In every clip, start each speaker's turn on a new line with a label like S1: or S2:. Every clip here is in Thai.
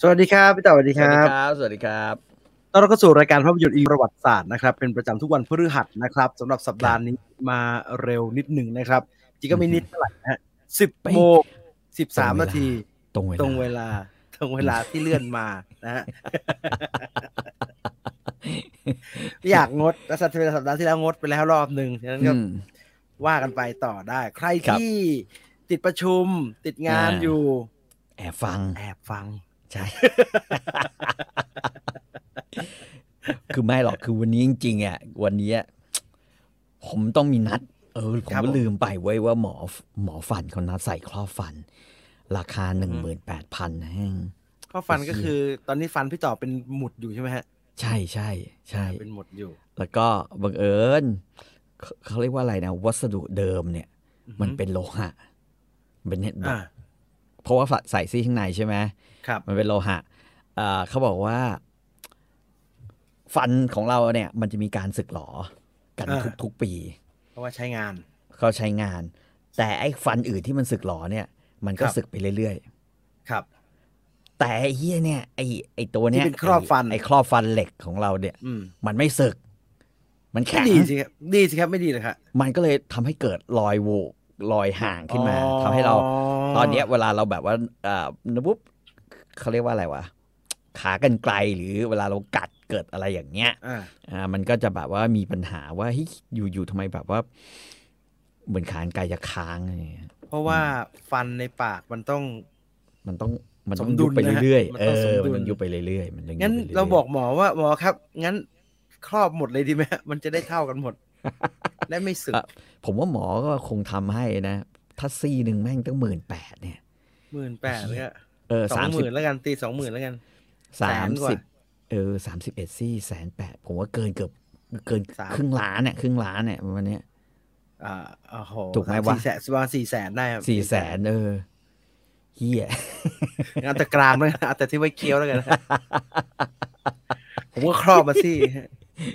S1: สวัสดีครับ พี่เต่อสวัสดี
S2: ส
S1: ค
S2: วัสดี
S1: รับ
S2: ครับ สวัสดีครับ
S1: ต้อนรับเข้าสู่รายการภาพยนตร์อีกประวัติศาสตร์นะครับ เป็นประจำทุกวันพฤหัสนะครับสำหรับสัปดาห์นี้มาเร็วนิดหนึ่งนะครับ จริงก็ไม่นิดเท่าไหร่นะฮะสิบโมงสิบสามนาที
S3: ตรงเวลา
S1: ตรงเวลา ตรงเวลาที่เลื่อนมานะฮะ ไม่อยากงดแล้วสัปดาห์สัปดาห์ที่แล้วงดไปแล้วรอบหนึ่งฉะนั้นก็
S3: อืม
S1: ว่ากันไปต่อได้ ใคร
S3: ครับ
S1: ที่ติดประชุมติดงาน
S3: อ่า
S1: อยู่
S3: แอบฟัง
S1: แอบฟัง
S3: ใช่ คือไม่หรอกคือวันนี้จริงๆอ่ะวันนี้อะผมต้องมีนัด เออ ผม
S1: ครับผ
S3: ก็
S1: ม
S3: ลืมไปเว้ยว่าหมอหมอฟันเขานัดใส่ครอบฟัน ราคาห
S1: อื
S3: นึ่
S1: อ
S3: งห
S1: ฮึ
S3: มื่นแปดพันแห้ง
S1: ข้อฟันก็
S3: โอเค
S1: คือ ตอนนี้ฟันพี่ต่อเป็นหมุดอยู่ใช่ไหมฮะ
S3: ใช่ใช่ใช่
S1: เป็นหมุดอยู่
S3: แล้วก็บังเอิญเขาเขาเรียกว่าอะไรนะ วัสดุเดิมเนี่ย
S1: อือฮึ
S3: มันเป็นโลหะเป็นเน็ต
S1: อ่า
S3: เพราะว่าใส่ซี่ข้างในใช่ไหม
S1: ครับ
S3: มันเป็นโลหะเอ่อเขาบอกว่า ฟันของเราเนี่ย มันจะมีการสึกหลอ กัน
S1: อ่า
S3: ทุกทุกปี
S1: เพราะว่าใช้งาน
S3: เขาใช้งาน แต่ไอ้ฟันอื่นที่มันสึกหลอเนี่ย มันก็
S1: ครับ
S3: สึกไปเรื่อย
S1: ครับ
S3: ๆ แต่ไอ้เฮียเนี่ย ไอ้ไอ้ตัวเนี้ย
S1: ที่เป็นครอบฟัน
S3: ไอ้ครอบฟันเหล็กของเราเนี่ย
S1: อืม
S3: มันไม่สึก มัน
S1: ก็
S3: แข็ง
S1: ดีสิครับดีสิครับไม่ดีเลยครับ
S3: มันก็เลยทำให้เกิดรอยโหวรอยห่างขึ้นมาทำให้เรา ตอนเนี้ยเวลาเราแบบว่าเอ่อนะปุ๊บเขาเรียกว่าอะไรวะ ขากรรไกลหรือเวลาเรากัดเกิดอะไรอย่างเงี้ย
S1: อ่า
S3: อ่ามันก็จะแบบว่ามีปัญหาว่าเฮ้ยอยู่ๆทำไมแบบว่า เหมือนขากรรไกลจะค้างอะไรเงี้ย
S1: เพราะว่าฟันในปากมันต้อง
S3: มันต้องมันต้อง
S1: สมดุ
S3: ยุ
S1: ล
S3: บไป
S1: นะฮะ
S3: เรื่อย
S1: มัน
S3: ๆเอ
S1: ต้องสม
S3: อ
S1: ดุล
S3: มันต้องยุบไปเรื่อยๆมันต้องยุบ
S1: งั้น
S3: ไปยๆ
S1: เราบอกหมอว่าหมอครับ งั้นครอบหมดเลยดีไหม มันจะได้เท่ากันหมด และไม่สึก
S3: ผมว่าหมอก็คงทำให้นะถ้าซี่หนึ่งแม่งตั้งหมื่นแปดเนี่ย
S1: หมื่นแปดเลยอะ
S3: เออ
S1: สอ
S3: สาง ม
S1: ห
S3: สิบ
S1: มื่นแล้วกันตีสองหมื่นแล้วกัน แส
S3: สาม
S1: นกว่า
S3: สิบเออสามสิบเอ็ดซี่แสนแปดผมว่าเกินเกือบเกิน
S1: สาม
S3: ครึ่งล้านเนี่ยครึ่งล้านเนี่ยวันเนี้ย
S1: อ่าโอ้โห
S3: ถูกไหมวะ
S1: สี่แสนประมาณสี่แสนได้ครับ
S3: สี่แสนเออเฮีย
S1: งั้นเอาแต่กรามแล้วกัน เอาแต่ที่ไว้เคี้ยวแล้วกันนะ ผมก็ครอบมาสิ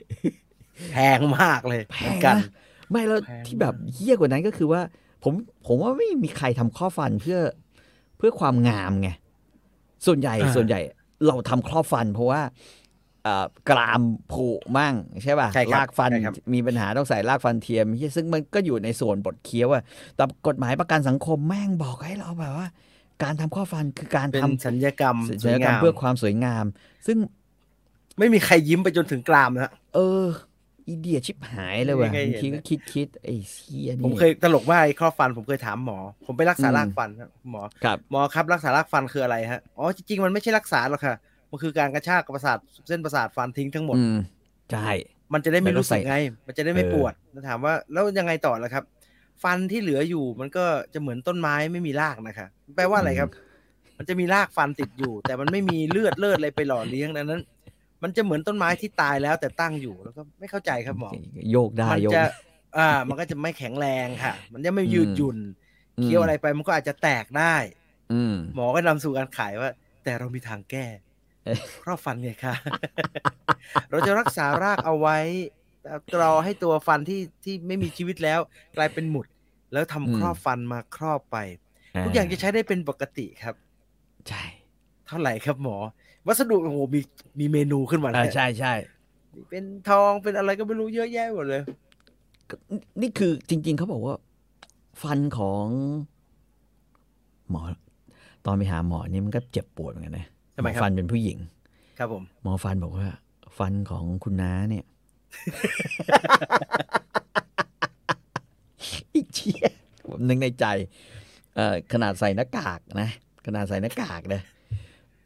S1: แพงมากเลยเหมือนกัน
S3: แพงนะ ไม่แล้ว
S1: แพง
S3: ที่แบบเหี้ยกว่านั้นก็คือว่า ผมผมว่าไม่มีใครทำข้อฟันเพื่อเพื่อความงามไงส่วนใหญ่
S1: อ่า
S3: ส่วนใหญ่ เราทำข้อฟัน เพราะว่าเอ่อกรามผุมั่งใช่ป่ะ
S1: ใช่ครับ
S3: รากฟัน
S1: ใช่ครับ
S3: มีปัญหาต้องใส่รากฟันเทียมเหี้ยซึ่งมันก็อยู่ในส่วนบทเคี้ยวอะแต่กฎหมายประกันสังคมแม่งบอกให้เราแบบว่า การทำข้อฟันคือการ
S1: เป็น
S3: ทำ
S1: สัญญกรรมส
S3: ศั
S1: ว
S3: ลยกรรง
S1: ยาม ม
S3: เพื่อความสวยงาม ซึ่ง
S1: ไม่มีใครยิ้มไปจนถึงกรามนะฮะ
S3: เอออีเดียชิบหายเลยว่ะ
S1: ไม่เคย
S3: บาง
S1: เห็น
S3: ทีก็
S1: นะ
S3: คิดคิดไอ้เฮียนี่
S1: ผมเคยตลกมากไอ้ครอบฟันผมเคยถามหมอ ผมไปรักษา
S3: อืม
S1: รากฟันครับหมอ
S3: ครับ
S1: หมอครับรักษารากฟันคืออะไรฮะ อ๋อจริงๆมันไม่ใช่รักษาหรอกค่ะ มันคือการกระชากประสาทเส้นประสาทฟันทิ้งทั้งหมด
S3: อืมใช่
S1: มันจะได้ไม่รู้สึก
S3: แล้วใส่
S1: ไง มันจะได้ไม่
S3: เออ
S1: ปวดแล้วถามว่าแล้วยังไงต่อล่ะครับ ฟันที่เหลืออยู่มันก็จะเหมือนต้นไม้ไม่มีรากนะคะแปลว่าอะไรครับ มันจะมีรากฟันติดอยู่ แต่มันไม่มีเลือดเลือดอะไรไปหล่อเลี้ยงดังนั้น มันจะเหมือนต้นไม้ที่ตายแล้วแต่ตั้งอยู่แล้วก็ไม่เข้าใจครับหมอ
S3: โยกได้
S1: มั
S3: โยก
S1: จะ
S3: ได้
S1: อ่า มันก็จะไม่แข็งแรงค่ะ มันจะไม่ยืด
S3: อืม
S1: หยุ่น เคี้ยวอะไรไปมันก็อาจจะแตกได้
S3: อืม
S1: หมอก็นำสู่การขายว่า แต่เรามีทางแก้
S3: เอ๊ะ
S1: ครอบฟันไงคะ เราจะรักษารากเอาไว้รอให้ตัวฟันที่ที่ไม่มีชีวิตแล้ว กลายเป็นหมุด แล้วทำครอบฟันมาครอบไป ทุกอย่างจะใช้ได้เป็นปกติครับ
S3: ใช่
S1: เท่าไหร่ครับหมอ วัสดุโอ้โหมีมีเมนูขึ้นมา
S3: เอ
S1: แล้ว
S3: อใช่ใช่
S1: เป็นทองเป็นอะไรก็ไม่รู้เยอะแยะหมดเลย
S3: นี่นี่คือจริง ๆเขาบอกว่า ฟันของ หมอ ตอนไปหาหมอนี่มันก็เจ็บปวดเหมือนกันนะ
S1: ทำไมครับ
S3: หอฟันเป็นผู้หญิง
S1: ครับผม
S3: หมอฟันบอกว่า ฟันของคุณน้าเนี่ย อีกเชียผมนึกในใจ เอ่อขนาดใส่หน้ากากนะขนาดใส่หน้ากากเลย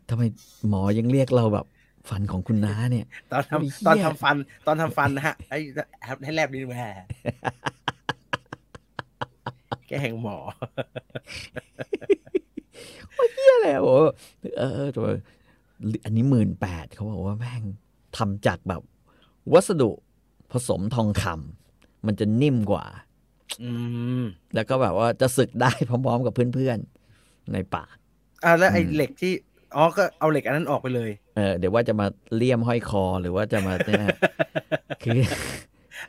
S3: ทำไมหมอยังเรียกเราแบบ ฟันของคุณน้าเนี่ย
S1: ตอน
S3: ไอ้เหี้
S1: ทำตอนทำ
S3: ย
S1: ฟัน ตอนทำฟันนะฮะไอ้ให้แลบดินแหว แกแห่งหมอ
S3: ก็เลยโอ้เออเออตัวอันนี้หมื่นแปดเขาบอกว่าแม่งทำจากแบบ วัสดุผสมทองคำมันจะนิ่มกว่า
S1: อืม
S3: แล้วก็แบบว่าจะสึกได้พร้อมๆ กับเพื่อนๆ ในปาก
S1: อ่าแล้วไอ้
S3: อืม
S1: เหล็กที่อ๋อก็เอาเหล็กอันนั้นออกไปเลย
S3: เออเดี๋ยวว่าจะมาเลี่ยมห้อยคอหรือว่าจะมาเนี่ย คือ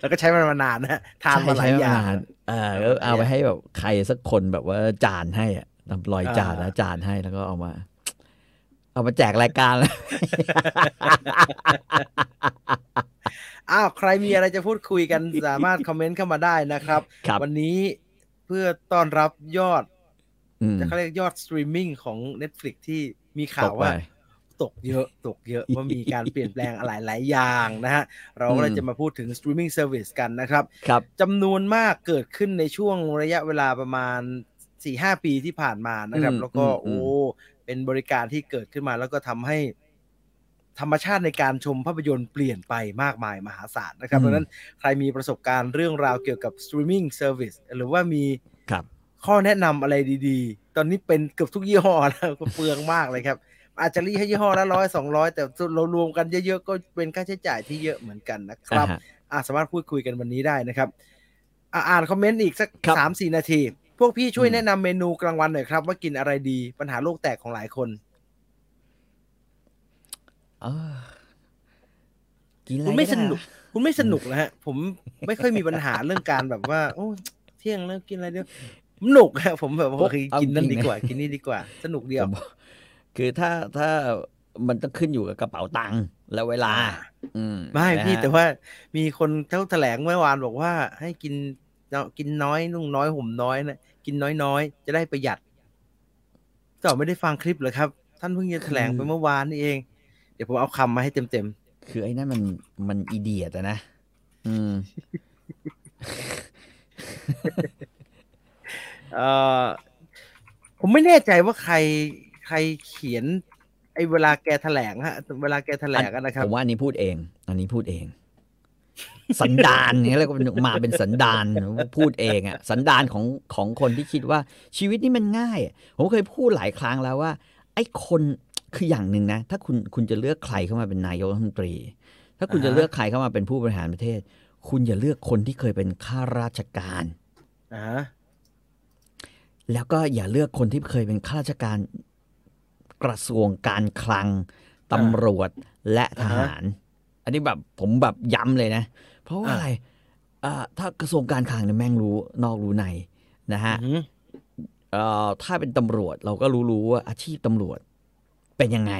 S1: แล้วก็ใช้มันมานานนะทานมาหลายอย่าง
S3: ใช้มนนเออแล้วเอาไปให้แบบใครสักคนแบบว่าจานให้อะทำรอยจาน
S1: อ่า
S3: แล้วจานให้แล้วก็เอามา เอามาแจกรายการแล้ว
S1: อ้าวใครมีอะไรจะพูดคุยกัน สามารถคอมเมนต์เข้ามาได้นะครับ
S3: ครับ
S1: วันนี้เพื่อต้อนรับยอด
S3: อืม
S1: จะเขาเรียกยอดสตรีมมิ่งของ Netflix ที่มีข่า
S3: ต
S1: ว
S3: กไป
S1: ว่า ตกเยอะตกเยอะ ว่ามีการเปลี่ยนแปลงหลายหลายๆอย่างนะฮะ เราก็เลย
S3: อืม
S1: จะมาพูดถึงสตรีมมิ่งเซอร์วิสกันนะครับ
S3: ครับ
S1: จำนวนมากเกิดขึ้นในช่วงระยะเวลาประมาณ 4-5 ปีที่ผ่านมานะครับ
S3: อืม
S1: แล้วก็
S3: อืม
S1: โอ้เป็นบริการที่เกิดขึ้นมาแล้วก็ทำให้ ธรรมชาติในการชมภาพยนตร์เปลี่ยนไปมากมายมหาศาลนะครับดังนั้นใครมีประสบการณ์เรื่องราวเกี่ยวกับสตรีมมิ่งเซอร์วิสหรือว่ามี
S3: ครับ
S1: ข้อแนะนำอะไรดีๆ ตอนนี้เป็นเกือบทุกยี่ห้อแล้ว ก็ เปลืองมากเลยครับ อาจจะรีให้ยี่ห้อละร้อยสองร้อยแต่เรารวมกันเยอะๆ ก็เป็นค่าใช้จ่ายที่เยอะเหมือนกันนะครับ
S3: อ่าฮะ
S1: อาสามารถพูดคุยกันวันนี้ได้นะครับ อ่ะอ่านคอมเมนต์อีกสัก
S3: ครับ
S1: สามสี่นาที พวกพี่ช่วย
S3: อืม
S1: แนะนำเมนูกลางวันหน่อยครับ ว่ากินอะไรดีปัญหาโลกแตกของหลายคน
S3: เออกินอะไร
S1: คุณไม่
S3: ด้
S1: สนุก คุณไม่สนุกนะฮะ ผมไม่ค่อยมีปัญหาเรื่องการแบบว่า โอ้เที่ยงแล้วกินอะไรเดียวสนุกฮะผมแบบว่าโอเคกินนั่นดีกว่า กินนี่ดีกว่า สนุกเดียว
S3: ผมคือถ้าถ้ามันต้องขึ้นอยู่กับกระเป๋าตังค์และเวลา อืม
S1: ไม่
S3: นะ
S1: พี่
S3: ฮะ
S1: แต่ว่ามีคนเท่าแถลงเมื่อวานบอกว่า ให้กินเนาะกินน้อยนุ่งน้อยห่มน้อยนะกินน้อยๆจะได้ประหยัดต่อไม่ได้ฟังคลิปเหรอครับ ท่านเพิ่งจะแถลงไป
S3: คือ
S1: เมื่อวานนี่เอง เดี๋ยวผมเอาคำมาให้เต็ม
S3: คือไอ้นั่นมันมันอีเดียตอะนะ อืม
S1: ๆเอ่อผมไม่แน่ใจว่าใครใครเขียน ไอ้เวลาแกแถลงฮะ เวลาแกแถลงอะนะครับ
S3: ผมว่าอันนี้พูดเอง อันนี้พูดเอง สันดานเนี่ยแล้วก็มาเป็นสันดานพูดเองอะสันดานของของคนที่คิดว่าชีวิตนี่มันง่ายอะผมเคยพูดหลายครั้งแล้วว่า ไอ้คนคืออย่างหนึ่งนะ ถ้าคุณคุณจะเลือกใครเข้ามาเป็นนายกรัฐมนตรี ถ้าคุณ
S1: อ่าฮะ
S3: จะเลือกใครเข้ามาเป็นผู้บริหารประเทศ คุณอย่าเลือกคนที่เคยเป็นข้าราชการ
S1: อ่าฮะ
S3: แล้วก็อย่าเลือกคนที่เคยเป็นข้าราชการกระทรวงการคลังตำรวจและทหาร อันนี้แบบผมแบบย้ำเลยนะ เพราะว่าอะไรเอ่อถ้ากระทรวงการคลังเนี่ยแม่งรู้นอกรู้ในนะฮะ
S1: อือหือ
S3: เอ่อถ้าเป็นตำรวจเราก็รู้รู้ว่าอาชีพตำรวจเป็นยังไง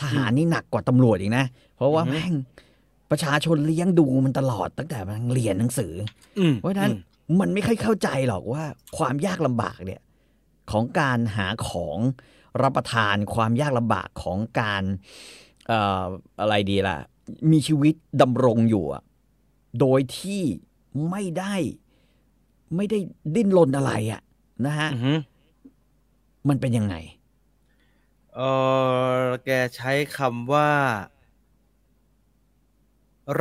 S3: ทหารนี่หนักกว่าตำรวจอีกนะ เพราะว่าแม่งประชาชนเลี้ยงดูมันตลอดตั้งแต่มันเรียนหนังสือ
S1: อืม
S3: เพราะฉะนั้น
S1: อืม
S3: มันไม่ค่อยเข้าใจหรอกว่าความยากลำบากเนี่ยของการหาของรับประทานความยากลำบากของการเอ่ออะไรดีล่ะ มีชีวิตดำรงอยู่อะโดยที่ไม่ได้ไม่ได้ดิ้นรนอะไรอะนะฮะ
S1: อือหือ
S3: มันเป็นยังไง
S1: เออแกใช้คำว่า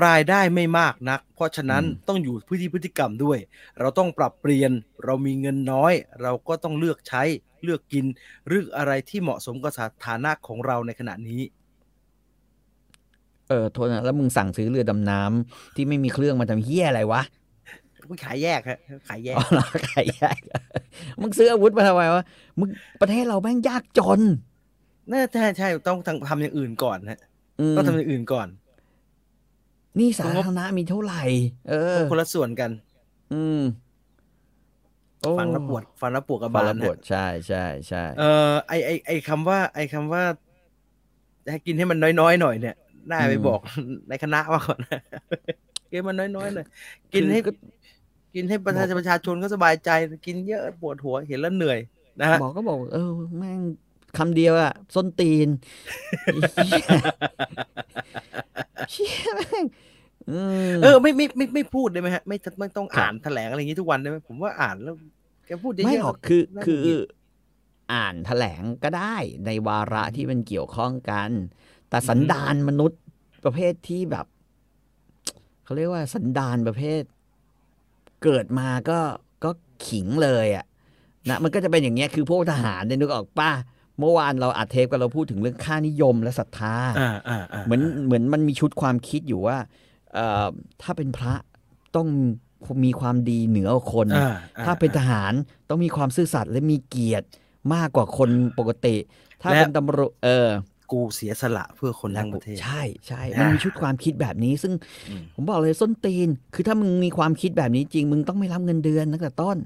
S1: รายได้ไม่มากนัก เพราะฉะนั้น
S3: อืม
S1: ต้องอยู่พฤติพฤติกรรมด้วย เราต้องปรับเปลี่ยน เรามีเงินน้อย เราก็ต้องเลือกใช้เลือกกินเลือกอะไรที่เหมาะสมกับสถานะของเราในขณะนี้
S3: เออโทษนะแล้วมึงสั่งซื้อเรือดำน้ำที่ไม่มีเครื่องมาทำเฮี้ยอะไรวะ
S1: ผู้ขายแยกฮะขายแยก
S3: อ๋อเหรอขายแยกมึงซื้ออาวุธมาทำไมวะมึงประเทศเราแม่งยากจน
S1: น่าจะใช่ต้องทำทำอย่างอื่นก่อนฮะ
S3: อืม
S1: ต้องทำอย่างอื่นก่อน
S3: นี่สาธารณะมีเท่าไหร่ เออ
S1: คนละส่วนกัน
S3: อืมโอ้
S1: ฟันละปวดฟันละปวดกับบา
S3: ฟั
S1: น
S3: ง
S1: ฮะ
S3: ระบดใช่ใช่ใช่
S1: เออไอไอไอคำว่า ไอคำว่าให้กินให้มันน้อยๆหน่อยเนี่ยน่าไป
S3: อืม
S1: บอก ในคณะว่าก่อนนะ กินมันน้อยๆหน่อยกินให้
S3: คือ
S1: กินให้ประชาชนประชาชนก็สบายใจ กินเยอะปวดหัวเห็นแล้วเหนื่อยนะฮะ
S3: บอกก็บอก เออ แม่งคำเดียวอะส้นตี นเชี่ยแม่งอืม
S1: เออไม่ไม่ไม่ไม่พูดได้ไหมฮะไม่ไม่ต้องอ่านแถลงอะไรอย่างนี้ทุกวันได้ไหมผมว่าอ่านแล้วแกพูดเยอะๆ
S3: ไม่หรอกคือ
S1: น่าหงุดหงิด
S3: คืออ่านแถลงก็ได้ในวาระที่มันเกี่ยวข้องกัน แต่สันดานมนุษย์ประเภทที่แบบ เขาเรียกว่าสันดานประเภท เกิดมาก็ก็ขิงเลยอะนะมันก็จะเป็นอย่างเงี้ยคือพวกทหารเนี่ยนึกออกป้าเมื่อวานเราอัดเทปกันเราพูดถึงเรื่องค่านิยมและศรัทธา
S1: อ่าอ่าา
S3: เหมือนเหมือนมันมีชุดความคิดอยู่ว่าเอ่อถ้าเป็นพระต้องมีความดีเหนือกว่าคน
S1: อ่าอ่
S3: ถ้าเป็นทหารต้องมีความซื่อสัตย์และมีเกียรติมากกว่าคนปกติ ถ้าเป็นตำรวจเออ
S1: กูเสียสละเพื่อคนทั้งประเทศ
S3: ใช่ใช่
S1: อ่ามั
S3: มันมีชุดความคิดแบบนี้ ซึ่ง
S1: อืม
S3: ผมบอกเลยส้นตีน คือถ้ามึงมีความคิดแบบนี้จริง มึงต้องไม่รับเงินเดือนตั้งแต่ต้น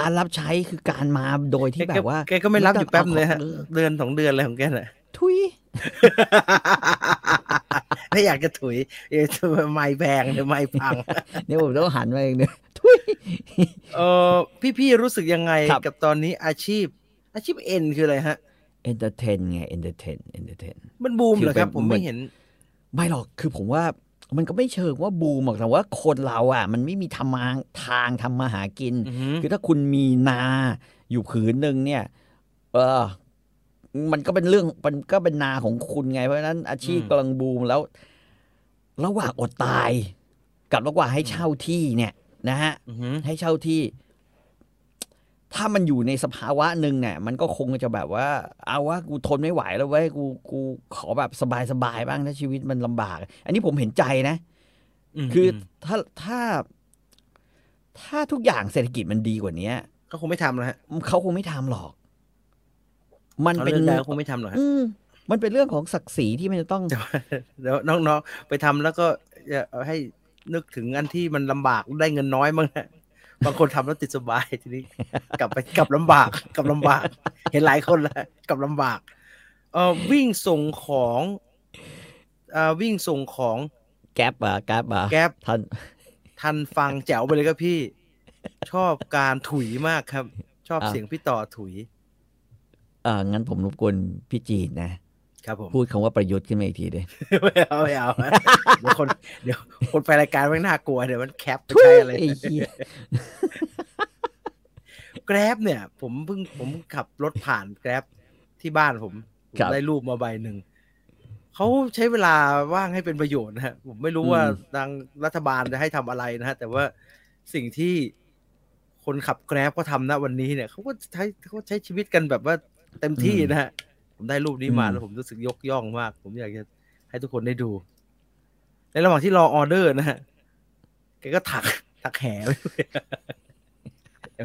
S3: การรับใช้คือการมาโดยที่แบบว่า
S1: แกก็ไม่รับอยู่แป๊บเลยฮะ
S3: ออ
S1: เดือนสองเดือนอะไรของแกน่ะ
S3: ทุย
S1: ถ้าอยากจะถุย เอ๊ะทำไมไม่แพงหรือไม่พัง
S3: เดี๋ยวผมต้องหันมาเองเนี่ยทุย
S1: เออพี่ๆรู้สึกยังไง
S3: ครับ
S1: กับตอนนี้อาชีพ อาชีพเอ็นคืออะไรฮะ
S3: เอนเตอร์เทนไงเอนเตอร์เทนเอนเตอร์เทน
S1: มันบูม
S3: คือ
S1: เหรอครับ
S3: เป็น
S1: ผม
S3: เหมื
S1: ไม่
S3: อน
S1: เห็น
S3: ไม่หรอกคือผมว่ามันก็ไม่เชิงว่าบูมหรอกแต่ว่าคนเราอ่ะ มันไม่มีทำมาทางทำมาหากิน
S1: อือหือ
S3: คือถ้าคุณมีนาอยู่ผืนหนึ่งเนี่ย เออ มันก็เป็นเรื่องมันก็เป็นนาของคุณไง เพราะฉะนั้นอาชีพ
S1: อืม
S3: กำลังบูมแล้ว ระหว่างอดตาย กับระหว่างให้เช่าที่เนี่ย นะฮะ
S1: อือหือ
S3: ให้เช่าที่ ถ้ามันอยู่ในสภาวะหนึ่งเนี่ย มันก็คงจะแบบว่า เอาว่ากูทนไม่ไหวแล้วเว้ยกูกูขอแบบสบายๆบ้างถ้าชีวิตมันลำบาก อันนี้ผมเห็นใจนะ
S1: ม
S3: คือ
S1: ม
S3: ถ้าถ้า ถ้าทุกอย่างเศรษฐกิจมันดีกว่าเนี้ย
S1: ก็คงไม่ทำแล้วฮะ
S3: เขาคงไม่ทำหรอก มัน
S1: เขา
S3: เป็น
S1: เลิกได้ก็คงไม่ทำหรอกฮะ
S3: อืมมันเป็นเรื่องของศักดิ์ศรีที่มันจะต้อง
S1: เดี๋ยว น้องๆไปทำแล้วก็อย่าเอาให้นึกถึงอันที่มันลำบากได้เงินน้อยมั้างนะ บางคนทำแล้วติดสบายทีนี้ กลับไปกลับลำบาก กลับลำบาก เห็นหลายคนแล้ว กลับลำบากเออวิ่งส่งของเอ่อวิ่งส่งของ
S3: แก๊ปอะแก๊ปอะ
S1: แก๊ป
S3: ท่าน
S1: ทันฟังแจ๋วไปเลยครับพี่ ชอบการถุยมากครับ ชอบเสียงพี่ต่อถุย
S3: เอองั้นผมรบกวนพี่จีนนะ
S1: ครับ ผม
S3: พูดคำว่าประยุทธ์ขึ้นมาอีกทีด้วย
S1: ไม่เอาไม่เอา เดี๋ยวคนเดี๋ยวคนไปรายการไม่งน่ากลัวเดี๋ยวมันแคปไปใช้อะไร
S3: ไอ้เหี้ย
S1: แกร็บเนี่ย ผมเพิ่งผมขับรถผ่านแกร็บที่บ้านผมผม
S3: ครับ
S1: ได้รูปมาใบหนึ่งเขาใช้เวลาว่างให้เป็นประโยชน์นะฮะผมไม่รู้ว่าทางรัฐบาลจะให้ทำอะไรนะฮะแต่ว่าสิ่งที่คนขับแกร็บก็ทำนะวันนี้เนี่ยเขาก็ใช้เขาก็ใช้ชีวิตกันแบบว่าเต็มที่นะฮะ ผมได้รูปนี้มา
S3: อืม
S1: แล้วผมรู้สึกยกย่องมาก ผมอยากจะให้ทุกคนได้ดู ในระหว่างที่รอออเดอร์นะฮะแกก็ถักถักแหไป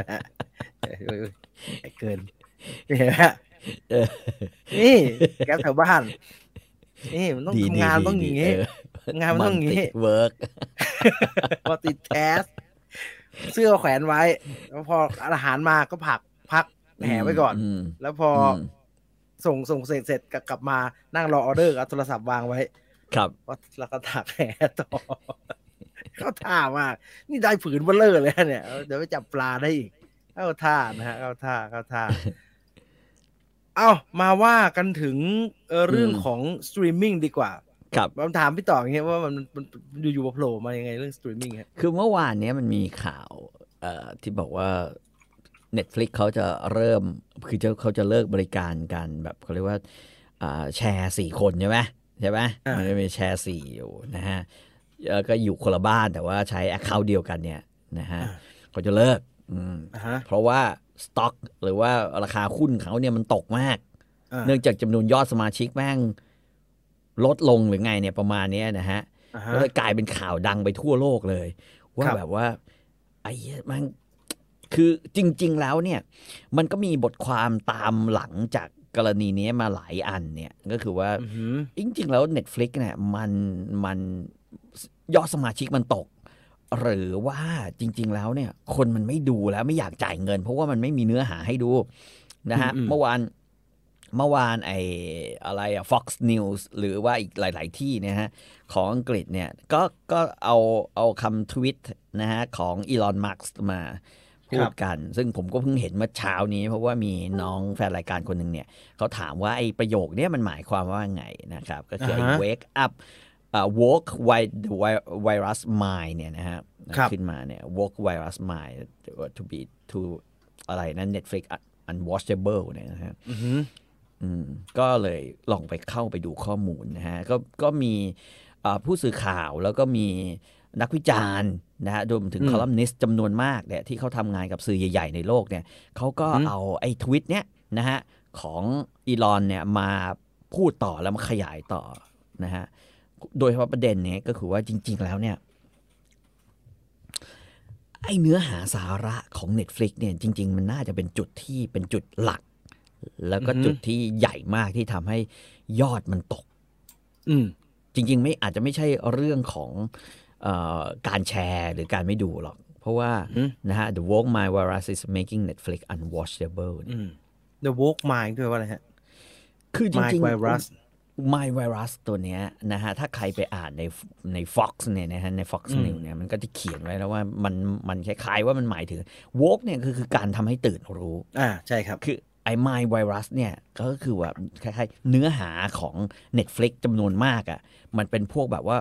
S1: เลยเห็นไหมฮะเอ้ยเอ้ยเกินเห็นไหมฮะนี่แก
S3: เออ
S1: ปแถวบ้านนี่มันต้อง
S3: ดี
S1: ทำงานต้องอย่าง
S3: ดี
S1: งี้
S3: เ
S1: งานมันต้องอย่างงี้
S3: เวิร์ก
S1: พอติดแทสเสื้อแขวนไว้แล้วพออาหารมาก็ผักพักแหไว้ก่อน แล้วพออส่งส่งเสร็จเสร็จกลับกลับมานั่งรอออเดอร์เอาโทรศัพท์วางไว้
S3: ครับ
S1: แล้วก็ถักแหต่อ เข้าท่ามาก นี่ได้ผืนเบลเลอร์เลยนะเนี่ยเอาเดี๋ยวไปจับปลาได้อีก เข้าท่านะฮะเข้าท่าเข้าท่า เอามาว่ากันถึงเอ่อเรื่องของสตรีมมิ่งดีกว่า
S3: ครับ
S1: ผมถามพี่ต่ออย่างเงี้ยว่ามันมันมันอยู่ๆมาโผล่มายังไงเรื่องสตรีมมิ่งฮะ
S3: คือเมื่อวานเนี้ยมันมีข่าวเอ่อที่บอกว่า Netflix เขาจะเริ่ม คือจะเขาจะเลิกบริการการแบบเขาเรียกว่าอ่าแชร์สี่คนใช่ไหมใช่ไหมมันจะมีแชร์สี่อยู่นะฮะแล้วก็อยู่คนละบ้านแต่ว่าใช้แอคเคาท์เดียวกันเนี่ยนะฮะเขาจะเลิกอืม
S1: อ่าฮะ
S3: เพราะว่าสต็อกหรือว่าราคาหุ้นเขาเนี่ยมันตกมาก
S1: อ่า
S3: เนื่องจากจำนวนยอดสมาชิกแม่งลดลงหรือไงเนี่ยประมาณเนี้ยนะฮะ
S1: อ่า
S3: ก็
S1: ฮะ
S3: เลยกลายเป็นข่าวดังไปทั่วโลกเลย ว่า
S1: ครับ
S3: แบบว่า ไอ้เหี้ยมันคือจริง ๆ แล้วเนี่ย มันก็มีบทความตามหลังจากกรณีเนี้ยมาหลายอันเนี่ย ก็คือว่า
S1: อือหือ
S3: จริง ๆ แล้ว Netflix เนี่ยมันมันยอดสมาชิกมันตก หรือว่าจริง ๆ แล้วเนี่ย คนมันไม่ดูแล้วไม่อยากจ่ายเงิน เพราะว่ามันไม่มีเนื้อหาให้ดูนะฮะ
S1: อืมๆ
S3: เมื่อวานเมื่อวานไออะไรอะ Fox News หรือว่าอีกหลาย ๆ ที่เนะฮะ ของอังกฤษเนี่ยก็ก็เอาเอาคำทวิตนะฮะ ของอีลอนมาร์กมา
S1: ค
S3: พู
S1: รั
S3: ด
S1: บ
S3: กัน ซึ่งผมก็เพิ่งเห็นเมื่อเช้านี้ เพราะว่ามีน้องแฟนรายการคนหนึ่งเนี่ย เขาถามว่าไอ้ประโยคเนี้ยมันหมายความว่าไงนะครับ ก็คือไอ้
S1: อ่าฮะ
S3: wake up อ่า walk wi- the wi- virus mind เนี่ยนะฮะ
S1: ครับ
S3: ขึ้นมาเนี่ย walk virus mind to be to อะไรนะ Netflix un- unwatchable เนี่ยนะฮะ
S1: อือหือ
S3: อืมก็เลยลองไปเข้าไปดูข้อมูลนะฮะก็ก็มีเอ่อผู้สื่อข่าวแล้วก็มีนักวิจารณ์นะฮะรวมถึง
S1: อืม
S3: คอลัมนิสต์จำนวนมากเนี่ยที่เขาทำงานกับสื่อใหญ่ ๆ ในโลกเนี่ยเขาก็
S1: อือหือ
S3: เอาไอ้ทวิตเนี้ยนะฮะของอีลอนเนี่ยมาพูดต่อแล้วมาขยายต่อนะฮะโดยเฉพาะประเด็นเนี้ยก็คือว่าจริง ๆ แล้วเนี่ย ไอ้เนื้อหาสาระของ Netflix เนี่ยจริง ๆ มันน่าจะเป็นจุดที่เป็นจุดหลัก แล้วก็
S1: อือฮึ
S3: จุดที่ใหญ่มากที่ทำให้ยอดมันตก
S1: อืม
S3: จริง ๆ ไม่อาจจะไม่ใช่เรื่องของเออการแชร์หรือการไม่ดูหรอก เพราะว่า
S1: อือฮึ
S3: นะฮะ The Walk My Virus is making Netflix unwatchable เนี่ย
S1: อืม The Woke Mind ด้วยว่าอะไรฮะ
S3: คือจ
S1: ไม
S3: ริง
S1: ค์ไวรัส
S3: ไมไวรัสตัวเนี้ยนะฮะ ถ้าใครไปอ่านในใน Fox เนี่ยนะฮะใน Fox
S1: อืม
S3: News เนี่ยมันก็จะเขียนไว้แล้วว่ามันมันคล้ายๆว่ามันหมายถึงวกเนี่ยคือคือการทำให้ตื่นรู้
S1: อ่าใช่ครับ
S3: คือไอ้ไมไวรัสเนี่ยก็คือว่าคล้ายๆเนื้อหาของ Netflix จำนวนมากอะ่ะมันเป็นพวกแบบว่า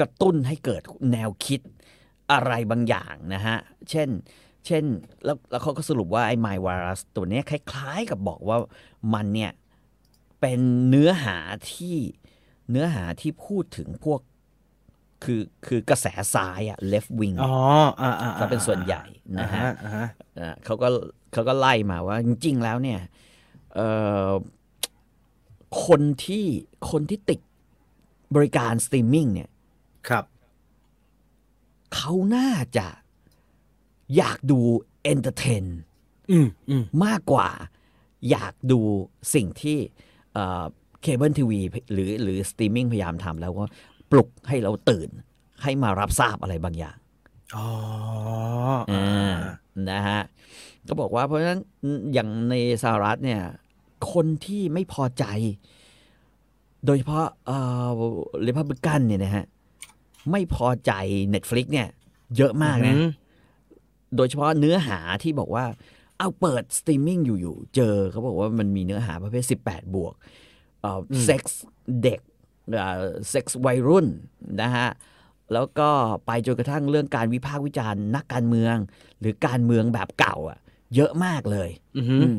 S3: กระตุ้นให้เกิดแนวคิดอะไรบางอย่างนะฮะ เช่น เช่นแล้วแล้วเขาก็สรุปว่าไอ้ไมไวรัสตัวเนี้ยคล้ายๆกับบอกว่ามันเนี่ยเป็นเนื้อหาที่เนื้อหาที่พูดถึงพวกคือคือกระแสซ้ายอะ left wing
S1: อ๋ออ่าอ่า
S3: ซะเป็นส่วนใหญ่นะฮะ
S1: อ่าฮะ
S3: อ่ะเขาก็เขาก็ไล่มาว่าจริงๆแล้วเนี่ยเอ่อคนที่คนที่ติดบริการสตรีมมิ่งเนี่ย
S1: ครับ
S3: เขาน่าจะอยากดูเอนเตอร์เทน
S1: อืมอืม
S3: มากกว่าอยากดูสิ่งที่เคเบิลทีวีหรือหรือสตรีมมิ่งพยายามทำแล้วก็ปลุกให้เราตื่นให้มารับทราบอะไรบางอย่าง
S1: อ๋อ
S3: อ่านะฮะก็บอกว่าเพราะฉะนั้นอย่างในสหรัฐเนี่ย คนที่ไม่พอใจ โดยเฉพาะเอ่อริพับลิกันเนี่ยนะฮะ ไม่พอใจ Netflix เนี่ย เยอะมากนะ
S1: อื
S3: โดยเฉพาะเนื้อหาที่บอกว่า เอาเปิดสตรีมมิ่งอยู่ๆ เจอเขาบอกว่ามันมีเนื้อหาประเภท 18 บวกเอ่อเซ็กซ์เด็กเซ็กซ์วัยรุ่นนะฮะ แล้วก็ไปจนกระทั่งเรื่องการวิพากษ์วิจารณ์นักการเมือง หรือการเมืองแบบเก่าอ่ะ เยอะมากเลย
S1: อือหือ
S3: อืม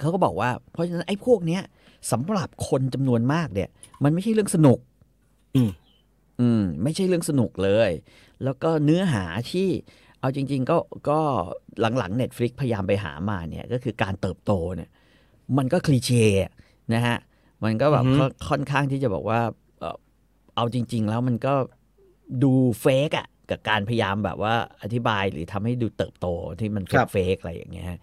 S3: เขาก็บอกว่า เพราะฉะนั้นไอ้พวกเนี้ยสำหรับคนจำนวนมากเนี่ย มันไม่ใช่เรื่องสนุก
S1: อืม
S3: อืม ไม่ใช่เรื่องสนุกเลย แล้วก็เนื้อหาที่เอาจริง ๆ ก็ก็หลังๆ Netflix พยายามไปหามาเนี่ย ก็คือการเติบโตเนี่ย มันก็คลีเช่นะฮะ มันก็แบบ
S1: อือฮึ
S3: ค่อนค่อนข้างที่จะบอกว่าเอ่อเอาจริง ๆ แล้วมันก็ดูเฟกอะกับการพยายามแบบว่าอธิบายหรือทำให้ดูเติบโตที่มันเป็นเฟกอะไรอย่างเงี้ยฮะ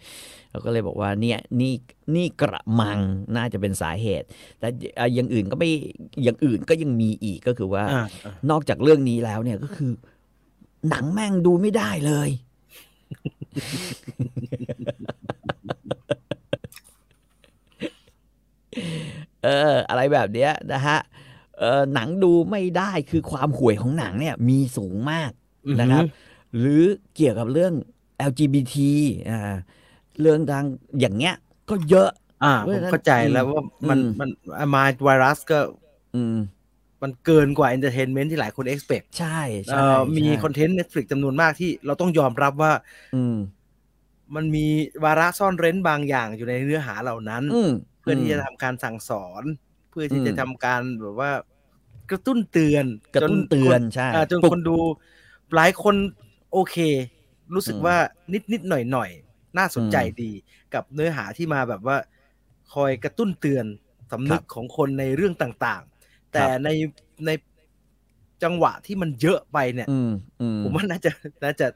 S3: เราก็เลยบอกว่าเนี่ยนี่นี่กระมังน่าจะเป็นสาเหตุ แต่เอ่ออย่างอื่นก็ไม่อย่างอื่นก็ยังมีอีกก็คือว่า
S1: อ่าอ่าน
S3: อกจากเรื่องนี้แล้วเนี่ยก็คือ หนังแม่งดูไม่ได้เลย เออ อะไรแบบเนี้ยนะฮะเออหนังดูไม่ได้คือความห่วยของหนังเนี่ยมีสูงมาก
S1: อือหือ
S3: นะครับ หรือเกี่ยวกับเรื่อง LGBT อ่าเรื่องทางอย่างเงี้ย ก็เยอะ
S1: อ่า
S3: เพราะ
S1: ผ
S3: ฉะ
S1: ม
S3: นั้น
S1: เข้าใจแล้วว่ามัน
S3: อืม
S1: มันมาไวรัสก็
S3: อืม
S1: มันเกินกว่า entertainment ที่หลายคน expect
S3: ใช่ใช่
S1: เอ่อมี
S3: ใช่
S1: คอนเทนต์ Netflix จำนวนมากที่เราต้องยอมรับว่า
S3: อืม
S1: มันมีวาระซ่อนเร้นบางอย่างอยู่ในเนื้อหาเหล่านั้น
S3: อืม
S1: เพื่อที่จะทำการสั่งสอน เพื่อที่
S3: อืม
S1: จะทำการแบบว่า กระตุ้นเตือน
S3: กระตุ้นเตือนใช่
S1: อ่าจน
S3: ปลุก
S1: คนดูหลายคนโอเค รู้สึก
S3: อืม
S1: ว่านิดนิดหน่อยหน่อยๆ น่าสนใจ
S3: อืม
S1: ดี กับเนื้อหาที่มาแบบว่า คอยกระตุ้นเตือนสำนึกของคนในเรื่องต่างๆ แต่
S3: ครับ
S1: ในในจังหวะที่มันเยอะไปเนี่ย
S3: อืมอืม
S1: ผมว่าน่าจะน่าจะ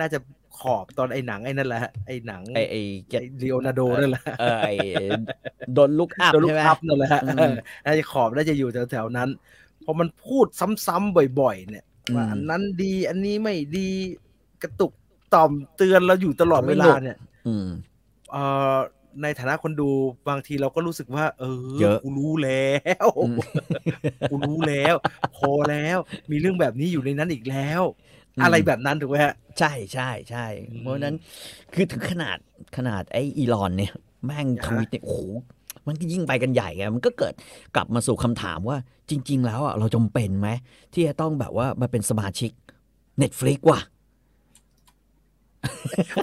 S1: น่าจะขอบตอนไอ้หนังไอ้นั่นแหละฮะไอ้หนัง
S3: ไอไอเก็ต
S1: ลีโอนาร์โดนั่นแหละ
S3: เออไอโดนลุกอัพ
S1: โดนลูก
S3: ใช่ไหม
S1: อัพนั่นแหละฮะ
S3: อืม
S1: เออน่าจะขอบน่าจะอยู่แถวๆนั้น พอมันพูดซ้ำๆบ่อย ๆ เนี่ย
S3: อืม
S1: ว่าอันนั้นดีอันนี้ไม่ดีกระตุกต่อมเตือนเราอยู่ตลอดเวลาเนี่ย
S3: อืม
S1: เออในฐานะคนดูบางทีเราก็รู้สึกว่า เออ
S3: เยอะ
S1: กูรู้แล้ว
S3: อืม
S1: กูรู้แล้ว พอแล้ว มีเรื่องแบบนี้อยู่ในนั้นอีกแล้ว
S3: อืม
S1: อะไรแบบนั้นถูกไหมฮะ
S3: ใช่ใช่ใช่
S1: อืม
S3: เพราะฉะนั้นคือถึงขนาดขนาดไอ้อีลอนเนี่ย แม่ง
S1: อ่า
S3: ท
S1: ฮะ
S3: วิตเนี่ยโอ้โหมันก็ยิ่งไปกันใหญ่ไงมันก็เกิดกลับมาสู่คำถามว่าจริง ๆ แล้วอ่ะเราจำเป็นไหม ที่จะต้องแบบว่ามาเป็นสมาชิก Netflix ว่ะ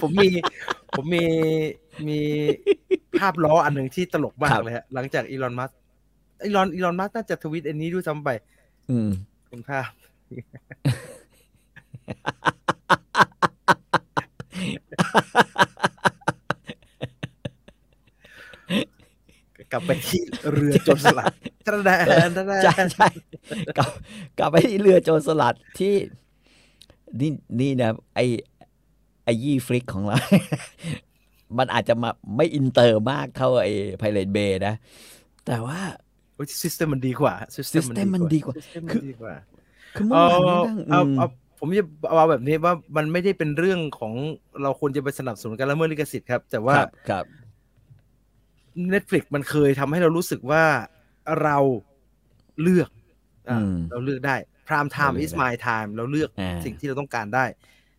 S1: ผมมีผมมีมีภาพล้ออันหนึ่งที่ตลกมา
S3: ครั
S1: ก
S3: บ
S1: เลยฮะหลังจากอีลอนมัสอีลอนอีลอนมัสน่าจะทวิตอันนี้ด้วยซ้ำไป
S3: อืม
S1: เป็นภาพ กลับไปที่เรือจนส ลัดตระแดนตระแด
S3: ใช่
S1: น
S3: ใช่กลับกลับไปที่เรือโจรสลัดที่นี่นี่นะไอไอยี่ฟลิกของเรา มันอาจจะมาไม่อินเตอร์มากเท่าไอไพเรตเบย์นะ แต่ว่า
S1: โอ้ยซิสเต็มมันดีกว่า
S3: system มันดีกว่า
S1: system มันดีกว่า
S3: คือเมื่อ
S1: เอา
S3: วานนี้นั่ง
S1: เอา
S3: ม
S1: เอาผมจะเอาแบบนี้ว่ามันไม่ได้เป็นเรื่องของเราควรจะไปสนับสนุนการละเมิดลิขสิทธิ์ครับ แต่ว่า
S3: ครับครับ
S1: Netflix มันเคยทำให้เรารู้สึกว่าเราเลือกอ่ะ
S3: อืม
S1: เราเลือกได้ prime time
S3: เราเลือก
S1: is my time เราเลือก
S3: อ่า
S1: สิ่งที่เราต้องการได้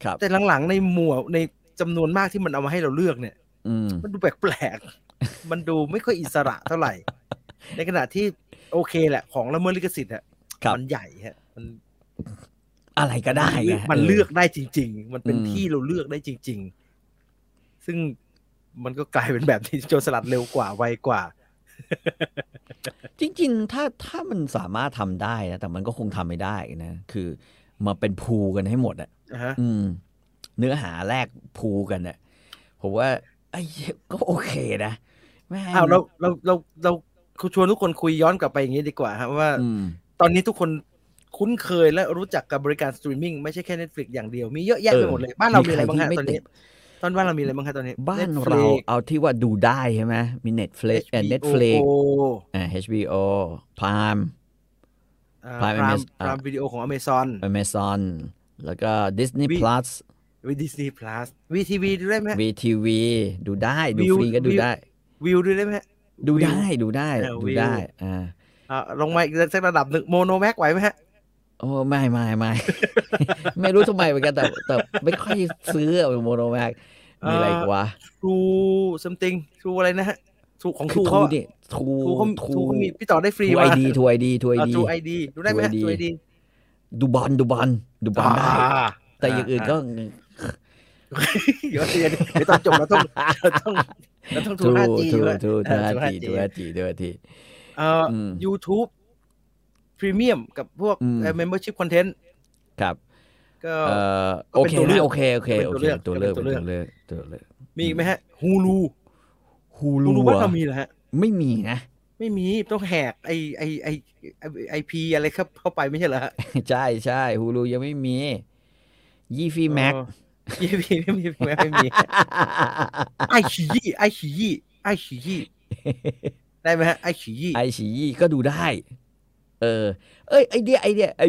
S3: ครับ
S1: แต่หลังๆในหมวดในจำนวนมากที่มันเอามาให้เราเลือกเนี่ย
S3: อืม
S1: มันดูแปลกๆ มันดูไม่ค่อยอิสระเท่าไหร่ ในขณะที่โอเคแหละ ของละเมิดลิขสิทธิ์อะ
S3: ครับ
S1: มันใหญ่ฮะ มัน
S3: อะไรก็ได้ไง
S1: มันเลือกได้จริง ๆ มันเป็น
S3: อืม
S1: ที่เราเลือกได้จริง ๆ ซึ่งมันก็กลายเป็นแบบ ที่โจรสลัดเร็วกว่าไวกว่า
S3: จริง ๆ ถ้าถ้ามันสามารถทำได้นะ แต่มันก็คงทำไม่ได้นะ คือมาเป็นพูลกันให้หมดอะ
S1: นะฮะ
S3: อืม เนื้อหาแรกพูลกันอะผมว่าไอ้เหี้ยก็โอเคนะแม่ง
S1: อ้าวเราเราเราเราชวนทุกคนคุยย้อนกลับไปอย่างนี้ดีกว่าครับว่า
S3: อืม
S1: ตอนนี้ทุกคนคุ้นเคยและรู้จักกับบริการสตรีมมิ่งไม่ใช่แค่ Netflix อย่างเดียว มีเยอะแยะ
S3: เออ
S1: ไปหมดเลย บ้านเรามีอะไร
S3: มีใคร
S1: บ้างฮะ
S3: ที่
S1: ต
S3: ไม่
S1: อนนี้
S3: ติด
S1: ตอนบ้านเรามีอะไรบ้างฮะตอนนี้
S3: บ้าน
S1: Netflix
S3: เราเอาที่ว่าดูได้ใช่ไหมมี Netflix เอ่อ Netflix อ่า HBO Prime Prime
S1: พราม
S3: MS อ่า
S1: พรามวิดีโอของ Amazon
S3: Amazon แล้วก็ Disney
S1: วิ
S3: Plus
S1: วิดีซีพลัสวีทีวีดูได้ไหมฮะ
S3: VTV ดูได้ดู
S1: วิว
S3: ฟรีก็ดู
S1: วิว
S3: ได้
S1: วิวดูได้ไหมฮะ
S3: ดู
S1: วิว
S3: ได้ดูได้
S1: เออ
S3: ดู
S1: วิว
S3: ได้ อ่า
S1: อ่าลงมาอีกสักระดับหนึ่งโมโนแม็กไหวไหมฮะ
S3: โอ้ไม่ไม่ไม่ ไม่รู้ทำไมเหมือนกันแต่แต่ไม่ค่อยซื้อโมโนแม็กมีอะไรอีกวะ
S1: ทรูซัมติงทรูอะไรนะฮะทรูของท
S3: คื
S1: รู
S3: อทู
S1: เขา
S3: เนี่ยทู
S1: ทรูเขา
S3: ทู
S1: ทรูเขามีพี่ต่อได้ฟรี
S3: ไอดีทูไอดีทูไอดี
S1: ทรูไอดีดูได้ไหมฮะ
S3: True
S1: ทรูไอ
S3: ID
S1: ดี
S3: ดูบอลดูบอลดูบอลได้ แต่อย่างอื่นก็
S1: เดี๋ยวเดี๋ยวเดี๋ยวตอนจบเราต้อง เราต้องเราต้องทู
S3: ทู
S1: ห้าจี
S3: ทู
S1: ด้วย
S3: ทู
S1: เอ
S3: ทู
S1: อ
S3: อา
S1: True
S3: ที
S1: 5G
S3: ทูอาทีทูอาที
S1: เอ่อ YouTube พรีเมียมกับพวก
S3: อืม
S1: เอ่อ membership content
S3: ครับ
S1: ก็
S3: เอ่อ
S1: ก็
S3: โอ
S1: เป็น
S3: เค
S1: ตัวเลื
S3: นะ
S1: อก
S3: โอเคโอเค
S1: เป็น
S3: โอ
S1: ตัว
S3: เค
S1: เลือก
S3: ตัวเลือก
S1: เป็
S3: เป็น
S1: นตั
S3: ตัว ว
S1: เลื
S3: เลื
S1: อ
S3: อก กตัวเลือก
S1: มีอีกไหมฮะ Hulu
S3: ฮูลู
S1: Hulu บ้านเรามีเหรอฮะ
S3: ไม่มีนะ
S1: ไม่มีต้องแหกไอไอไอไอพีอะไรเข้าเข้าไปไม่ใช่เหรอฮะ
S3: ใช่ใช่ฮูลูยังไม่มียี่ฟีแม็ก
S1: ยี่พีไม่มีไม่มี ไอฉียี่ไอฉียี่ไอฉียี่ได้ไหมฮะไอฉียี่
S3: ไอฉียี่ก็ดูได้ เออ เอ้ย ไอเดียไอเดียไอ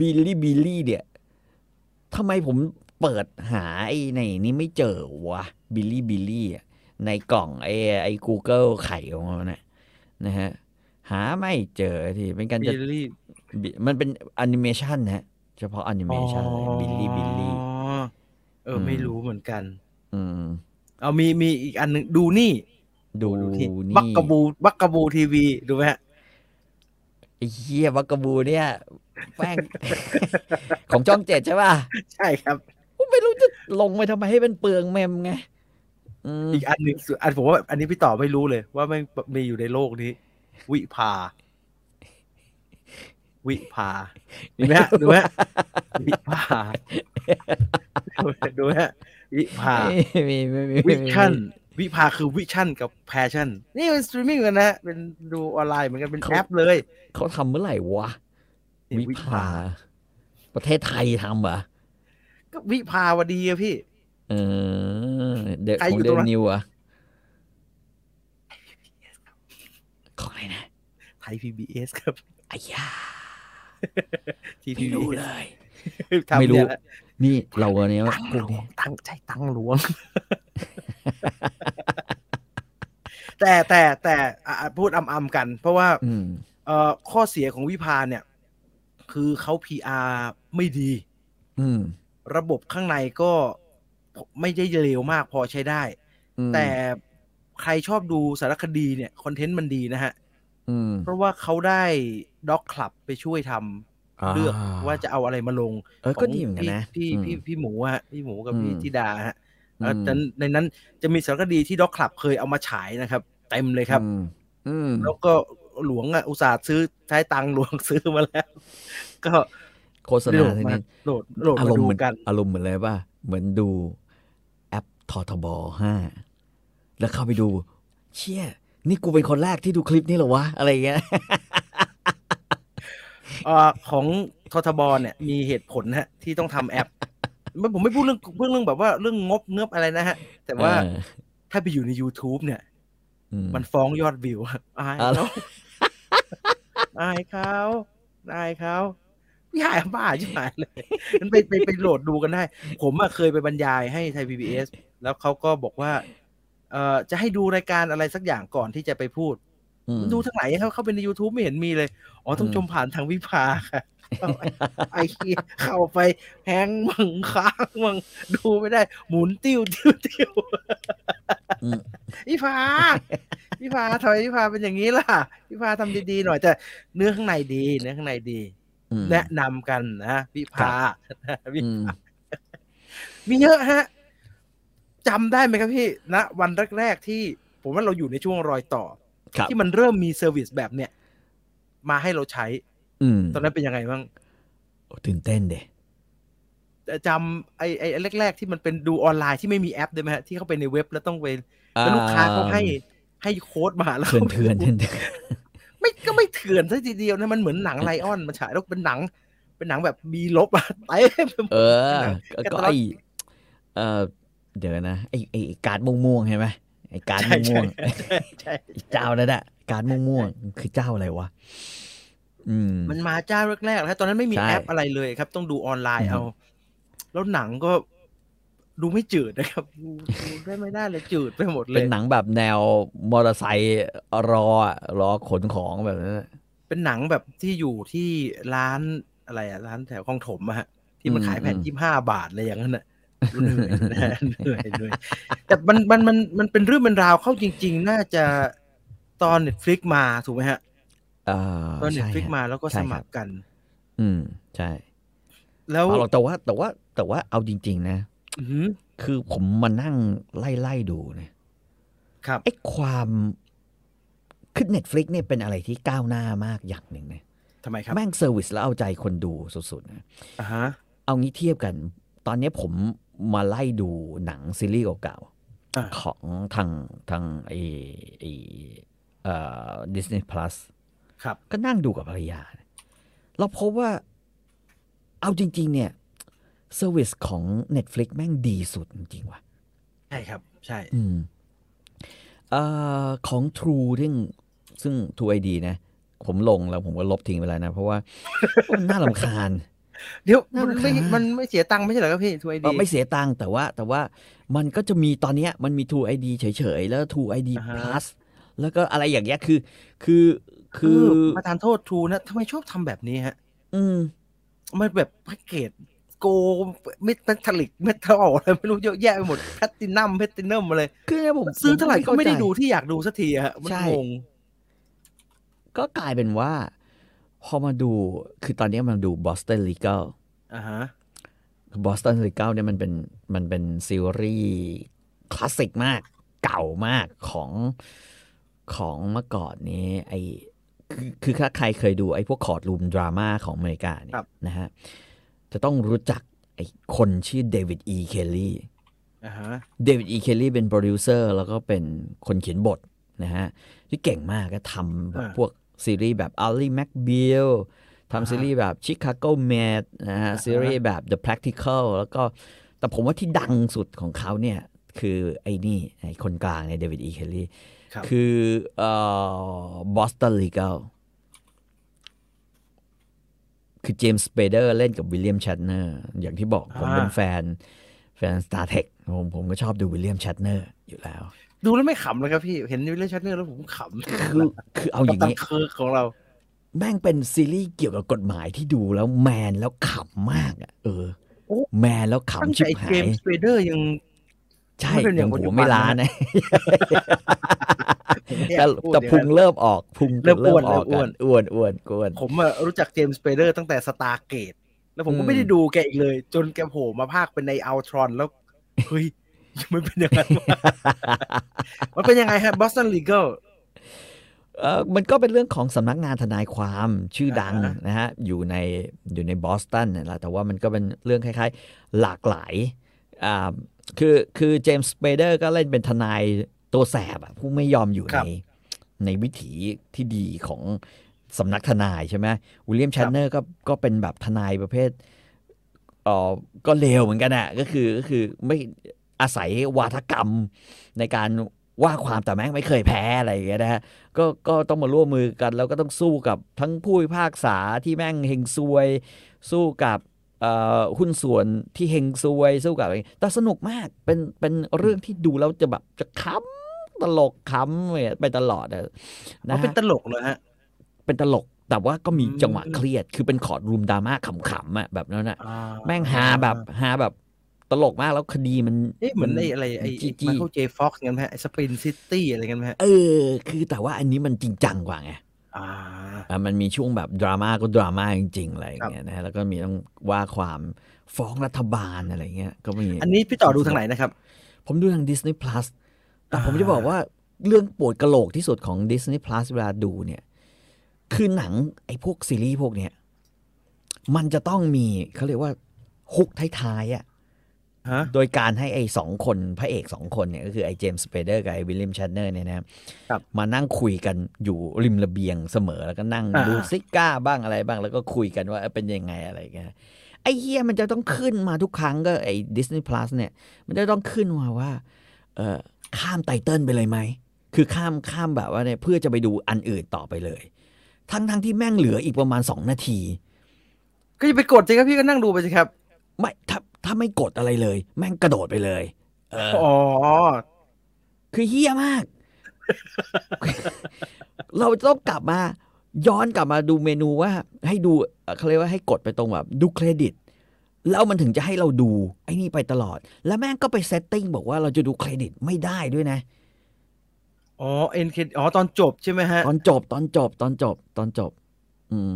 S3: บิลลี่บิลลี่เนี่ยทำไมผมเปิดหาไอในนี้ไม่เจอวะบิลลี่บิลลี่อะในกล่องไอไอ Google ไข่ของมันนะนะฮะ หาไม่เจอทีเป็นการจะ
S1: บิลลี่
S3: บิมันเป็นแอนิเมชันนะฮะ เฉพาะแอนิเมชันเลยบิลลี่บิลลี่
S1: อ๋อเอออ
S3: ม
S1: ไม่รู้เหมือนกัน
S3: อืม
S1: เอามีมีอีกอันหนึ่งดูนี่
S3: ดู
S1: ที่
S3: นี่
S1: บักกะบูบักกะบูทีวีดูไหมฮะ
S3: ไอ้เหี้ยวักกะบูเนี่ยแป้ง ของจ้องเจ็ดใช่ป่ะ
S1: ใช่ครับ
S3: ผมไม่รู้จะลงไปทำไมให้เป็นเปลืองเมมไงอืม
S1: อีกอันหนึ่งสุดอันผมว่าอันนี้พี่ต่อไม่รู้เลย ว่าไม่งมีอยู่ในโลกนี้ วิภา วิภาดูไหมฮะดูไหมฮะวิภา ดูไหมดูไหมฮะวิภา
S3: ไม่มีไม่มี
S1: วิ
S3: ไม่มี
S1: ชั่นวิภาคือวิชั่นกับแพชชั่น นี่เป็นสตรีมมิ่งกันนะ เป็นดูออนไลน์เหมือนกันเป็นแอปเลย
S3: เขาทำเมื่อไหร่วะ วิภา ประเทศไทยทำเหรอ
S1: ก็วิภาวดีอะพี่
S3: เออเด็ก
S1: ใคร
S3: ของ
S1: อยู่
S3: เด
S1: ตรงนั้น
S3: นิวเหรอะของอะไรนะ
S1: ไทย PBS ครับ
S3: อายา
S1: ที่
S3: ไม่รู้เลย
S1: PBS ทำ
S3: ไม่รู้
S1: เนี่ยแหละ
S3: นี่เราเนี้ย
S1: ตังห
S3: พ
S1: ล
S3: ว
S1: วง
S3: กเนี้ย
S1: ตังใจตังหลวง แต่แต่แต่อ่ะอ่ะพูดอำๆกัน เพราะว่า
S3: อืม
S1: เอ่อข้อเสียของวิภาเนี่ย คือเขา PR ไม่ดี
S3: อืม
S1: ระบบข้างในก็ไม่ได้เร็วมากพอใช้ได้
S3: อืม
S1: แต่ใครชอบดูสารคดีเนี่ยคอนเทนต์มันดีนะฮะ
S3: อืม
S1: เพราะว่าเขาได้ด็อกคลับไปช่วยทำเลือกว่าจะเอาอะไรมาลง
S3: เออก็ดีเหมือนกันนะ
S1: พี่
S3: อืม
S1: พี่พี่พี่หมูฮะพี่หมูกับ
S3: อืม
S1: พี่ธิดาฮะ
S3: อื
S1: แล้ว
S3: ม
S1: นั้นในนั้นจะมีสารคดีที่ด็อกคลับเคยเอามาฉายนะครับเต็มเลยครับ
S3: อืมอืม
S1: แล้วก็หลวงอ่ะอุตส่าห์ซื้อใช้ตังค์หลวง ซื้อมาแล้ว ก็
S3: โฆษ
S1: โหล
S3: ณา
S1: ด
S3: ที
S1: มา
S3: นี้
S1: โหลดโหล
S3: อาม
S1: ดาร
S3: มณ์
S1: ดู
S3: เหมือน
S1: กัน
S3: อารมณ์เหมือนอะไรป่ะเหมือนดูแอปททบห้าแล้วเข้าไปดู เชี่ย นี่กูเป็นคนแรกที่ดูคลิปนี้เหรอวะ อะไรอย่างเงี้ย
S1: เออของททบเนี่ยมีเหตุผลนะฮะที่ต้องทำแอป ไม่ผมไม่พูดเรื่องเรื่องเรื่องแบบว่าเรื่องงบเงือบอะไรนะฮะ แต่ว่า
S3: เออ
S1: ถ้าไปอยู่ใน YouTube เนี่ย
S3: อืม
S1: มันฟ้องยอดวิว อะอาย
S3: อ่ะ
S1: เขา อายเขาอายเขาพี่หายบ้าใช่ไหมเลย มันไปไปไปโหลดดูกันได้ ผมอะเคยไปบรรยายให้ไทยพีบีเอสแล้วเขาก็บอกว่า เอ่อจะให้ดูรายการอะไรสักอย่างก่อนที่จะไปพูด
S3: อืม
S1: ดูทางไหนครับเข้าไปใน YouTube ไม่เห็นมีเลย อ๋อ ต้อง
S3: อืม
S1: ชมผ่านทางวิภาค่ะ เอาไอ้เหี้ยเข้าไปแฮงก์มังค้างมังดูไม่ได้ หมุนติ้วติ้วติ้ว
S3: อืม
S1: วิภาวิภาทำไมวิภาเป็นอย่างนี้ล่ะวิภาทำดีๆหน่อยแต่เนื้อข้างในดีเนื้อข้างในดี
S3: อืม
S1: แนะนำกันนะวิภาวิ
S3: อืม
S1: มีเยอะฮะจำได้ไหมครับพี่ณวันแรกๆที่ผมว่าเราอยู่ในช่วงรอยต่อ
S3: ครับ
S1: ที่มันเริ่มมีเซอร์วิสแบบเนี้ยมาให้เราใช้
S3: อืม
S1: ตอนนั้นเป็นยังไงบ้าง
S3: ตื่นเต้นเดะ
S1: จำไอ้ไอ้ไอ้แรก ๆ ที่มันเป็นดูออนไลน์ที่ไม่มีแอปได้ไหมฮะที่เข้าไปในเว็บแล้วต้องไปแล้วลูกค้าเขาให้ให้โค้ดมาแล้ว
S3: เถื่อนเถื่อนเถื่อนเถื่อน
S1: ไม่ก็ไม่เถื่อนซะทีเดียวนะมันเหมือนหนังไลออนมาฉายแล้วเป็นหนัง เป็นหนังแบบบีลบอะเต็มไปหมด
S3: เออ
S1: หนัง
S3: ก็
S1: แกะตลอด
S3: ไอเออเดี๋ยวนะไอไอไอ้การ์ดม่วงๆใช่ไหมไอการ์ด
S1: ใช่
S3: ม่วง
S1: ใช่ใช่ใช่
S3: ๆไอ้เจ้านั่นอะการ์ดม่วงๆคือเจ้าอะไรวะ อืม
S1: มันมาเจ้าแรกๆนะตอนนั้นไม่มี
S3: ใช่
S1: แอปอะไรเลยครับ ต้องดูออนไลน์
S3: อืม
S1: เอา แล้วหนังก็ดูไม่จืดนะครับดูดูได้ไม่ได้เลยจืดไปหมดเล
S3: เป็น
S1: ย
S3: หนังแบบแนวมอเตอร์ไซค์รออะรอขนของแบบนั้นอะ
S1: เป็นหนังแบบที่อยู่ที่ร้านอะไรอะร้านแถวคลองถมอะฮะที่มัน
S3: อืม
S1: ขายแผ่น
S3: อืม
S1: ยี่ห้าบาทอะไรอย่างนั้นน่ะเหนื่อย นะเหนื่อยเหนื่อยแต่มันมันมันมันเป็นเรื่องเป็นราวเข้าจริง ๆ น่าจะตอนเน็ตฟลิกมาถูกไหมฮะ
S3: เออ
S1: ตอนเน็ต
S3: ใช่
S1: ฟลิก
S3: ฮะ
S1: มาแล้วก็
S3: ใช่
S1: ส
S3: ครับ
S1: มัครกัน
S3: อืม ใช่
S1: แล้ว
S3: เอาหรอกแต่ว่า แต่ว่าแต่ว่าเอาจริง ๆ นะ
S1: อื้อหือ
S3: คือผมมานั่งไล่ไล่ๆดูเนี่ย
S1: ครับ
S3: ไอ้ความคือ Netflix เนี่ยเป็นอะไรที่ก้าวหน้ามากอย่างหนึ่งนะ
S1: ทำไมครับ
S3: แม่งเซอร์วิสแล้วเอาใจคนดูสุดๆนะ
S1: อ่าฮะ
S3: เอางี้เทียบกัน ตอนเนี้ยผมมาไล่ดูหนังซีรีส์เก่า
S1: อ่า
S3: ๆของทางทางไอไอเอ่อดิสนีย์พลัส
S1: ครับ
S3: ก็นั่งดูกับภรรยา เราพบว่าเอาจริง ๆ เนี่ยเซอร์วิสของ Netflix แม่งดีสุดจริงๆว่ะ
S1: ใช่ครับ ใช่
S3: อืมเอ่อของ True ซึ่งซึ่ง True ID นะ ผมลงแล้วผมก็ลบทิ้งไปแล้วนะ เพราะว่า มันน่าลำคาญ
S1: เดี๋ยว
S3: น่า
S1: มันไม่
S3: รำคาญ
S1: มันไม่เสียตังค์ไม่ใช่เหรอครับพี่ทวย
S3: เอ่
S1: ดี
S3: อไม่เสียตังค์แต่ว่า แต่ว่ามันก็จะมีตอนเนี้ยมันมี True ID เฉย ๆ แล้ว True ID
S1: อ่าฮะ
S3: Plus แล้วก็อะไรอย่างเงี้ยคือ คือคือ
S1: ประธานโทษทรูนะทำไมชอบทำแบบนี้ฮะ
S3: อืม
S1: มันแบบแพ็กเกจโกเม็ดทัลลิกเม็ดทอลอะไรไม่รู้เยอะแยะไปหมดแพตตินัมเพตตินัมอะไร
S3: คือเนี่ยผม
S1: ซื้อเท่าไหร่
S3: ผ
S1: ก็ไม่ได้
S3: เข้าใจ
S1: ดูที่อยากดูสักทีอะฮะมัน
S3: ใช่
S1: งง
S3: ก็กลายเป็นว่า พอมาดูคือตอนเนี้ยมันดู Boston Legal
S1: อ่าฮะ
S3: บอสตันลีเก้าเนี่ยมันเป็นมันเป็นซีรีส์คลาสสิกมากเก่ามากของของเมื่อก่อนนี้ไอคือคือถ้าใครเคยดูไอ้พวกคอร์ดรูมดราม่าของอเมริกาเนี่
S1: ครั
S3: ย
S1: บ
S3: นะฮะจะต้องรู้จักไอ้คนชื่อเดวิดอีเคลลี่
S1: อ่าฮะ
S3: เดวิดอีเคลลี่เป็นโปรดิวเซอร์แล้วก็เป็นคนเขียนบทนะฮะ ที่เก่งมากก็ทำแบบ
S1: อ่า
S3: พวกซีรีส์แบบ a l l i m a c b e a l
S1: อ่าฮะ
S3: ทำซีรีส์แบบ Chicago Med นะฮะ
S1: อ่าฮะ
S3: ซีรีส์แบบ The Practical แล้วก็แต่ผมว่าที่ดังสุดของเขาเนี่ย คือไอ้นี่ ไอ้คนกลางในเดวิดอีเคลลี่
S1: ครับ
S3: คือเอ่อ Boston Legal คือเจมส์สเปเดอร์เล่นกับวิลเลียมแชตเนอร์อย่างที่บอกผม
S1: อ่า
S3: เป็นแฟน แฟน Star Trek ผมผมก็ชอบดูวิลเลียมแชตเนอร์อยู่แล้ว
S1: ดูแล้วไม่ขำเลยครับพี่เห็นวิลเลียมชัตเนอร์แล้วผมขำ
S3: คือคือเอาอ
S1: กับ
S3: ย่าง
S1: ตัน
S3: นี้
S1: เคิร์กของเรา
S3: แม่งเป็นซีรีส์เกี่ยวกับกฎหมายที่ดูแล้วแมนแล้วขำมากอ่ะเออ
S1: โอ้
S3: แมนแล้ว
S1: ตั้ง
S3: ขำชิ
S1: แต่
S3: บหา
S1: เจ
S3: ย
S1: มส์สเปเดอร์ยัง
S3: ใช่
S1: ไม่เป็นอ
S3: ยั
S1: ย่าง งปัจจุ
S3: หัว
S1: บัน
S3: ไม่ล้านะ
S1: ผมไม่อยาก
S3: แต่
S1: พูด
S3: แต่
S1: อย่างนั้น
S3: พุงเริ่มออกพุง
S1: เริ่มอ้
S3: เริ่ม
S1: วน
S3: ออก
S1: เริ่มอ้
S3: กั
S1: วน
S3: นอ้วนอ้วนอ้วน
S1: ผมอะรู้จักเจมส์สเปเดอร์ตั้งแต่สตาร์เกตแล้วผมก็
S3: อืม
S1: ไม่ได้ดูแกอีกเลย จนแกโผล่มาภาคเป็นในอัลทรอน แล้ว เฮ้ย มันเป็นยังไงวะ มันเป็นยังไงฮะบอสตันลีเกล
S3: เออมันก็เป็นเรื่องของสำนักงานทนายความชื่อดัง
S1: อ่าฮะ
S3: นะฮะ อยู่ในอยู่ในบอสตันนี่นแหละแต่ว่ามันก็เป็นเรื่องคล้ายๆ หลากหลายอ่าคือคือเจมส์สเปเดอร์ก็เล่นเป็นทนายตัวแสบอะผู้ไม่ยอมอยู่
S1: ครับ
S3: ในในวิถีที่ดีของสำนักทนายใช่ไหมวิลเลียม
S1: ครั
S3: ชั
S1: บ
S3: นเนอร์ก็ก็เป็นแบบทนายประเภทเออก็เลวเหมือนกันอะก็คือก็คือไม่อาศัยวาทกรรมในการว่าความแต่แม่งไม่เคยแพ้อะไรอย่างเงี้ยนะฮะ ก็ก็ต้องมาร่วมมือกัน แล้วก็ต้องสู้กับทั้งผู้พิพากษาที่แม่งเฮงซวย สู้กับ เอ่อหุ้นส่วนที่เฮงซวยสู้กับอะไรอย่างเงี้ยแต่สนุกมากเป็นเป็นเรื่องที่ดูแล้วจะแบบจะขำตลกขำเนี่ยไปตลอดอะ
S1: เขา
S3: นะฮะ
S1: เป็นตลกเลยฮะ
S3: เป็นตลกแต่ว่าก็มี
S1: อืม
S3: จังหวะเครียด คือเป็นคอร์ดรูมดราม่าขำๆอ่ะแบบนั้นอ่ะ
S1: อ่า
S3: แม่งหาแบบหาแบบตลกมากแล้วคดีมัน
S1: เอ๊ะเหมือนไอ้อะไรไอ้
S3: จี้จี้
S1: มาเคิลเจฟ็อกซ์กันไหมฮะไอ้สปรินซิตี้อะไรกันไหมฮะ
S3: เออ คือแต่ว่าอันนี้มันจริงจังกว่าไง
S1: อ่า
S3: อ่ะมันมีช่วงแบบดราม่าก็ดราม่าจริงๆอะไรอย่างเงี้ยนะฮะแล้วก็มีต้องว่าความฟ้องรัฐบาลอะไรเงี้ยก็มี
S1: อันนี้พี่ต่อดูทางไหนนะครับ
S3: ผมดูทาง Disney Plus แต่ผม
S1: อ่า
S3: จะบอกว่าเรื่องปวดกระโหลกที่สุดของ Disney Plus เวลาดูเนี่ย คือหนังไอ้พวกซีรีส์พวกเนี้ยมันจะต้องมีเขาเรียกว่าฮุกท้ายๆอ่ะ
S1: ฮะ
S3: โดยการให้ไอ้สองคนพระเอกสองคนเนี่ยก็คือไอ้เจมส์สเปเดอร์กับไอ้วิลเลียมชัตเนอร์เนี่ยนะครับ มานั่งคุยกันอยู่ริมระเบียงเสมอแล้วก็นั่ง
S1: อ่า
S3: ดูซิก้าบ้างอะไรบ้างแล้วก็คุยกันว่าเออเป็นยังไงอะไรอย่างเงี้ยไอ้เฮียมันจะต้องขึ้นมาทุกครั้งก็ไอ้ดิสนีย์พลัสเนี่ยมันจะต้องขึ้นมาว่าเออข้ามไตเติลไปเลยไหม คือข้ามข้ามแบบว่าเนี่ยเพื่อจะไปดูอันอื่นต่อไปเลย ทั้งทั้งที่แม่งเหลืออีกประมาณ 2 นาที
S1: ก็จะไปกดสิครับพี่ก็นั่งดูไปสิครับ
S3: ไม่ถ้าถ้าไม่กดอะไรเลย แม่งกระโดดไปเลยเออ
S1: อ๋อ
S3: คือเฮี้ยมาก เราจะต้องกลับมา ย้อนกลับมาดูเมนูว่า ให้ดูเอ่อเขาเรียกว่าให้กดไปตรงแบบ ดูเครดิต แล้วมันถึงจะให้เราดู ไอ้นี่ไปตลอด แล้วแม่งก็ไปเซตติ้งบอกว่าเราจะดูเครดิตไม่ได้ด้วยนะ
S1: อ๋อเอ็นเคอ๋อตอนจบใช่ไหมฮะ
S3: ตอนจบตอนจบตอนจบตอนจบ อืม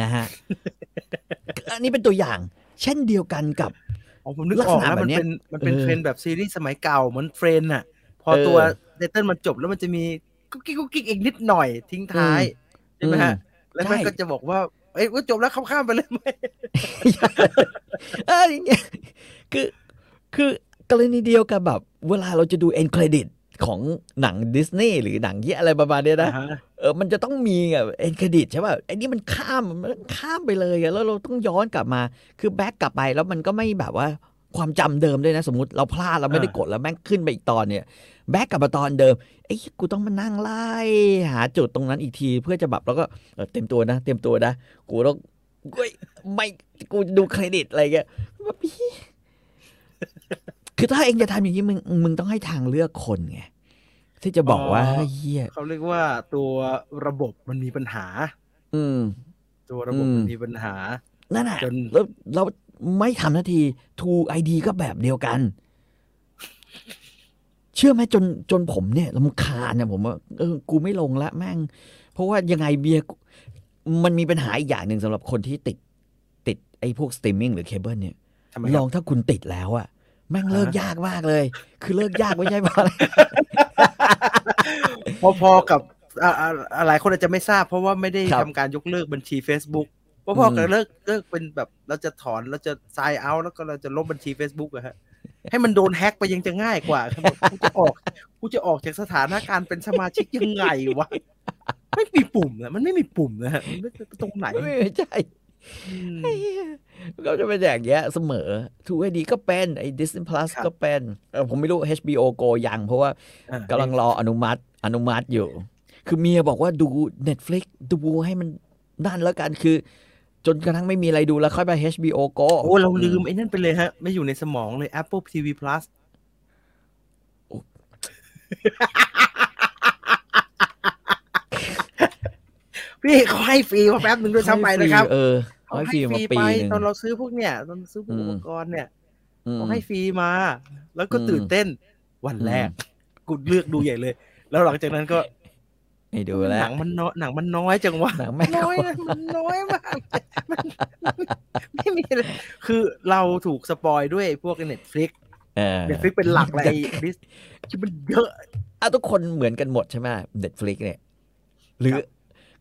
S3: นะฮะ อันนี้เป็นตัวอย่าง เช่นเดียวกันกับ
S1: อ๋อผมนึก
S3: ลัก
S1: อ
S3: ษ
S1: อก
S3: ณะ
S1: แล้ว
S3: แบบ
S1: มัน
S3: เนี้ย
S1: เป็นมันเป็น
S3: เออ
S1: เทรนด์แบบซีรีส์สมัยเก่าเหมือนเฟรนน่ะ พอ
S3: เออ
S1: ตัวไตเติ้ลมันจบแล้วมันจะมีกุ๊กกิ๊กกุ๊กกิ๊กอีกนิดหน่อยทิ้งท้ายใช่ไหมฮะ
S3: อืม
S1: แล้วมัน
S3: ใช่
S1: ก็จะบอกว่า เอ้ยว่าจบแล้วข้ามๆไปเลยไหม
S3: เอออย่างเงี้ ยคือคือกรณีเดียวกับแบบ เวลาเราจะดูเอ็นเครดิตของหนังดิสนีย์หรือหนังเยี่ยอะไรประมาณเนี้ยนะ
S1: อ่าฮะ
S3: เออมันจะต้องมีแบบเอ็นเครดิตใช่ป่ะไอ้นี่มันข้ามมันข้ามไปเลยอะแล้วเราต้องย้อนกลับมาคือแบ็กกลับไปแล้วมันก็ไม่แบบว่าความจำเดิมด้วยนะ สมมติเราพลาดเราไม่ได้กดแล้วแม่งขึ้นไปอีกตอนเนี่ยแบ็กกลับมาตอนเดิมไอ้เหี้ยกูต้องมานั่งไล่หาจุดตรงนั้นอีกทีเพื่อจะแบบแล้วก็เออเต็มตัวนะ เต็มตัวนะกูต้องเว้ยไม่กูดูเครดิตอะไรเงี้ย แบบพี่คือถ้าเองจะทำอย่างนี้มึงมึงต้องให้ทางเลือกคนไงที่จะบอกว่าเฮ้ยเหี้ย
S1: เขาเรียกว่าตัวระบบมันมีปัญหา
S3: อืม
S1: ตัวระบบ
S3: อืม
S1: มันมีปัญหา
S3: นั่นแหละ
S1: จน
S3: แล้วเราไม่ทำนาทีทูไอดีก็แบบเดียวกัน เชื่อไหมจนจนผมเนี่ยลำคาญเนี่ยผมว่าเออกูไม่ลงละแม่ง เพราะว่ายังไงเบียร์กูมันมีปัญหาอีกอย่างหนึ่งสำหรับคนที่ติด ติดไอ้พวกสตรีมมิ่งหรือเคเบิลเนี่ย
S1: ทำไม
S3: ล
S1: ค
S3: อ
S1: รับ
S3: งถ้าคุณติดแล้วอะแม่งเลิก
S1: ฮะ
S3: ยากมากเลย คือเลิกยากไม่ใช่เพ ราะอะไร
S1: พอๆกับอ่าอ่าอ่าหลายคนอาจจะไม่ทราบ เพราะว่าไม่ได้
S3: ครับ
S1: ทำการยกเลิกบัญชี Facebook พอๆกับ
S3: อืม
S1: เลิกเลิกเป็นแบบเราจะถอนเราจะ sign out แล้วก็เราจะลบบัญชี Facebook อะฮะให้มันโดนแฮ็กไปยังจะง่ายกว่าครับบอกกูจะออกกูจะออกจากสถานะการเป็นสมาชิกยังไงวะไม่มีปุ่มนะมันไม่มีปุ่มนะฮะมันไม่ตรงไหน
S3: ไม่ใช่
S1: อืม
S3: เหี้ยก็จะเป็นอย่างเงี้ยเสมอทูไอดีก็เป็นไอ้ Disney Plus
S1: ครับ
S3: ก็เป็นเออผมไม่รู้ HBO Go ยัง เพราะว่า
S1: อ่ะ
S3: กำลังรออนุมัติอนุมัติอยู่ คือเมียบอกว่าดู Netflix ดูให้มันนั่นแล้วกันคือ จนกระทั่งไม่มีอะไรดูแล้วค่อยไป HBO Go
S1: โอ้เราลืมไอ้นั่นไปเลยฮะ ไม่อยู่ในสมองเลย Apple TV Plus พี่เขาให้ฟรีมาแป๊บหนึ่งด้วยซ้ำไปนะครับ
S3: เออ
S1: เขา
S3: ให้ฟ
S1: ให้
S3: รี
S1: ฟ
S3: มา
S1: รี
S3: ปี
S1: ไป
S3: หนึ่ง
S1: ตอนเราซื้อพวกเนี่ยตอนซื้อพวกอุปกรณ์เนี่ยเขาให้ฟรีมา แล้วก็
S3: อืม
S1: ตื่นเต้นวันแรกกูเลือกดูใหญ่เลย แล้วหลังจากนั้นก็
S3: ให้ดูแล้
S1: หนั
S3: ว
S1: งมันน้อยหนังมันน้อยจังวะ
S3: หนังแม่ง
S1: น้อยนะมันน้อยมากมัน ไม่มีเลยคือเราถูกสปอยด้วยพวกเน็ตฟลิก
S3: เออ
S1: เน็ตฟลิกเป็นหลัก เลยไอ้ดิสที่มันเยอะ
S3: อ่ะทุกคนเหมือนกันหมดใช่ไหม Netflix เนี่ย หรือ
S1: ครับ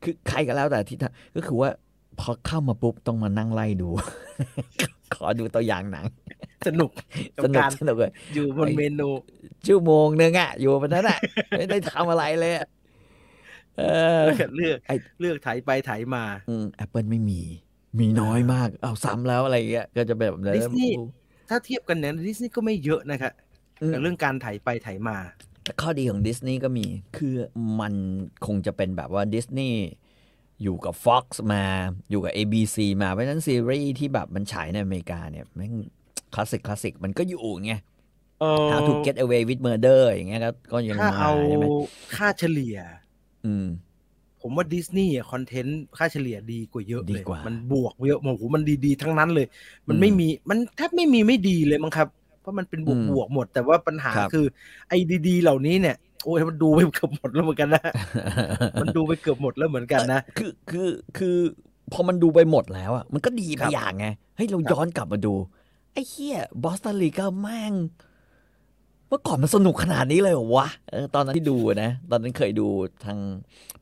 S3: คือใครก็แล้วแต่ที่ทำก็คือว่าพอเข้ามาปุ๊บต้องมานั่งไล่ดู ขอดูตัวอย่างหนัง
S1: สนุกกับ
S3: สนุก
S1: การ
S3: สนุกเลย
S1: อยู่บนเมนู
S3: ชั่วโมงนึงอ่ะ อยู่บนนั้นอ่ะ ไม่ได้ทำอะไรเลยอะเออ
S1: แล้วก็เลือก
S3: ไอ้
S1: เลือกไถไปไถมา
S3: อืม Apple ไม่มี มีน้อยมาก เอาซ้ำแล้วอะไรอย่างเงี้ยก็จะแบบนั้น
S1: Disney ถ้าเทียบกันเนี่ยดิสนีย์ก็ไม่เยอะนะครับ
S3: อืม
S1: กับเรื่องการไถไปไถมา
S3: ข้อดีของดิสนีย์ก็มี คือมันคงจะเป็นแบบว่าดิสนีย์ อยู่กับ Fox มาอยู่กับ ABC มา เพราะฉะนั้นซีรีส์ที่แบบมันฉายในอเมริกาเนี่ยแม่งคลาสสิกคลาสสิกมันก็อยู่ไง
S1: เอ่อ
S3: How to get away with murder อย่างเงี้ยก็ก็ยัง
S1: ถ้า
S3: มา
S1: เอา
S3: ใช่ไหม
S1: ค่าเฉลี่ย
S3: อืม
S1: ผมว่าดิสนีย์อะคอนเทนต์ค่าเฉลี่ยดีกว่าเยอะ
S3: ดี
S1: เลย
S3: กว่ามัน
S1: บวกเยอะโอ้โหมันดีๆทั้งนั้นเลย มันไม่
S3: อืม
S1: มีมันแทบไม่มีไม่ดีเลยมั้งครับ เพราะมันเป็นบวก
S3: อืม
S1: บวกหมด แต่ว่าปัญหา
S3: ครับ
S1: คือไอ้ดีๆเหล่านี้เนี่ยโอ้ยมันดูไปเกือบหมดแล้วเหมือนกัน นะ มันดูไปเกือบหมดแล้วเหมือนกันนะ
S3: คือคือคือพอมันดูไปหมดแล้วอ่ะมันก็ดีไป
S1: ครับ
S3: อย่างไง เฮ้ย เรา
S1: ครับ
S3: ย้อนกลับมาดู ไอ้เฮียบอสตันลีก็แม่ง เมื่อก่อนมันสนุกขนาดนี้เลยเหรอวะเออตอนนั้นที่ดูอะนะ ตอนนั้นเคยดูทาง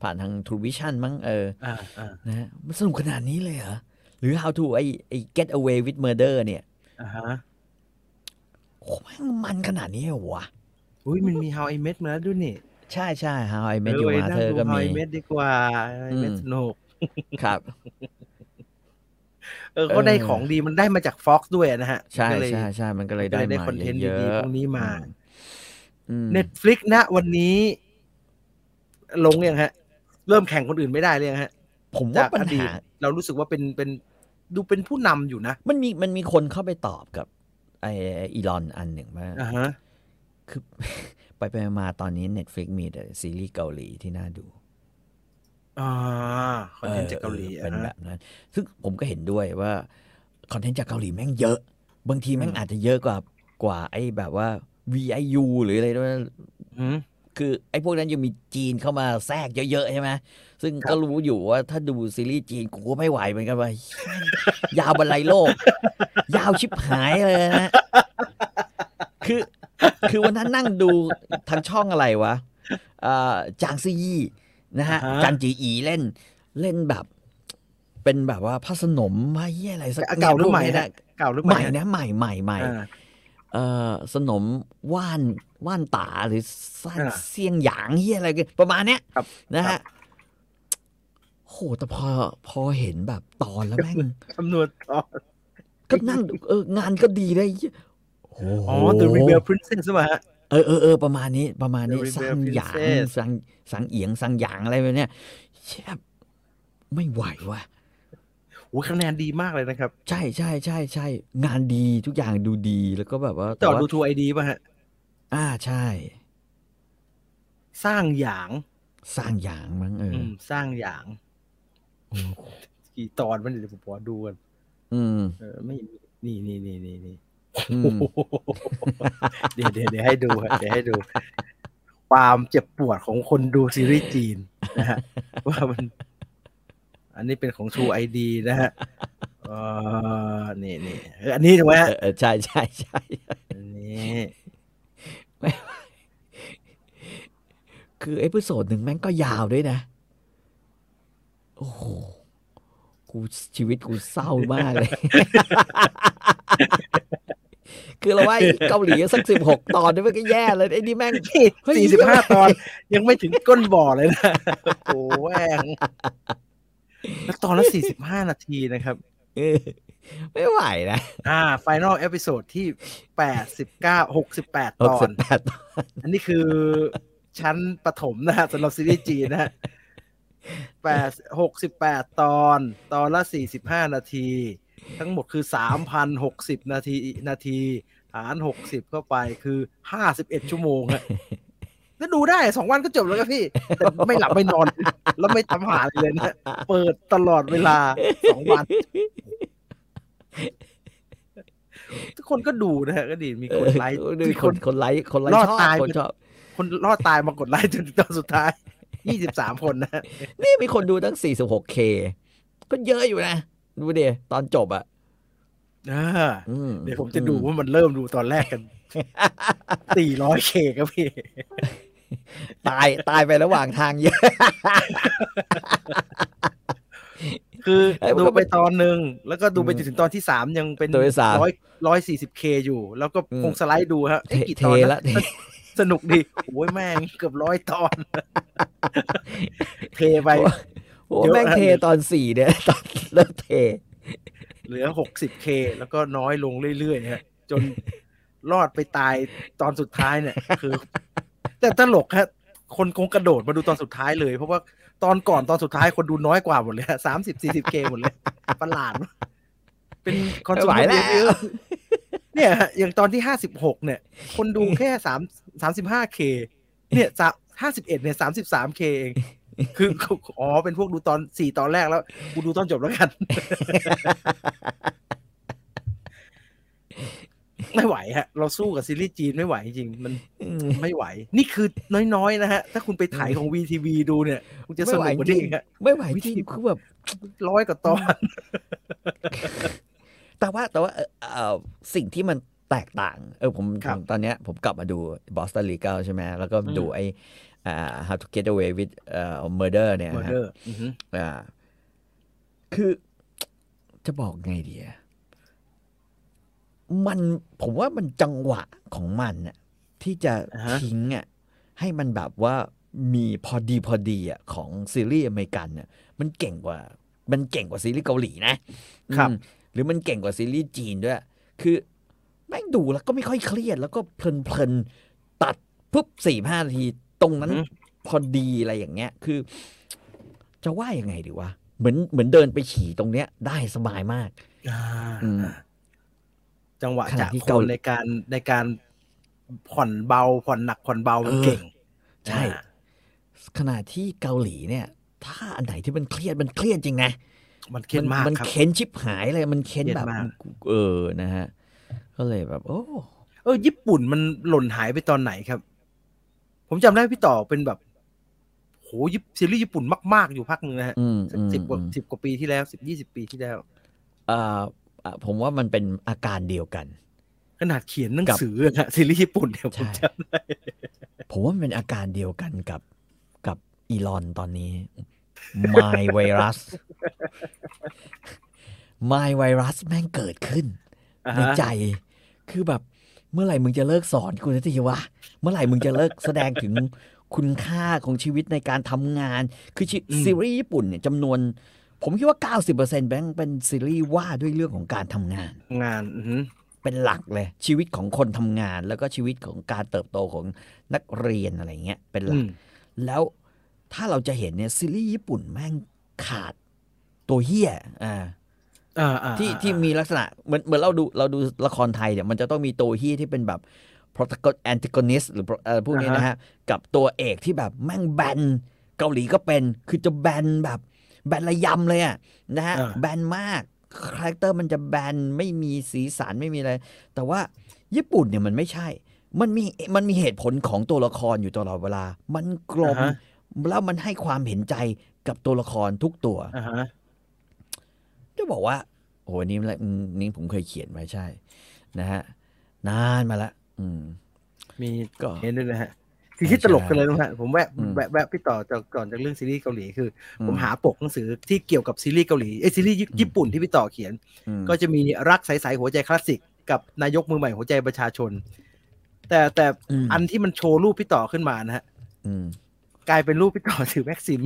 S3: ผ่านทางทูวิชั่นมั้งเออ
S1: อ่าอ่า
S3: นะฮะมันสนุกขนาดนี้เลยเหรอ หรือ how to ไอไอ get away with murder เนี่ย
S1: อ่าฮะ
S3: โอ้แม่งมันขนาดนี้เหรอวะ
S1: อุ้ยมันมี how I met มาแล้วด้วยนี่
S3: ใช่ใช่ how I met
S1: เออ
S3: your
S1: ไว้นั่ง
S3: mother
S1: ดู
S3: ก็
S1: how
S3: มี
S1: I met ดีกว่า how I met
S3: อืม
S1: สนุก
S3: ครับ
S1: เออเขาได้
S3: เออ
S1: ของดีมันได้มาจาก Fox ด้วยนะฮะ
S3: ใช่
S1: ก็เลย
S3: ใช่ใช่มันก็เลย
S1: ก็
S3: ได้
S1: เลยได้
S3: มา
S1: คอนเทนต์
S3: เยอะ
S1: ดีๆพ
S3: ๆ
S1: วกนี้มา
S3: อืม
S1: เน็ตฟลิกนะวันนี้ ลงยังฮะ เริ่มแข่งคนอื่นไม่ได้เลยงฮะ
S3: ผม
S1: จา
S3: ว่าก ปัญ
S1: อดีต
S3: หา
S1: เรารู้สึกว่าเป็นเป็นดูเป็นผู้นำอยู่นะ
S3: มันมีมันมีคนเข้าไปตอบกับไออีลอนอันหนึ่งว่า
S1: อ่าฮะ
S3: คือ ไปไปมาๆตอนนี้ Netflix มีแต่ซีรีส์เกาหลีที่น่าดู
S1: อ่าคอนเทนต์จากเกาหลี
S3: ออ
S1: อ่ะ
S3: เป็นแบ
S1: ฮะ
S3: บนั้น ซึ่งผมก็เห็นด้วยว่าคอนเทนต์จากเกาหลีแม่งเยอะ บางทีแม่ง
S1: อืม
S3: อาจจะเยอะกว่ากว่าไอ้แบบว่า VIU หรืออะไรด้วย
S1: อืม
S3: คือไอ้พวกนั้นยังมีจีนเข้ามาแทรกเยอะๆใช่ไหม ซึ่ง
S1: ครับ
S3: ก็รู้อยู่ว่าถ้าดูซีรีส์จีนกูก็ไม่ไหวเหมือนกันว่า ยาวบรรลัยโลก ยาวชิบหายเลยนะคือ คือวันนั้นนั่งดูทางช่องอะไรวะเอ่อจางซียี่นะฮะ
S1: อ่าฮะ
S3: จางจีอีเล่นเล่นแบบ เป็นแบบว่าพระสนมพระเยี่ยอะไรสัก
S1: เก่าหรือใหม่
S3: นี่ย
S1: ฮะ
S3: พวกนี้นะ
S1: เก่าหรือ
S3: ใหม่
S1: ฮ
S3: นะใหม่ใหม่ใหม่
S1: อ่า
S3: เอ่อสนมว่านว่านตาหรือซ่าน
S1: อ่า
S3: เสียงหยางเฮียอะไรกันประมาณเนี้ย
S1: ครับ
S3: นะ
S1: ครั
S3: ฮะ
S1: บ
S3: โหแต่พอพอเห็นแบบตอนแล้วแม่ง
S1: คำนวณต่อ
S3: ก็นั่งดูเอองานก็ดีเลยโอ้โห
S1: อ๋อ The Rebel Princess มาฮะ
S3: เออเออเออประมาณนี้ ประมาณนี้
S1: The Rebel
S3: สังหยาง
S1: Princess
S3: สังสังเอียงสังหยางอะไรแบบเนี้ยเชบไม่ไหวว่ะ
S1: โอ้ยคะแนนดีมากเลยนะครับ
S3: ใช่ใช่ใช่ใช่งานดีทุกอย่างดูดีแล้วก็แบบว่า
S1: จ
S3: แต่
S1: อด
S3: ว่า
S1: ดูทูไอดีป่ะฮะ
S3: อ่าใช่
S1: สร้างหยาง
S3: สร้างหยางมั้งเออ
S1: อื
S3: อ
S1: ม สร้างหยาง
S3: โอ้โห
S1: กี่ตอนมันเดี๋ยวผมขอดูกัน
S3: อืม
S1: เออไม่นี่นี่นี่นี่นี่
S3: อืม
S1: เดี๋ยวเดี๋ยวเดี๋ยวให้ดูฮะเดี๋ยวให้ดู ความเจ็บปวดของคนดูซีรีส์จีนนะ ฮะว่ามัน อันนี้เป็นของชูไอดีนะฮะเออนี่นี่เอออันนี้ถูกไหม
S3: เอ
S1: ฮะ
S3: อเออใช่ใช่ ใช่
S1: อันนี้
S3: คือเอพิโซดหนึ่งแม่งก็ยาวด้วยนะ โอ้โห กูชีวิตกูเศร้ามากเลย คือเราว่าไอ้เกาหลีสักสิบหกตอนนี่มันก็แย่เลยไอ้นี่แม่ง เฮ้ย
S1: สี่สิบห้าตอน ยังไม่ถึงก้นบ่อเลยนะ โอ้แหวงแล้วตอนละสี่สิบห้านาทีนะครับ
S3: เออไม่ไหวนะ
S1: อ่าไฟนอลเอพิโซดที่แปดสิบเก้าหกสิบแปด
S3: ห
S1: ต
S3: ก
S1: อ
S3: สิ
S1: น
S3: บแปดตอน
S1: อันนี้คือ ชั้นประถมนะฮะสำหรับซีรีส์จีนนะฮะ แปดหกสิบแปดตอน ตอนละสี่สิบห้านาที ทั้งหมดคือสามพันหกสิบนาทีนาที หารหกสิบเข้าไปคือห้าสิบเอ็ดชั่วโมงฮะแล้วดูได้สองวันก็จบแล้วครับพี่ แต่ไม่หลับไม่น อน แล้วไม่ทำหาอะไรเลยนะ เปิดตลอดเวลาสองวัน ทุกคนก็ดูนะฮะก็ดีมีคนไลค์
S3: เออดู
S1: มี
S3: ค
S1: คน น
S3: คนไลค์คนไล
S1: ร
S3: ค์
S1: อด
S3: ชอบ
S1: ตาย
S3: คน
S1: ไป
S3: ชอบ
S1: คนรอดตายมากดไลค์จน ถึงตอนสุดท้าย ยี่สิบสามคนนะ
S3: นี่มีคนดูตั้งสี่สิบหกเคก็เยอะอยู่นะ ดูดิตอนจบอ่ะ
S1: อ่า
S3: อื
S1: เดี๋ยวผมจะดูว่ามันเริ่มดูตอนแรกกัน 4 0 0 เคครับพี่
S3: ตายตายไประหว่างทางเยอะ
S1: คือ
S3: เอ้ยมัน
S1: ดู
S3: ก็
S1: ไป
S3: เป็น
S1: ตอนหนึ่ง แล้วก็ดูไป
S3: อืม
S1: จนถึงตอนที่สามยังเป็น
S3: ตอนที่สาม
S1: ร้อยร้อยสี่สิบเคอยู่ แล้วก็
S3: อืม
S1: คงสไลด์ดูฮะ
S3: เท
S1: เอ๊ะกี่ตอน
S3: เท
S1: นะ
S3: ละเท
S1: สนุกดีโอ้ยแม่งเกือบร้อยตอน เทไป
S3: โอ้โห
S1: เยอะ
S3: แม่ง
S1: ฮะ
S3: เทตอนสี่เนี่ย ตอนเริ่มเท
S1: เหลือ 60K แล้วก็น้อยลงเรื่อยๆฮะ จนรอดไปตายตอนสุดท้ายเนี่ย คือ แต่ตลกฮะ คนคงกระโดดมาดูตอนสุดท้ายเลย เพราะว่าตอนก่อนตอนสุดท้ายคนดูน้อยกว่าหมดเลยสามสิบสี่สิบเกหมดเลยประหลาดมากเป็นคอน
S3: ไม่
S1: ซู
S3: ไหว
S1: เมอร์
S3: แล้ว
S1: เยอะเนี่ยฮะอย่างตอนที่ห้าสิบหกเนี่ย คนดูแค่สามสามสิบห้าเคเนี่ยห้าสิบเอ็ดเนี่ยสามสิบสามเคเอง คือ อ๋อเป็นพวกดูตอนสี่ตอนแรกแล้วกูดูตอนจบแล้วกัน ไม่ไหวฮะ เราสู้กับซีรีส์จีนไม่ไหวจริงๆมัน ไม่ไหว นี่คือน้อยๆนะฮะ ถ้าคุณไปถ่ายของ VTV ดูเนี่ยคุณจะสนุกกว่านี้อีกฮะ
S3: ไม่ไหว
S1: วิ
S3: จ
S1: ธี
S3: ริงคือแบบ
S1: ร้อยกว่าตอน
S3: แต่ว่าแต่ว่าเอ่อเอ่อสิ่งที่มันแตกต่าง เออผม
S1: ครับ
S3: ผมตอนเนี้ยผมกลับมาดู Boston Legal ใช่ไหมแล้วก็
S1: อืม
S3: ดูไอ้อ่า How to Get Away with เอ่อ Murder เนี่ย
S1: มอ
S3: นะ
S1: เดอ
S3: ฮะ
S1: ร์อือฮึ
S3: อ่าคือจะบอกไงดีอะมันผมว่ามันจังหวะของมันน่ะที่จะทิ้งอ่ะให้มันแบบว่ามีพอดีพอดีอ่ะของซีรีส์อเมริกันเนี่ยมันเก่งกว่า มันเก่งกว่าซีรีส์เกาหลีนะ
S1: ครับ
S3: อืมหรือมันเก่งกว่าซีรีส์จีนด้วย คือแม่งดูแล้วก็ไม่ค่อยเครียด แล้วก็เพลินๆ ตัดปุ๊บสี่ห้านาที ตรงนั้น
S1: อือหือ
S3: พอดีอะไรอย่างเงี้ย คือ จะว่ายังไงดีวะ เหมือนเหมือนเดินไปฉี่ตรงเนี้ย ได้สบายมาก
S1: อ่า
S3: อืม
S1: จังหวะ
S3: ข
S1: จา
S3: ณะ
S1: ก
S3: ที่
S1: ค
S3: เกาน
S1: ในการในการผ่อนเบา ผ่อนหนักผ่อนเบามันเก่ง
S3: ใช่
S1: อ่า
S3: ขณะที่เกาหลีเนี่ย ถ้าอันไหนที่มันเครียดมันเครียดจริงนะ
S1: มันเครียดมาก
S3: มัน
S1: ครับ
S3: เค้นชิบหายเลย มันเค้นแบบ
S1: เครียดมาก
S3: เออนะฮะ ก็เลยแบบ โอ้
S1: เออญี่ปุ่นมันหล่นหายไปตอนไหนครับ ผมจำได้พี่ต่อเป็นแบบโหยิปซีรีส์ญี่ปุ่นมาก ๆ อยู่พักหนึ่งนะฮะ
S3: อืม
S1: สัก
S3: อืม
S1: สิบกว่า
S3: อืม
S1: สิบกว่าปีที่แล้วสิบยี่สิบปีที่แล้ว
S3: เอ่อเอ่อผมว่ามันเป็นอาการเดียวกัน
S1: ขนาดเขียนหนัง
S3: กับ
S1: สืออะนะซีรีส์ญี่ปุ่นเนี่ยผม
S3: ใช่
S1: จำได้
S3: ผมว่ามันเป็นอาการเดียวกันกับกับอีลอนตอนนี้ m y Virus m y Virus แม่งเกิดขึ้น
S1: อ่า
S3: ใน
S1: ฮะ
S3: ใจ คือแบบ เมื่อไหร่มึงจะเลิกสอนกูสักทีวะ เมื่อไหร่มึงจะเลิกแสดงถึงคุณค่าของชีวิตในการทำงาน คือชิ
S1: อืม
S3: ซีรีส์ญี่ปุ่นเนี่ยจำนวน ผมคิดว่า 90%แบงค์เป็นซีรีส์ว่าด้วยเรื่องของการทำงาน
S1: งานอือฮึ
S3: เป็นหลักเลย ชีวิตของคนทำงาน แล้วก็ชีวิตของการเติบโตของนักเรียนอะไรเงี้ยเป็นหลัก แล้วถ้าเราจะเห็นเนี่ยซีรีส์ญี่ปุ่นแม่งขาดตัวเฮียอ่า
S1: อ่าอ่า
S3: ที่
S1: อ่า
S3: ที่มีลักษณะเหมือนเหมือนเราดูเราดูละครไทยเนี่ยมันจะต้องมีตัวเฮียที่เป็นแบบ protagonist antagonist หรือ pro- อะไรพวกนี้นะฮะ กับตัวเอกที่แบบแม่งแบน เกาหลีก็เป็นคือจะแบนแบบ แบนระยำเลยอะนะฮะ
S1: อ่า
S3: แบนมากคาแรคเตอร์มันจะแบนไม่มีสีสันไม่มีอะไร แต่ว่าญี่ปุ่นเนี่ยมันไม่ใช่ มันมีมันมีเหตุผลของตัวละครอยู่ตลอดเวลา มันกลม
S1: อ่าฮะ
S3: แล้วมันให้ความเห็นใจกับตัวละครทุกตัว
S1: อ่าฮะ
S3: จะบอกว่า โอ้โหอันนี้มันอืมนี่ผมเคยเขียนไว้ใช่ นะฮะ นานมาละอืม
S1: มี
S3: ก็
S1: เห็นด้วยนะฮะที่ที่ตลกกันเลยนะฮะผมแวะ
S3: อืม
S1: แวะแวะพี่ต่อจากก่อนจากเรื่องซีรีส์เกาหลีคืออผม
S3: อื
S1: หาปกหนังสือที่เกี่ยวกับซีรีส์เกาหลีเอยซีรีส์ญี่ญี่ปุ่นที่พี่ต่อเขียน
S3: อืม
S1: ก็จะมีรักใสๆหัวใจคลาสสิกกับนายกมือใหม่หัวใจประชาชน แต่แต่
S3: ม
S1: อันที่มันโชว์รูปพี่ต่อขึ้นมานะฮะ
S3: อืม
S1: กลายเป็นรูปพี่ต่อถือแม็กซิม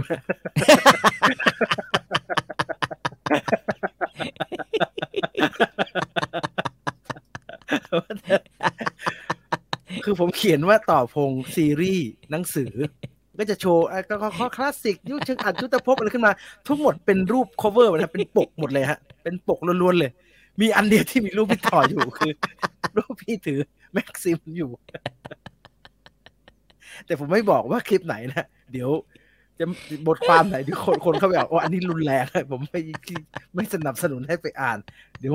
S1: คือผมเขียนว่าต่อพงศ์ซีรีส์หนังสือ ก็จะโชว์อ่ะก็ก็ก็คลาสสิก ยุคเชิงอัจยุตภพอะไรขึ้นมา ทั้งหมดเป็นรูป cover หมดนะเป็นปกหมดเลยฮะ เป็นปกล้วนๆเลย มีอันเดียวที่มีรูปพี่ต่ออยู่คือ รูปพี่ถือแม็กซิมอยู่ แต่ผมไม่บอกว่าคลิปไหนนะ เดี๋ยว จะบทความไหนเดี๋ยวคนคนเข้าไปบอกว่าอันนี้รุนแรงนะผมไม่ไม่สนับสนุนให้ไปอ่าน เดี๋ยว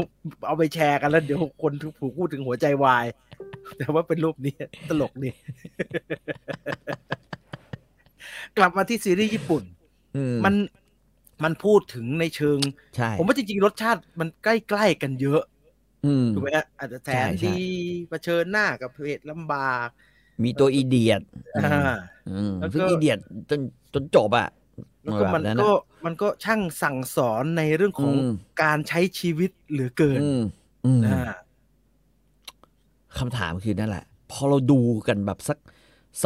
S1: เอาไปแชร์กันแล้วเดี๋ยวคนถูกพูดถึงหัวใจวาย แต่ว่าเป็นรูปนี้ ตลกนี่ กลับมาที่ซีรีส์ญี่ปุ่น
S3: อื
S1: มันมันพูดถึงในเชิง
S3: ใช่
S1: ผมว่าจริงๆรสชาติมันใกล้ๆกันเยอะ
S3: อืม
S1: ถูกไหมฮะอาจจะแสน
S3: ใช่ใช่
S1: ดีเผชิญหน้ากับเหตุลำบาก
S3: มีตัวอีเดียดอืม
S1: อ่า
S3: อืม
S1: แล้ว
S3: ซึ่ง
S1: ก็
S3: อีเดียตจนจนจบอ่ะ
S1: แล้วก็มัน
S3: แบบ
S1: ก็
S3: อะ
S1: มันก็ช่างสั่งสอนในเรื่องของ
S3: ม
S1: การใช้ชีวิตเหลือเกิน
S3: อืมอืม
S1: อ่า
S3: คำถามคือนั่นแหละ พอเราดูกันแบบสัก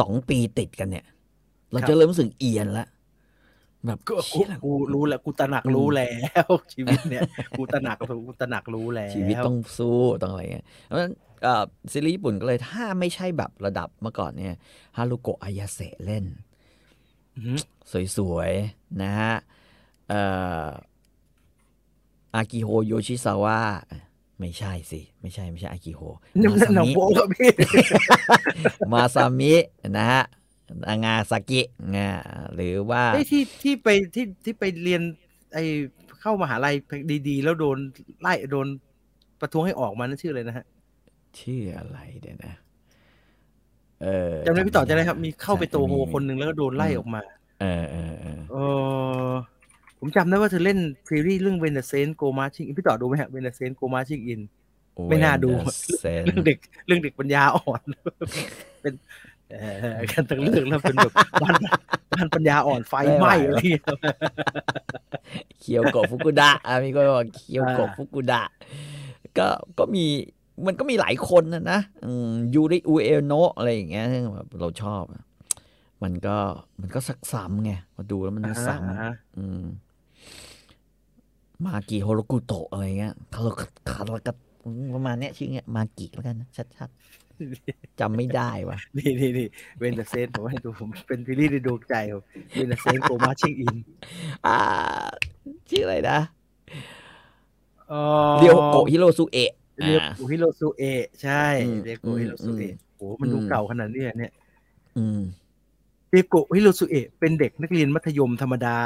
S3: สองปีติดกันเนี่ย เรา
S1: ครับ
S3: จะเริ่มรู้สึกเอียนละแบบ
S1: ก็กู
S3: เชี่ยละ
S1: กูรู้แล้วกูตระหนัก
S3: อืม
S1: รู้แล้ว ชีวิตเนี่ย กูตระหนักกูตระหนักรู้แล้ว
S3: ชีวิตต้องสู้ต้องอะไรเงี้ยเพราะฉะนั้นเอ่อซีรีส์ญี่ปุ่นก็เลยถ้าไม่ใช่แบบระดับเมื่อก่อนเนี่ยฮารุโกะอายาเสะเล่น
S1: อือหือ
S3: สวยๆ นะฮะเอ่ออากิโฮโยชิซาวะไม่ใช่สิ ไม่ใช่ไม่ใช่อากิโฮ
S1: น้ำหนักหนั
S3: มา งซามิ
S1: โป๊ครับพี่
S3: มาซามินะฮะนางาซากินะหรือว่า
S1: ไอ้ยที่ที่ไปที่ที่ไปเรียนไอเข้ามหาลัยดีๆ แล้วโดนไล่โดนประท้วงให้ออกมานั่นชื่ออะไรนะฮะ
S3: ชื่ออะไรเดี๋ยวนะ เออ
S1: จำได้พี่ต่อจำได้ครับ มีเข้าไปโตโฮ
S3: มีมี
S1: คนหนึ่งแล้วก็โดนไล่ออกมา
S3: เออเออเออ
S1: เออผมจำได้ว่าเธอเล่นซีรีส์เรื่องเวนเดอร์เซนโกมาชิงพี่ต่อดูไหมฮะเวนเดอร์เซนโกมาชิงอิน ไม่น่าดู
S3: เวนเดอร์เซน
S1: เรื่องเด็กเรื่องเด็กปัญญาอ่อน เป็นเอ่อกันทั้งเรื่องแล้วเป็นแบบ บ้านบ้านปัญญาอ่อนไฟไหม้อะไรอย่างเงี้ย
S3: เคียวโกะฟุกุดะ อ่ะมีคนบอกเคียวโกะ
S1: อ่า
S3: ฟุกุดะ ก็ก็มีมันก็มีหลายคนนะนะอืมยูริอุเอโนะอะไรอย่างเงี้ยซึ่งแบบเราชอบอะมันก็มันก็ซักซ้ำไงพอดูแล้วมันซ้ำ
S1: อ่า
S3: อืมมากิโฮโรกุโตะอะไรเงี้ยคาโรกะคาโรกะอืมประมาณเนี้ยชื่อเงี้ยมากิแล้วกันนะชัดๆจำไม่ได้ว่ะ
S1: นี่นี่นี่เวนเดอร์เซนผมให้ดูผมเป็นซีรีส์ในดวงใจผมเวนเดอร์เซนโกมาชิงอิน
S3: อ่า ชื่ออะไรนะ
S1: อ๋อ
S3: เรียวโกะฮิโรซุเอะ
S1: เรียว
S3: อ่า
S1: โกฮิโรซุเอะใช่
S3: อืม
S1: เรียวโกฮิโรซุเอะ
S3: อืม
S1: โอ้มันดูเก่าขนาดนี้เหรอเนี่ย
S3: อืม
S1: เรียวโกฮิโรซุเอะเป็นเด็กนักเรียนมัธยมธรรมดา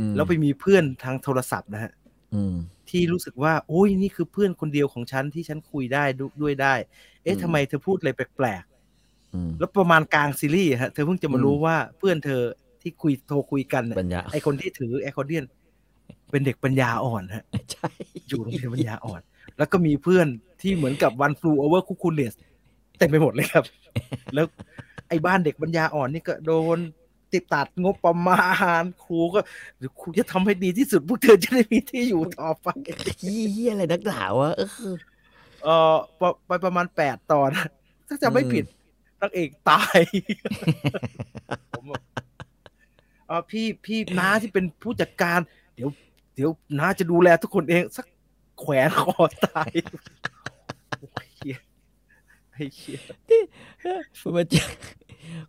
S3: อืม
S1: แล้วไปมีเพื่อนทางโทรศัพท์นะฮะ
S3: อืม
S1: ที่รู้สึกว่า โอ้ยนี่คือเพื่อนคนเดียวของฉันที่ฉันคุยได้ดูด้วยได้ เอ๊ะ
S3: อืม
S1: ทำไมเธอพูดอะไรแปลก
S3: อืม
S1: ๆ แล้วประมาณกลางซีรีส์ฮะ เธอเพิ่งจะมา
S3: อืม
S1: รู้ว่าเพื่อนเธอที่คุยโทรคุยกันน่ะ
S3: ปัญญา
S1: ไอคนที่ถือแอคคอร์เดียน เป็นเด็กปัญญาอ่อนฮะ
S3: ใช่
S1: อยู่โรงเรียนปัญญาอ่อน แล้วก็มีเพื่อนที่เหมือนกับวันฟลูโอเวอร์คุคูเลสเต็มไปหมดเลยครับ แล้วไอ้บ้านเด็กปัญญาอ่อนนี่ก็โดนติดตัดงบประมาณครูก็เดี๋ยวครูจะทำให้ดีที่สุดพวกเธอจะได้มีที่อยู่ต่อไป
S3: เฮี้ยอะไรนักหนาวะเออ
S1: เออปะไปประมาณแปดตอน นะถ้าจะไม่
S3: อืม
S1: ผิดนักเอกตาย ผมแบบเออพี่พี่น้าที่เป็นผู้จัดการ เดี๋ยว เดี๋ยวน้าจะดูแลทุกคนเอง สักแขวนคอตาย โอ้ยเหี้ยไอ้เหี้ย
S3: คุณมาเจอ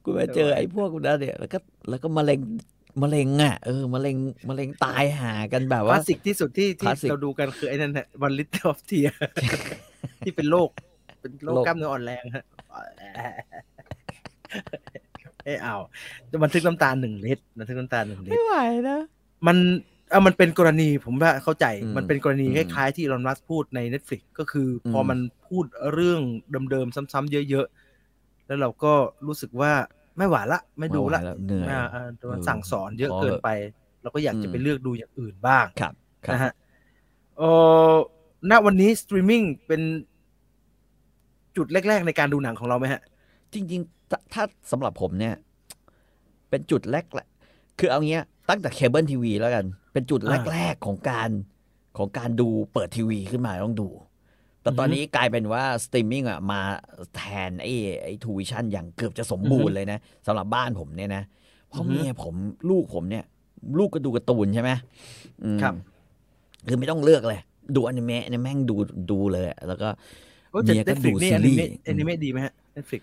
S3: คุณมาเจอ
S1: ไม่ไหว
S3: ไอ้พวกนั้นเนี่ยแล้วก็แล้วก็มะเร็งมะเร็งอ่ะเออมะเร็งมะเร็งตายหากันแบบ
S1: ค
S3: ว่า
S1: ลาสสิกที่สุดที่ที่
S3: คลาสสิก
S1: เราดูกันคือไอ้นั่นแหละวันลิตออฟเทีย ที่เป็นโรคเป็นโรค
S3: โรค
S1: กล้ามเนื้ออ่อนแรง ฮะเอ้ยเอาบันทึกน้ำตาหนึ่งลิตรบันทึกน้ำตาหนึ่งลิตร
S3: ไม่ไหวนะ
S1: มันเอ่อมันเป็นกรณีผมว่าเข้าใจ
S3: อืม
S1: มันเป็นกรณี
S3: อื
S1: ค
S3: ม
S1: ล้ายๆที่อีลอนมัสก์พูดใน Netflix ก็คืออ
S3: ม
S1: พอมันพูดเรื่องเดิมๆซ้ำๆเยอะๆ แล้วเราก็รู้สึกว่าไม่หวานละ ไม่ดูละ
S3: ไม่ไหวเหนื่อย
S1: อ่าอ่าโดน
S3: เออ
S1: สั่งสอนเยอะ
S3: พอ
S1: เกินไป เราก็อยาก
S3: อืม
S1: จะไปเลือกดูอย่างอื่นบ้าง
S3: ครับครับ
S1: นะฮะเออณวันนี้สตรีมมิ่งเป็นจุดแรกๆในการดูหนังของเราไหมฮะ
S3: จริงๆ ถ้าถ้าสำหรับผมเนี่ย เป็นจุดแรกแหละคือเอาเงี้ย ตั้งแต่เคเบิลทีวีแล้วกัน เป็นจุด
S1: อ่า
S3: แรกๆ ของการของการดูเปิดทีวีขึ้นมาต้องดู แต่ตอน
S1: อือฮึ
S3: นี้กลายเป็นว่าสตรีมมิ่งอ่ะมาแทนไอ้ไอ้ทูวิชั่นอย่างเกือบจะสมบูรณ์เลยนะสำหรับบ้านผมเนี่ยนะ เพ
S1: อื
S3: ราะ
S1: อฮึ
S3: เมียผมลูกผมเนี่ย ลูกก็ดูการ์ตูนใช่ไหมอืม
S1: ครับ
S3: คือไม่ต้องเลือกเลย ดูอนิเมะเนี่ยแม่งดูดูเลยอะแล้วก็
S1: โอ้แต่
S3: เมียก็
S1: Netflix
S3: ดู
S1: นี่
S3: ซี
S1: อนิ
S3: รีส์
S1: เมะอนิเมะดีไหมฮะ Netflix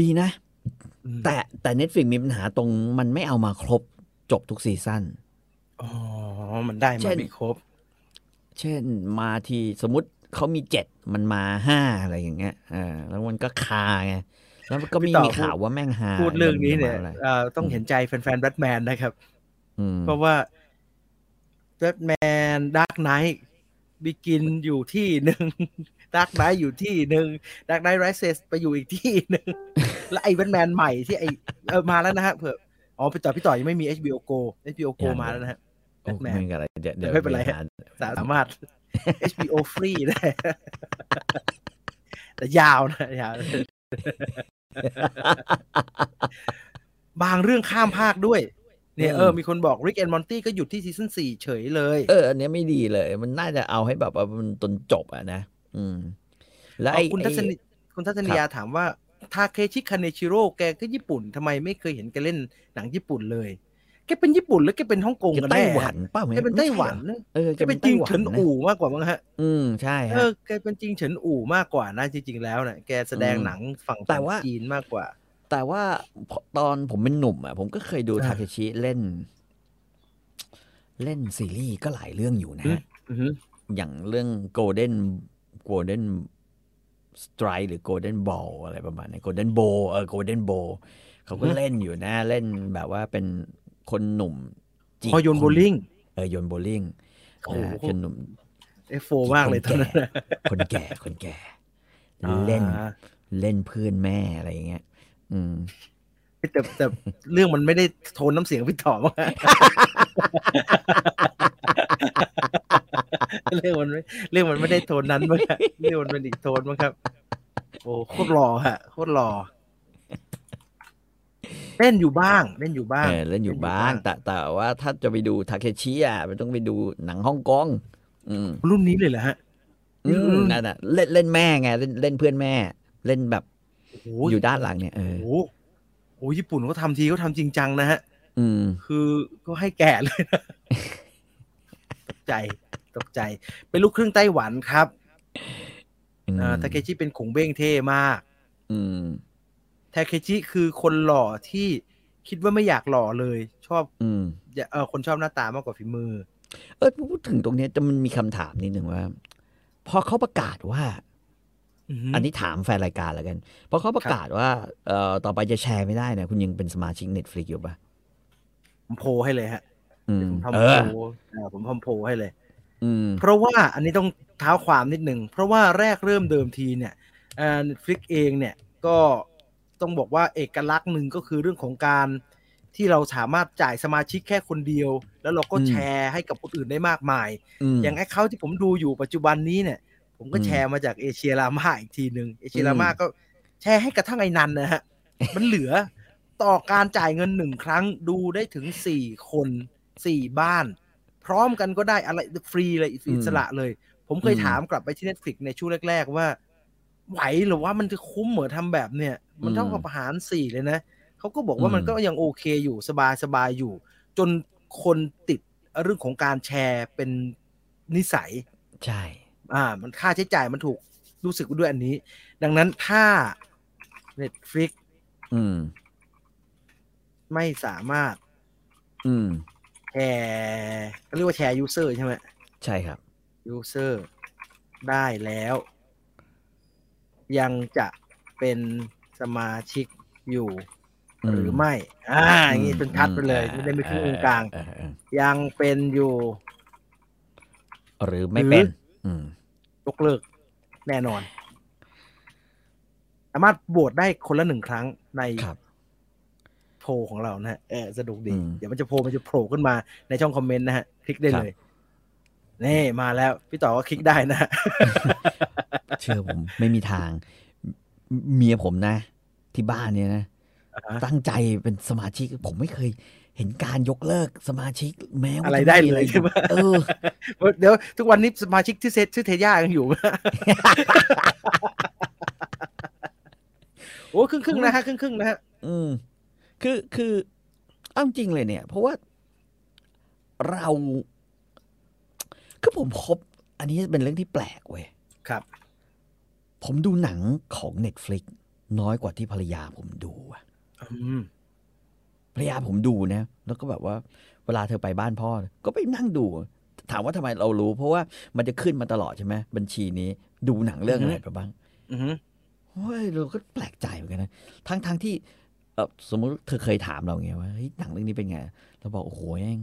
S3: ดีนะ
S1: อืม
S3: แต่แต่ Netflix มีปัญหาตรงมันไม่เอามาครบจบทุกซีซั่น
S1: อ๋อมันได้
S3: เช่
S1: มาน ไม่ครบ
S3: เช่นมาทีสมมติเขามีเจ็ดมันมาห้าอะไรอย่างเงี้ยอ่าแล้วมันก็คาไง แล้วมันก็
S1: พี่
S3: ไม่
S1: ต่อ
S3: มีข่าวว่าแม่งหา
S1: พูดเรื่องนี้เนี่ย
S3: มัจะมาอะไร
S1: เอ่อต้องเห็นใจแฟนๆแบทแมนนะครับ
S3: อืม
S1: เพราะว่าแบทแมนดาร์กไนท์บิกินอยู่ที่หนึ่ง ดาร์กไนท์อยู่ที่หนึ่งดาร์กไนท์ไรเซสไปอยู่อีกที่หนึ่ง แล้วไอ้แบทแมนใหม่ที่ไอเออมาแล้วนะฮะเผื่ออ๋อพี่ต่อพี่ต่อยังไม่มี HBO Go HBO Go มาแล้วนะฮะ
S3: โอ้
S1: Batman
S3: ไม่เป็นไรเดี๋ยวเดี๋ยว
S1: ไม่เป็นไร
S3: หา
S1: สามารถ HBO Free ได้ แต่ยาวนะ ยาวบางเรื่องข้ามภาคด้วย เนี่ยเออ มีคนบอก Rick and Morty ก็หยุดที่ซีซั่นสี่เฉยเลย
S3: เออ อันเนี้ยไม่ดีเลย มันน่าจะเอาให้แบบว่ามันจนจบอ่ะนะ อืม แล้วไอ้
S1: อ๋อคุณทัศนี
S3: ไอ้
S1: คุณทัศนียาถามว่าทาเคชิคาเนชิโร่แกก็ญี่ปุ่นทำไมไม่เคยเห็นแกเล่นหนังญี่ปุ่นเลย แกเป็นญี่ปุ่นหรือแกเป็นฮ่องกง
S3: แก
S1: กัน
S3: ไต้
S1: แน่
S3: หวันเปล่า
S1: แกเป็นไต้หวันนะ
S3: เออ
S1: แกเป็นจิงเฉิน
S3: ไต้หวัะ
S1: อู่มากกว่ามั้งฮะ
S3: อืมใช่
S1: เอ
S3: ฮะ
S1: อแกเป็นจิงเฉินอู่มากกว่านะจริงๆแล้วนะแกแสดงหนังฝั่ง
S3: แต่ว่า
S1: จีนมากกว่า
S3: แต่ว่าพอตอนผมเป็นหนุ่มอ่ะ ผมก็เคยดู
S1: อ่า
S3: ทาเคชิเล่น เล่นซีรีส์ก็หลายเรื่องอยู่นะฮะ
S1: อือฮึ
S3: อย่างเรื่อง golden golden strike หรือ golden ball อะไรประมาณนี้ golden bow เออ golden bow เขาก็เล่นอยู่นะ เล่นแบบว่าเป็นคนหนุ่มจีบ
S1: พอโยน
S3: ค
S1: โบลิ่ง
S3: เออโยนโบลิ่ง
S1: โอ้โห
S3: นะฮะคนหนุ่ม
S1: เอฟโฟมากเลยตอนนั้นน่ะ
S3: คนแก่คนแก่ เล่น
S1: อ่า
S3: เล่นเพื่อนแม่อะไรอย่างเงี้ย อืม
S1: แต่แต่เรื่องมันไม่ได้โทนน้ำเสียงพี่ต่อ มากเรื่องมันไม่เรื่องมันไม่ได้โทนนั้นมั้งฮะ เรื่องมันเป็นอีกโทนมั้งครับ โอ้โคตรหล่อฮะโคตรหล่อเล่นอยู่บ้างเล่นอยู่บ้าง
S3: เออเล่นอยู่บ้าง แต่แต่ว่าถ้าจะไปดูทาเคชิอ่ะมันต้องไปดูหนังฮ่องกงอืม
S1: รุ่นนี้เลยเหรอฮะ อืม
S3: อืมนั่นน่ะเล่นเล่นแม่ไงเล่นเล่นเพื่อนแม่ เล่นแบบ
S1: โอ้โห
S3: อยู่ด้านหลังเนี่ยเอ
S1: โอ้
S3: อ
S1: โหโอ้โหญี่ปุ่นเขาทำทีเขาทำจริงจังนะฮะ
S3: อืม
S1: คือก็ให้แก่เลยนะ ตกใจ ตกใจ เป็นลูกครึ่งไต้หวันครับ
S3: อืม
S1: อ่าทาเคชิเป็นขงเบ้งเท่มาก
S3: อืม
S1: ทาเคชิคือคนหล่อที่คิดว่าไม่อยากหล่อเลย ชอบ
S3: อืม
S1: อย่าเออคนชอบหน้าตามากกว่าฝีมือ
S3: เออพูดถึงตรงเนี้ยจะมันมีคำถามนิดหนึ่งว่า พอเขาประกาศว่า
S1: อือฮึ
S3: อันนี้ถามแฟนรายการแล้วกัน พอเขาประกาศว่าเอ่อต่อไปจะแชร์ไม่ได้เนะคุณยังเป็นสมาชิกเน็ตฟลิกอยู่ปะ
S1: ผมโพลให้เลยฮะ
S3: อืม
S1: ผม
S3: เอ
S1: ทำโพ
S3: อ
S1: ลอ่าผมทำโพลให้เลย
S3: อืม
S1: เพราะว่าอันนี้ต้องเท้าความนิดหนึ่ง เพราะว่าแรกเริ่มเดิมทีเนี่ยเน็ตฟลิกเองเนี่ยก็ต้องบอกว่าเอกลักษณ์หนึ่งก็คือเรื่องของการที่เราสามารถจ่ายสมาชิกแค่คนเดียว แล้วเราก็
S3: อืม
S1: แชร์ให้กับคนอื่นได้มากมาย
S3: อืม
S1: อย่างแอคเคาท์ที่ผมดูอยู่ปัจจุบันนี้เนี่ย ผมก็
S3: อืม
S1: แชร์มาจากเอเชียรามาอีกทีหนึ่งเอเชียรามา
S3: อืม
S1: ก็แชร์ให้กระทั่งไอ้นันนะฮะ มันเหลือต่อการจ่ายเงินหนึ่งครั้งดูได้ถึงสี่คนสี่บ้าน พร้อมกันก็ได้อะไรฟรีเลยอิสระเลย ผมเคยถามกลับไปที่ Netflix ในช่วงแรก ๆ ว่า ไหวเหรือว่ามันจะคุ้มเหมือนทำแบบเนี่ย มันเท่ากับประหารสี่เลยนะเขาก็บอกว่ามันก็ยังโอเคอยู่สบายสบายๆอยู่ จนคนติดเรื่องของการแชร์เป็นนิสัย
S3: ใช่
S1: อ่า มันค่าใช้จ่ายมันถูกรู้สึกด้วยอันนี้ ดังนั้นถ้า Netflix
S3: อืม
S1: ไม่สามารถ
S3: อืม
S1: แชร์เขาเรียกว่าแชร์ยูเซอร์ใช่ไหม
S3: ใช่ครับ
S1: ยูเซอร์ได้แล้ว ยังจะเป็นสมาชิกอยู่
S3: อื
S1: ห
S3: ม
S1: รือไม่ อ่าอย่างนี้เป็นชัดไปเลย
S3: อื
S1: ไม่ได้ไม่ขึ้น
S3: เออ
S1: องกลาง
S3: เออเออ
S1: ยังเป็นอยู่
S3: หรือ
S1: ห
S3: ไม่
S1: รือ
S3: เป็น อืม
S1: ยกเลิกแน่นอน สามารถโหวตได้คนละหนึ่งครั้งใน
S3: ครับ
S1: โพลของเรานะฮะเออสนุกดี
S3: อืม
S1: เดี๋ยวมันจะโพลมันจะโผล่ขึ้นมาในช่องคอมเมนต์นะฮะ คลิกได้
S3: ครับ
S1: เลย นี่มาแล้ว พี่ต่อก็คลิกได้นะฮะ
S3: เชื่อผมไม่มีทางเมเมียผมนะ ที่บ้านเนี่ยนะ
S1: อ่าฮะ
S3: ตั้งใจเป็นสมาชิก ผมไม่เคยเห็นการยกเลิกสมาชิกแม้ว่า
S1: อะไร
S3: จ
S1: ได้เลยใช่ไหม
S3: เออ
S1: เดี๋ยวทุกวันนี้สมาชิกที่เซตชื่อเทย่ายังอยู่ไห ม โอ้ครึ่งครึ่งๆนะฮะครึ่งครึ่งๆนะฮะ
S3: อืม คือคือเอาจริงเลยเนี่ย เพราะว่าเราคือผมพบ อันนี้เป็นเรื่องที่แปลกเว้ย
S1: ครับ
S3: ผมดูหนังของ Netflix น้อยกว่าที่ภรรยาผมดูอะ
S1: อืม
S3: ภรรยาผมดูนะ แล้วก็แบบว่า เวลาเธอไปบ้านพ่อ ก็ไปนั่งดู ถามว่าทำไมเรารู้ เพราะว่ามันจะขึ้นมาตลอดใช่ไหมบัญชีนี้ ดูหนังเรื่อง
S1: อือ
S3: อะ
S1: ฮึ
S3: ไรไปบ้าง
S1: อือฮึ
S3: เฮ้ยเราก็แปลกใจเหมือนกันนะทั้งทั้งที่เออสมมุติเธอเคยถามเราไงว่าเฮ้ยหนังเรื่องนี้เป็นไงเราบอกโอ้โหแม่ง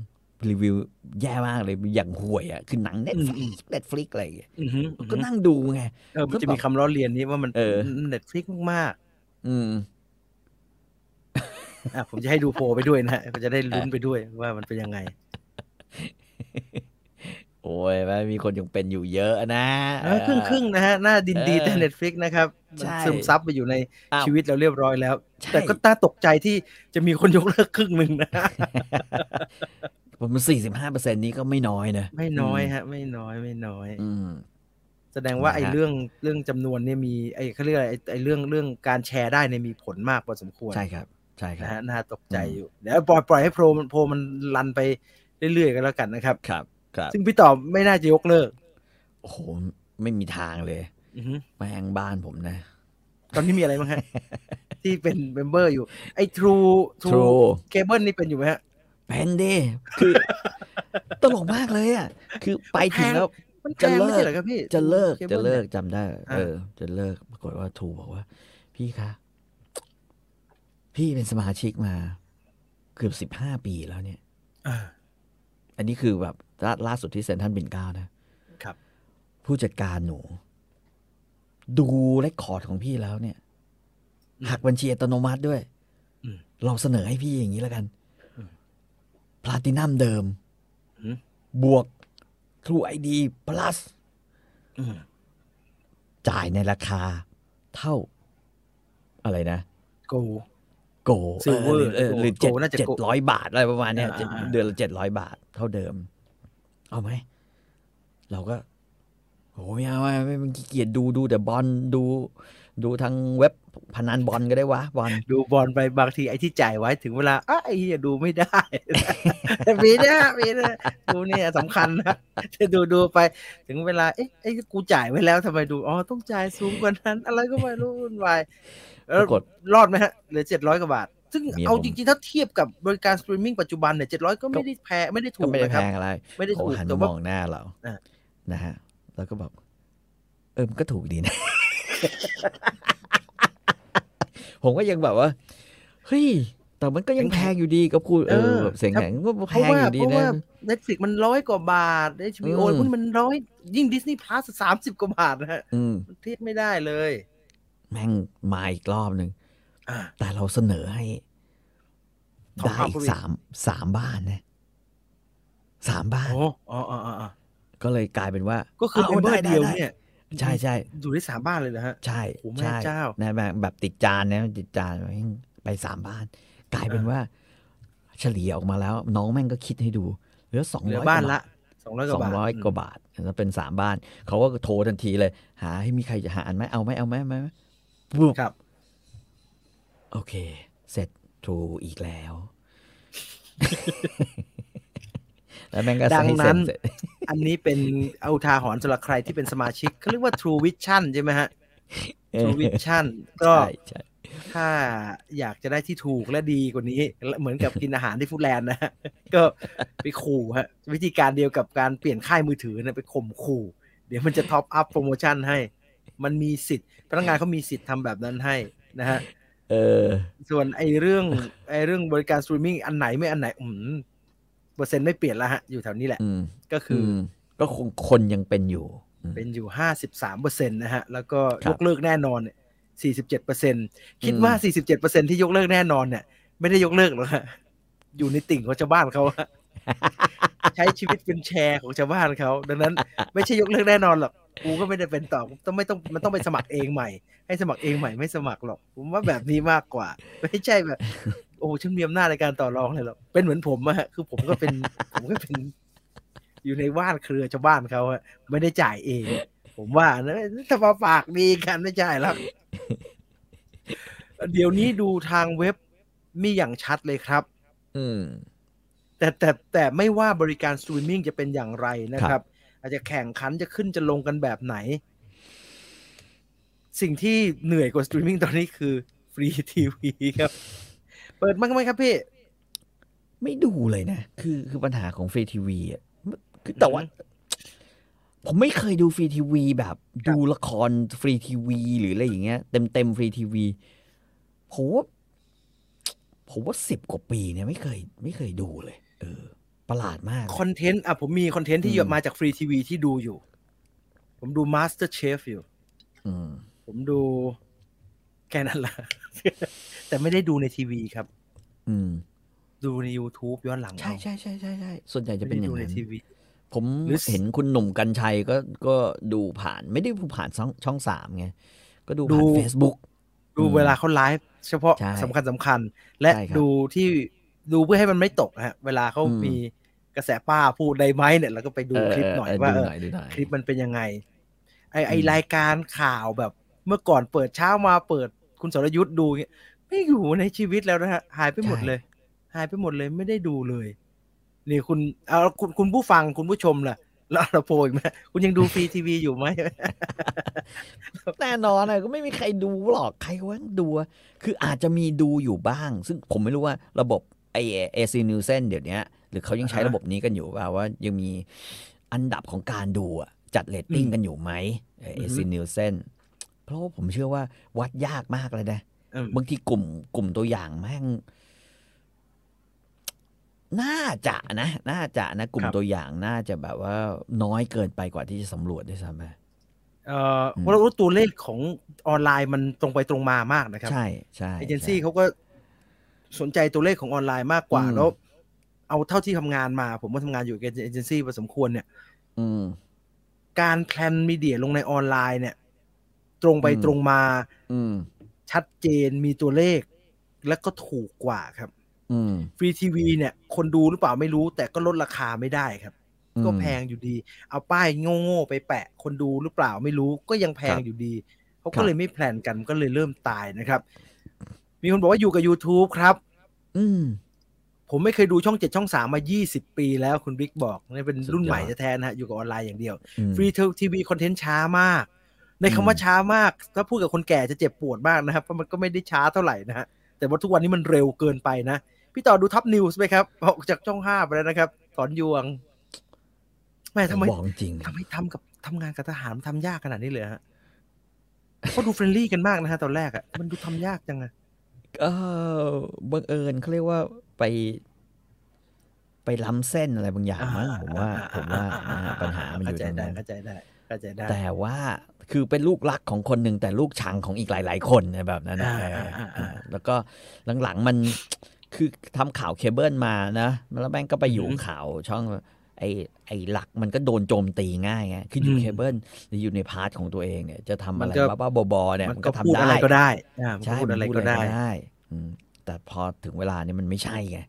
S3: รีวิวแย่มากเลยอย่างห่วยอ่ะคือหนังเน็ตฟลิกเน็ตฟลิกอะไรอย่างเงี้ย
S1: อือฮึ
S3: ก็นั่งดูไง
S1: เออมันจะมีคำล้อเลียนนี้ว่ามัน
S3: เออ
S1: เน็ตฟลิกมากๆ
S3: อืม
S1: อ่ะผมจะให้ดูโพลไปด้วยนะฮะก็จะได้ลุ้นไปด้วยว่ามันเป็นยังไง
S3: โอ้ยแม่งมีคนยังเป็นอยู่เยอะนะ
S1: เออครึ่งครึ่งๆนะฮะหน้าดินดี
S3: เออ
S1: แต่เน็ตฟลิกนะครับ มัน
S3: ใช่
S1: ซึมซับไปอยู่ใน
S3: อ้าว
S1: ชีวิตเราเรียบร้อยแล้ว
S3: ใช่
S1: แต่ก็น่าตกใจที่จะมีคนยกเลิกครึ่งหนึ่งนะ
S3: ผมสี่สิบห้าเปอร์เซ็นนี้ก็ ไม่น้อยนะ
S1: ไม่น้อยฮะ ไม่น้อยไม่น้อย
S3: อืม
S1: แสดงว่า
S3: นะฮะ
S1: ไอ้เรื่องเรื่องจำนวนเนี่ยมีไอ้เขาเรียกอะไรไอ้ไอ้เรื่องเรื่องการแชร์ได้เนี่ยมีผลมากพอสมควร
S3: ใช่ครับ ใช่ค
S1: นะ
S3: รับ
S1: ฮะน่าตกใจอยู่เดี๋ยวปล่อยปล่อยให้โพลมันโพลมันรันไปเรื่อยๆกันแล้วกันนะครับ
S3: ครับ ครับ
S1: ซึ่งพี่ต่อไม่น่าจะยกเลิก
S3: โอ้โหไม่มีทางเลย
S1: อือฮึ
S3: แม่งบ้านผมนะ
S1: ตอนนี้มีอะไรบ้างฮะ ที่เป็นเมมเบอร์อยู่ ไอ้ True
S3: True
S1: เคเบิลนี่เป็นอยู่ไหมฮะ
S3: เป็นดิคือ ตลกมากเลยอ่ะ คือไปถึงแล้ว
S1: มันแพ
S3: จะ
S1: ง
S3: เลิก
S1: ไม่ใช่เหรอครับพี่
S3: จะเลิก
S1: True
S3: จะ
S1: Cable
S3: เลิก
S1: นี่ย
S3: จำได้
S1: อ่า
S3: เออ จะเลิกปรากฏว่าทูบอกว่า พี่คะ พี่เป็นสมาชิกมาเกือบสิบห้าปีแล้วเนี่ย
S1: อ่า
S3: อันนี้คือแบบล่าล่าสุดที่เซ็นทรัลบินเกล้านะครับ ผู้จัดการหนู ดูเรคคอร์ดของพี่แล้วเนี่ย
S1: อืม
S3: หักบัญชีอัตโนมัติด้วย
S1: อืม
S3: เราเสนอให้พี่อย่างนี้แล้วกัน
S1: อืม
S3: พลาตินัมเดิม
S1: หืม
S3: บวก True ID Plus
S1: อืม
S3: จ่ายในราคาเท่า อะไรนะ
S1: โก
S3: โก
S1: Silver
S3: เออหรือ
S1: โก
S3: เจ็ด
S1: น่าจะ
S3: เจ็ด
S1: โก
S3: ร้อยบาทอะไรประมาณเนี้ย
S1: อ่า
S3: เจ็ด
S1: อ่า
S3: เดือนละเจ็ดร้อยบาทเท่าเดิม เอาไหม เราก็โอ้ไม่เอาไม่ไม่ไม่ขี้เกียจดูดูแต่บอลดู ดูทางเว็บพนันบอลก็ได้วะบอล
S1: ดูบอลไปบางทีไอ้ที่จ่ายไว้ถึงเวลาอ้าไอ้เหี้ยดูไม่ได้ มีนะมีนะดูเนี่ยสำคัญนะ จะดูดูไปถึงเวลาเอ๊ะไอ้กูจ่ายไว้แล้วทำไมดูอ๋อต้องจ่ายสูงกว่านั้น อะไรก็ไม่รู้วุ่นวายแล้ว
S3: ปรากฏ
S1: รอดไหมฮะเหลือเจ็ดร้อยกว่าบาท ซึ่ง
S3: เมีย
S1: เอา
S3: ผม
S1: จริงๆถ้าเทียบกับบริการสตรีมมิ่งปัจจุบันเนี่ยเจ็ดร้อยก็ไม่ได้แพ้ไม่ได้ถู
S3: ก็
S1: ก
S3: ไม่ได้
S1: นะ
S3: แพ
S1: ครับ
S3: งอะไร
S1: ไม่ได้
S3: เขา
S1: ถูก
S3: หัน
S1: แต่
S3: มา
S1: ว่า
S3: มองหน้าเรา
S1: อ่ะ
S3: นะฮะ แล้วก็แบบเออมันก็ถูกดีนะ ผมก็ยังแบบว่า เฮ้ย แต่มันก็ยังแพงอยู่ดีก็พูดเอ
S1: เอ
S3: อ
S1: อ
S3: แบบเสียงแข็งก็
S1: เพ
S3: แพ
S1: ราะ
S3: ง
S1: ว่า
S3: อยู่ดี
S1: เพราะ
S3: นะ
S1: ว่า Netflix มันร้อยกว่าบาท HBO
S3: อืม
S1: พวกนี้มันร้อยยิ่ง Disney Plus สามสิบกว่าบาทนะฮะ
S3: อืม
S1: มันเทียบไม่ได้เลย
S3: แม่งมาอีกรอบหนึ่ง
S1: อ่า
S3: แต่เราเสนอให้
S1: ขอ
S3: ได้
S1: งภาพ
S3: อี
S1: ผู้
S3: ก
S1: หญิง
S3: สามสามบ้านนะสามบ้าน
S1: โอ้อ๋ออ๋ออ๋อ
S3: ก็เลยกลายเป็นว่า
S1: ก็คือเม
S3: าม
S1: เบอ
S3: ไ
S1: ร์เดียวเนี่ย
S3: ได้ใช่ใช่
S1: อยู่ได้สามบ้านเลยนะฮะ
S3: ใช่
S1: โอ้โห
S3: ใช่
S1: แม่เจ้า
S3: นะแบบแบบติดจานนะติดจานแม่งไปสามบ้าน กลายเป็นว่า เฉลี่ยออกมาแล้ว น้องแม่งก็คิดให้ดู เหลือสอง
S1: เหลื
S3: ร้
S1: อ
S3: อย
S1: บ้านละสองร้อยก
S3: สอ
S1: ว่าง บาท
S3: ร้อยกว่าบาทแล้วเป็นสามบ้าน เขาก็โทรทันทีเลย หาให้มีใครจะหาอันไหมเอาไหมเอาไหมเอาไหมปุ๊บ
S1: ครับ
S3: โอเค เสร็จถูกอีกแล้ว แล้วแม่งก็
S1: ดัง
S3: ให้
S1: นั้
S3: เซ็
S1: น
S3: เสร็จ
S1: อันนี้เป็นเอาอุทาหรณ์สำหรับใครที่เป็นสมาชิกเขาเรียกว่า True Vision ใช่ไหมฮะ True Vision ก็
S3: ใช่ใช่
S1: ถ้าอยากจะได้ที่ถูกและดีกว่านี้และเหมือนกับกินอาหารที่ฟูดแลนด์นะฮะ ก็ไปขู่ฮะ วิธีการเดียวกับการเปลี่ยนค่ายมือถือนะไปข่มขู่ เดี๋ยวมันจะท็อปอัพโปรโมชั่นให้ มันมีสิทธิ์พนักงานเขามีสิทธิ์ทำแบบนั้นให้นะฮะ
S3: เออ
S1: ส่วนไอ้เรื่อง ไอ้เรื่องบริการสตรีมมิ่งอันไหนไม่อันไหนอืมเปอร์เซ็นต์ไม่เปลี่ยนละฮะ อยู่แถวนี้แหละ
S3: อืม
S1: ก็คือ
S3: มก็คงคนยังเป็นอยู่อืม
S1: เป็นอยู่ห้าสิบสามเปอร์เซ็นต์นะฮะ แล้วก็
S3: ครั
S1: ย
S3: บ
S1: กเลิกแน่นอนสี่สิบเจ็ดเปอร์เซ็นคิดว่า
S3: อืม
S1: สี่สิบเจ็ดเปอร์เซ็นที่ยกเลิกแน่นอนเนี่ย ไม่ได้ยกเลิกหรอกฮะอยู่ในติ่งของชาวบ้านเขาฮะ ใช้ชีวิตเป็นแชร์ของชาวบ้านเขาดังนั้น ไม่ใช่ยกเลิกแน่นอนหรอกกูก็ไม่ได้เป็นต่อต้องไม่ต้องมันต้องไปสมัครเองใหม่ ให้สมัครเองใหม่ไม่สมัครหรอกผมว่าแบบนี้มากกว่า ไม่ใช่แบบ โอ้ฉันมีอำนาจในการต่อรองเลยหรอกเป็นเหมือนผมอะฮะคือผมก็เป็น ผมก็เป็น อยู่ในว่านเครือชาวบ้านเขาอะไม่ได้จ่ายเอง ผมว่านะถ้ามาปากดีกันไม่จ่ายหรอกเดี๋ยวนี้ดูทางเว็บมีอย่างชัดเลยครับ
S3: อืม
S1: แต่แต่แต่ไม่ว่าบริการสตรีมมิ่งจะเป็นอย่างไรนะค
S3: ครั
S1: รับ
S3: บ
S1: อาจจะแข่งขันจะขึ้นจะลงกันแบบไหน สิ่งที่เหนื่อยกว่าสตรีมมิ่งตอนนี้คือฟรีทีวีครับ เปิดบ้างไหมครับพี่
S3: ไม่ดูเลยนะ คือคือปัญหาของฟรีทีวีอ่ะคือแต่ว่า ผมไม่เคยดูฟรีทีวีแบบ ดูละครฟรีทีวีหรืออะไรอย่างเงี้ยเต็มเต็มฟรีทีวีผมว่าผมว่าสิบกว่าปีเนี่ยไม่เคย ไม่เคยดูเลย เออ ประหลาดมาก
S1: คอนเทนต์อ่ะผมมีคอนเทนต์ที่
S3: อืม
S1: มาจากฟรีทีวีที่ดูอยู่ ผมดู Master Chef อยู่
S3: อืม
S1: ผมดูแค่นั้นละ แต่ไม่ได้ดูในทีวีครับ
S3: อืม
S1: ดูใน YouTube ย้อนหลัง
S3: ใช่
S1: เอา
S3: ใช่ใช่ใช่ใช่ส่วนใหญ่จะ
S1: ไม่
S3: เป็น
S1: ได้
S3: อย่า
S1: ดู
S3: ง
S1: ใน
S3: นั้น
S1: ทีวี
S3: ผม
S1: หรือ
S3: เห็นคุณหนุ่มกัญชัยก็ก็ดูผ่าน ไม่ได้ดูผ่านช่องช่องสามไงก็ดูผ่าน Facebook
S1: ดู
S3: อืม
S1: เวลาเขาไลฟ์เฉพาะ
S3: ใช่
S1: สำคัญสำคัญ และ
S3: ใช่ครับ
S1: ดูที่ดูเพื่อให้มันไม่ตกนะฮะ เวลาเขา
S3: อืม
S1: มีกระแสป้าพูดใดไหมเนี่ยเราก็ไปดูคลิปหน่อยว่าเอ
S3: เดู
S1: อ
S3: หน่อยดูหน่อย
S1: คลิปมันเป็นยังไง ไอไอ
S3: อืม
S1: รายการข่าวแบบ เมื่อก่อนเปิดเช้ามาเปิดคุณสรยุทธ์ดูเงี้ยไม่อยู่ในชีวิตแล้วนะฮะหายไปหมดเลย หายไปหมดเลยไม่ได้ดูเลย นี่คุณเอาคุณคุณผู้ฟังคุณผู้ชมล่ะ แล้วเราโพลอีกไหมคุณยังดูฟรีทีวีอยู่ไหม
S3: แน่นอนอะก็ไม่มีใครดูหรอกใครว่าดูอะคืออาจจะมีดูอยู่บ้าง ซึ่งผมไม่รู้ว่าระบบไอเอซีนิวเซนเดี๋ยวเนี้ย หรือเขายังใช้
S1: อ่าฮะ
S3: ระบบนี้กันอยู่เปล่าว่ายังมีอันดับของการดูอะจัดเรตติ้งกันอยู่ไหมเอ
S1: อือฮึ
S3: ซีนิวเซนเพราะว่าผมเชื่อว่าวัดยากมากเลยนะ
S1: อืม
S3: บางทีกลุ่มกลุ่มตัวอย่างแม่ง น่าจะนะ น่าจะนะ กลุ่มตัวอย่างน่าจะแบบว่าน้อยเกินไปกว่าที่จะสำรวจด้วยซ้ำอะ
S1: เอ่อ
S3: อืม
S1: เพราะเรารู้ตัวเลขของออนไลน์มันตรงไปตรงมามากนะครับ
S3: ใช่ใช่
S1: เอเจนซี่
S3: ใช่
S1: เขาก็สนใจตัวเลขของออนไลน์มากกว่า
S3: อืม
S1: แล้ว เอาเท่าที่ทำงานมา ผมว่าทำงานอยู่กับเอเจนซี่พอสมควรเนี่ย
S3: อืม
S1: การแพลนมีเดียลงในออนไลน์เนี่ย ตรงไป
S3: อืม
S1: ตรงมา
S3: อืม
S1: ชัดเจนมีตัวเลข และก็ถูกกว่าครับ
S3: อืม
S1: ฟรีทีวีเนี่ย คนดูหรือเปล่าไม่รู้ แต่ก็ลดราคาไม่ได้ครับ
S3: อืม
S1: ก็แพงอยู่ดี เอาป้ายโง่ๆไปแปะ คนดูหรือเปล่าไม่รู้ก็ยังแพง
S3: ครับ
S1: อยู่ดีเขา
S3: ครั
S1: ก็
S3: บ
S1: เลยไม่แพลนกันก็เลยเริ่มตายนะครับ มีคนบอกว่าอยู่กับ YouTube ครับ
S3: อืม
S1: ผมไม่เคยดูช่องเจ็ดช่องสามมา 20 ปีแล้วคุณบิ๊กบอกนี่เป็นรุ่น
S3: สุดยอด
S1: ใหม่แท้ๆนะฮะ อยู่กับออนไลน์อย่างเดียว
S3: อืม
S1: ฟรีทีวีคอนเทนต์ช้ามาก ใน
S3: อื
S1: คำ
S3: ม
S1: ว่าช้ามาก ถ้าพูดกับคนแก่จะเจ็บปวดมากนะครับ เพราะมันก็ไม่ได้ช้าเท่าไหร่นะฮะ แต่ว่าทุกวันนี้มันเร็วเกินไปนะ พี่ต่อดูท็อปนิวส์ไหมครับ ออกจากช่องห้าไปแล้วนะครับ ถอนยวงแม่ทำไม
S3: บอกจริง
S1: ทำไมทำกับทำงานกับทหารมันทำยากขนาดนี้เลยเหรอฮะเขาดูเฟรนลี่กันมากนะฮะตอนแรกอะมันดูทำยากจังอะ
S3: เออบังเอิญเขาเรียกว่าไป ไปล้ำเส้นอะไรบางอย่างมั้งผมว่า ผมว่านะฮะปัญหามันอ
S1: เข้า
S3: ยู่
S1: ใจ
S3: ตรง
S1: ได้
S3: นั้น
S1: เข้าใจได้เข้าใจได้
S3: แต่ว่าคือเป็นลูกรักของคนหนึ่งแต่ลูกชังของอีกหลาย ๆ คนนะแบบนั้นนะ
S1: อ่า
S3: เออ
S1: อ่าอ่า
S3: อ่าแล้วก็หลัง ๆ มัน คือทำข่าวเคเบิลมานะแล้วแม่งก็ไปอยู่
S1: อือหือ
S3: ข่าวช่อง ไอ้ไอ้หลักมันก็โดนโจมตีง่ายไงคืออยู่
S1: อืม
S3: เคเบิลหรืออยู่ในพาร์ทของตัวเองเนี่ยจะทำ
S1: มั
S3: อะ
S1: น
S3: ไร
S1: ก็
S3: บ้าๆบอๆเนี่ยมันก็ทำ
S1: พูดอะ
S3: ได้
S1: ไรก็ได้อ่ามันก็
S3: ใช่
S1: พูด
S3: มัน
S1: อะไร
S3: พูด
S1: ก็
S3: อะไร
S1: ได้
S3: ก็ได้อืมแต่พอถึงเวลาเนี่ยมันไม่ใช่ไง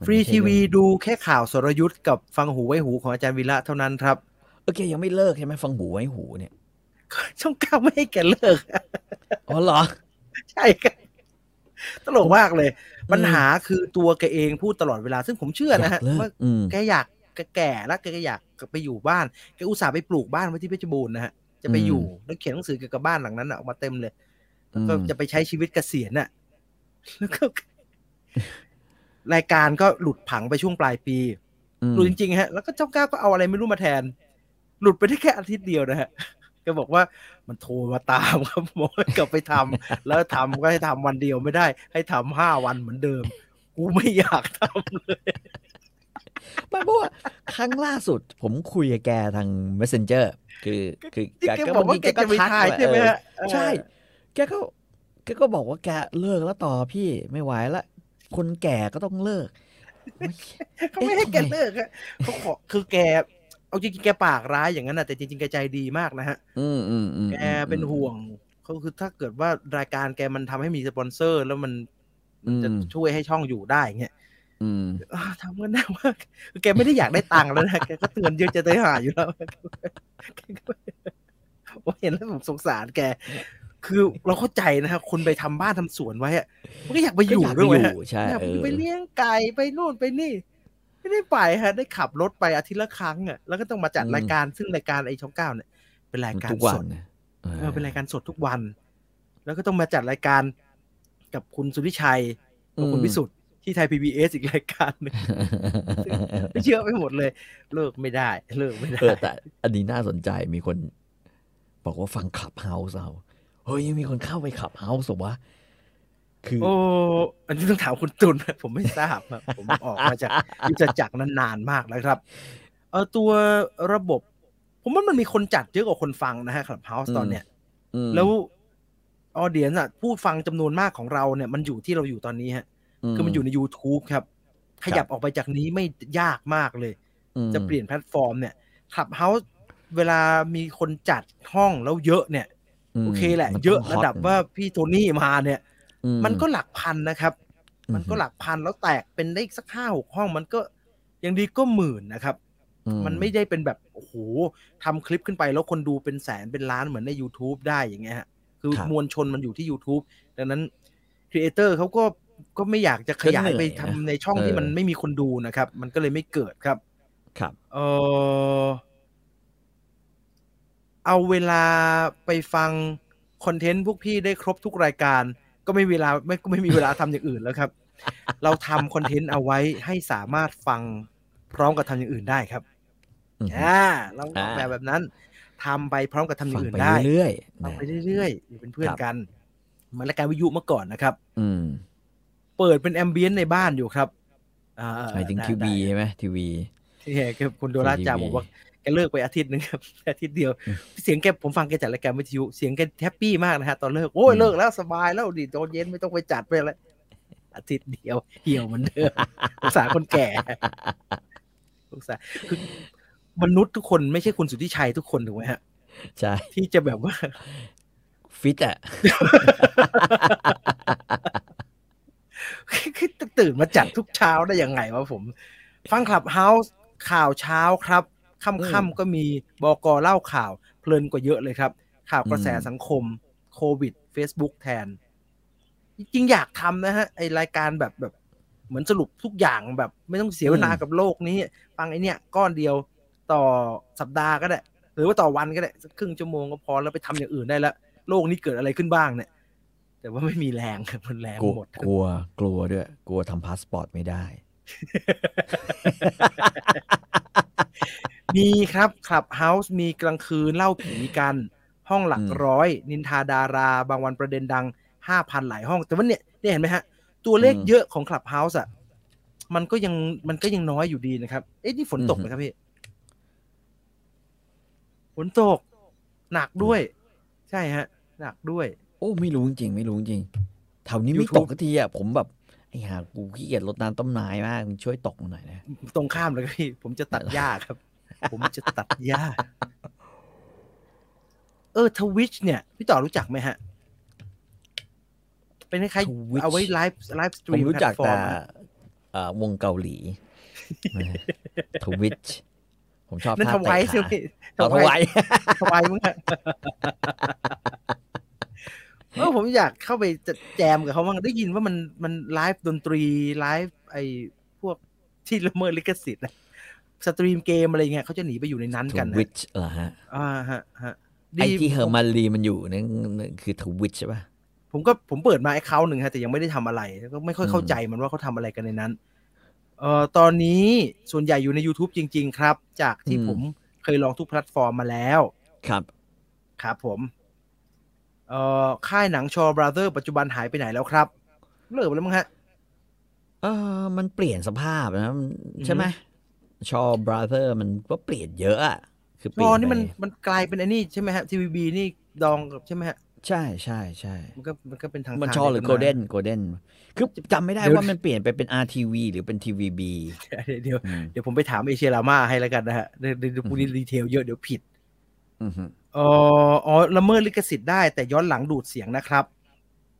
S3: มัน
S1: ฟรี
S3: ไม่ใช่
S1: ทีวี
S3: เอง
S1: ดูแค่ข่าวสรยุทธ์กับฟังหูไว้หูของอาจารย์วีระเท่านั้นครับ
S3: โอเคยังไม่เลิกใช่ไหมฟังหูไว้หูเนี่ย
S1: ช่องเก้าไม่ให้แกเลิก
S3: อ๋อเหรอ
S1: ใช่ครับตลกมากเลย ปัญหาคือตัวแกเองพูดตลอดเวลา ซึ่งผมเชื่อนะฮะ
S3: อยากเลิก
S1: ว่า
S3: อืม
S1: แกอยากแกแก่แล้วแกก็อยากไปอยู่บ้านแกอุตส่าห์ไปปลูกบ้านไว้ที่เพชรบูรณ์นะฮะจะไปอยู่แล้วเขียนหนังสือเกี่ยวกับบ้านหลังนั้นน่ะออกมาเต็มเลย
S3: อืม
S1: ก็จะไปใช้ชีวิตเกษียณน่ะ แล้วก็ รายการก็หลุดผังไปช่วงปลายปี หลุดจริงๆฮะ แล้วก็เจ้าก้าวก็เอาอะไรไม่รู้มาแทน หลุดไปได้แค่อาทิตย์เดียวนะฮะ ก็บอกว่ามันโทรมาตาม ครับบอกให้กลับไปทำ แล้วทำก็ให้ทำวันเดียวไม่ได้ ให้ทำห้าวันเหมือนเดิม กูไม่อยากทำเลย
S3: ไมันเพราะว่าครั้งล่าสุดผมคุยกับแกทาง messenger คือคือ
S1: ที่ แกบอกว่าแกจะไปถ่ายใช่ไหม
S3: เออ
S1: ฮะเออ
S3: ใช่ แกก็แกก็บอกว่าแกเลิกแล้วต่อพี่ไม่ไหวละ คนแก่ก็ต้องเลิกโอ๊ย
S1: เขาไม่ให้แก
S3: เอ๊ะทำไม
S1: เลิกฮะเขาขอคือแก เอาจริงๆแกปากร้ายอย่างนั้นนะแต่จริงๆแกใจดีมากนะฮะ
S3: อืมอืมอืม
S1: แกเป็นห่วงก็คือถ้าเกิดว่ารายการแกมันทำให้มีสปอนเซอร์ แล้วมันมันจะช่วยให้ช่องอยู่ได้เงี้ย
S3: อืม
S1: อ้าวทำกันได้มากคือแกไม่ได้อยากได้ตังค์แล้วนะ แกก็เตือนเยอะจะได้หาอยู่แล้ว ผมเห็นแล้วผมสงสารแก คือเราเข้าใจนะฮะคนไปทำบ้านทำสวนไว้อะมันก็อยากไปอยู่ด้วย
S3: ก็อ
S1: ฮะ
S3: ยู่ใช่
S1: แบบ
S3: เออ
S1: ไปเลี้ยงไก่ไปนู่นไปนี่ ไม่ได้ไปฮะ ได้ขับรถไปอาทิตย์ละครั้งอ่ะแล้วก็ต้องมาจัดรายการซึ่งรายการไอช่องเก้าเนี่ย เป็นรายการ
S3: ทุกวั
S1: สด
S3: นนะ
S1: เออเป็นรายการสดทุกวัน แล้วก็ต้องมาจัดรายการกับคุณสุริชัยกับคุณวิสุทธิ์ที่ไทย PBS อีกรายการหนึ่ง ไม่เชื่อไปหมดเลย เลิกไม่ได้ เลิกไม่ได้
S3: เออแต่อันนี้น่าสนใจมีคน บอกว่าฟังขับเฮาส์เอาเฮ้ยยังมีคนเข้าไปขับเฮาส์เหรอวะคือ
S1: โอ้อันนี้ต้องถามคุณตุล นะผมไม่ทราบครับผมออกมาจาก ยุทธจักรนั้นนานมากแล้วครับ เออตัวระบบ ผมว่ามันมีคนจัดเยอะกว่าคนฟังนะฮะคลับเฮาส์ตอนเนี้ย
S3: อืม
S1: แล้วออเดียนอะผู้ฟังจำนวนมากของเราเนี่ย มันอยู่ที่เราอยู่ตอนนี้ฮะ คือมันอยู่ใน YouTube ครับ ขยับออกไปจากนี้ไม่ยากมากเลย
S3: อืม
S1: จะเปลี่ยนแพลตฟอร์มเนี่ยขับเฮาส์เวลามีคนจัดห้องแล้วเยอะเนี่ย
S3: ม
S1: โอเคแหละ
S3: มัน
S1: เยอะ
S3: ต้ง
S1: ระดับ
S3: ฮอต
S1: ว่าพี่โทนี่มาเนี่ย
S3: อื
S1: มันก็หลักพันนะครับ
S3: อืม
S1: มันก็หลักพันแล้วแตกเป็นได้อีกสักห้าหกห้อง มันก็ยังดีก็หมื่นนะครับ
S3: อื
S1: มันไม่ได้เป็นแบบโอ้โหทำคลิปขึ้นไปแล้วคนดูเป็นแสนเป็นล้านเหมือนใน YouTube ได้อย่างเงี้ยฮะคือ
S3: ครับ
S1: มวลชนมันอยู่ที่ YouTube ดังนั้นครีเอเตอร์เขาก็ก็ไม่อยากจะขยายไป
S3: ก็เหนื่อยนะ
S1: ทำในช่องที่
S3: เออ
S1: มันไม่มีคนดูนะครับ มันก็เลยไม่เกิดครับ
S3: ครับ
S1: เออเอาเวลาไปฟังคอนเทนต์พวกพี่ได้ครบทุกรายการ ก็ไม่เวลาไม่ก็ไม่มีเวลาทำอย่างอื่นแล้ว ครับ เราทำคอนเทนต์เอาไว้ให้สามารถฟังพร้อมกับทำอย่างอื่นได้ครับ
S3: อืม
S1: อ่าเราออกแบบ
S3: อ่า
S1: แบบนั้นทำไปพร้อมกับทำอย่าง
S3: ฟัง
S1: อื่น
S3: ไป
S1: ได้
S3: เรื่อยๆ
S1: ฟัง
S3: นะ
S1: ไปเรื่อยๆอยู่เป็นเพื่อน
S3: ครับ
S1: กันเหมันรายการวิทยุเมื่อก่อนนะครับ
S3: อืม
S1: เปิดเป็นแอมเบียนในบ้านอยู่ครับอ่า
S3: หมายถึง
S1: ได้
S3: ทีวี
S1: ได้
S3: ใช่ไหมทีวี
S1: ที่แกคือคุณโดราจา
S3: TV
S1: บอกว่าแกเลิกไปอาทิตย์หนึ่งครับ อาทิตย์เดียว เสียงแกผมฟังแกจัดรายการวิทยุเสียงแกแฮปปี้มากนะฮะตอนเลิก โอ้ย
S3: อืม
S1: เลิกแล้วสบายแล้วดิตอนเย็นไม่ต้องไปจัดไปแล้วอาทิตย์เดียวเหี่ยวเหมือนเดิม สงสารคนแก่ สงสารคือมนุษย์ทุกคนไม่ใช่คุณสุทธิชัยทุกคนถูกไหมฮะ
S3: ใช่
S1: ที่จะแบบว่า
S3: ฟิตอ่ะ
S1: คือตื่นมาจัดทุกเช้าได้ยังไงวะผม ฟังคลับเฮาส์ข่าวเช้าครับ
S3: อื
S1: ค่ำ
S3: ม
S1: ๆก็มีบอกอเล่าข่าวเพลินกว่าเยอะเลยครับ ข่าวกระแส
S3: อืม
S1: สังคม โควิด Facebook แทน จริงๆอยากทำนะฮะ ไอรายการแบบแบบ เหมือนสรุปทุกอย่างแบบ ไม่ต้องเสียเวลากับโลกนี้ ฟังไอเนี้ยก้อนเดียวต่อสัปดาห์ก็ได้ หรือว่าต่อวันก็ได้สักครึ่งชั่วโมงก็พอแล้วไปทำอย่างอื่นได้ละโลกนี้เกิดอะไรขึ้นบ้างเนี่ย แต่ว่าไม่มีแรงครับมันแรง
S3: กลัว
S1: หมด
S3: กลัวกลัวด้วย กลัวทำพาสปอร์ตไม่ได้
S1: มีครับคลับเฮาส์มีกลางคืนเล่าผีกัน ห้องหลัก
S3: อืม
S1: ร้อย นินทาดารา บางวันประเด็นดังห้าพันหลายห้อง แต่ว่าเนี่ยเนี่ยเห็นไหมฮะ ตัวเลขเยอะของคลับเฮาส์อ่ะ มันก็ยังมันก็ยังน้อยอยู่ดีนะครับ เอ๊ะ นี่ฝนตกไหมครับพี่ ฝนตก หนักด้วย ใช่ฮะ หนักด้วย
S3: โอ้ ไม่รู้จริง ไม่รู้จริงแถวนี้ไม่
S1: YouTube
S3: ตกสักทีอ่ะ ผมแบบไอ้ห่ากูขี้เกียจรดน้ำต้นไม้มากมึงช่วยตกมาหน่อยนะ
S1: ตรงข้ามเลยครับพี่ ผมจะตัดหญ้าครับ ผมจะตัดหญ้า เออทวิชเนี่ย พี่ต่อรู้จักไหมฮะ เป็นคล้าย
S3: Twitch
S1: ๆเอาไว้ไลฟ์ไลฟ์สต
S3: ผ
S1: รี
S3: ม
S1: ม
S3: รู้
S1: แพล
S3: จัก
S1: ตฟอ
S3: แต่
S1: ร์มอะ
S3: เอ่อวงเกาหลี ทวิชผมชอบ
S1: นั่น
S3: ท่า
S1: ท
S3: เตะ
S1: วายใช่ไหมท
S3: ขาเอาท
S1: วา
S3: ไว้
S1: ยทวายมั้งฮ ะเออผมอยากเข้าไปจะแจมกับเขาบ้างได้ยินว่ามันมันไลฟ์ดนตรีไลฟ์ไอพวกที่ละเมิดลิขสิทธิ์นะสตรีมเกมอะไรเงี้ยเขาจะหนีไปอยู่ในนั้น
S3: ท
S1: กันนะ
S3: วิชเหรอฮะ
S1: อ่าฮะฮะดี
S3: ไอ้ที่เฮอร์มาลีมันอยู่นั่นนั่นคือทวิชใช่ป่ะ
S1: ผมก็ผมเปิดมาแอคเคาท์หนึ่งฮะแต่ยังไม่ได้ทำอะไรก็ไม่ค่อยเข้า
S3: อืม
S1: ใจมันว่าเขาทำอะไรกันในนั้น เอ่อตอนนี้ส่วนใหญ่อยู่ใน YouTube จริง ๆ ครับ จากที่ผมเคยลองทุกแพลตฟอร์มมาแล้ว
S3: ครับ
S1: ครับผมเอ่อค่ายหนังชอบราเ o อร์ปัจจุบันหายไปไหนแล้วครับ เลิกไปแล้วมั้งฮะ
S3: เออมันเปลี่ยนสภาพนะมันใช่ไหมชอบราเธอร์มันก็เปลี่ยนเยอะอะคือเป
S1: ต
S3: ลี่ย
S1: อน น
S3: ไป
S1: นี้มันมันกลายเป็นอันนี้ใช่ไหมฮะทีวีบีนี่ดองกับใช่ไหมฮะ
S3: ใช่ใช่ใช่
S1: มันก็มันก็เป็นทาง
S3: มัน
S1: ทาง
S3: ชอบหรือ
S1: กั
S3: โก
S1: มา
S3: ลเด้นโกลเด้นคือจำไม่ได้
S1: เดี๋ยว
S3: ว่ามันเปลี่ยนไปเป็น RTV หรือเป็น TVB
S1: เดี๋ยว
S3: อืม
S1: เดี๋ยวผมไปถามเอเชียรามาให้แล้วกันนะฮะเดี๋ยวเดี๋ยวพวกนี้ดีเทลเยอะเดี๋ยวผิด
S3: อือฮึ
S1: เอ่ออ๋อละเมิดลิขสิทธิ์ได้แต่ย้อนหลังดูดเสียงนะครับ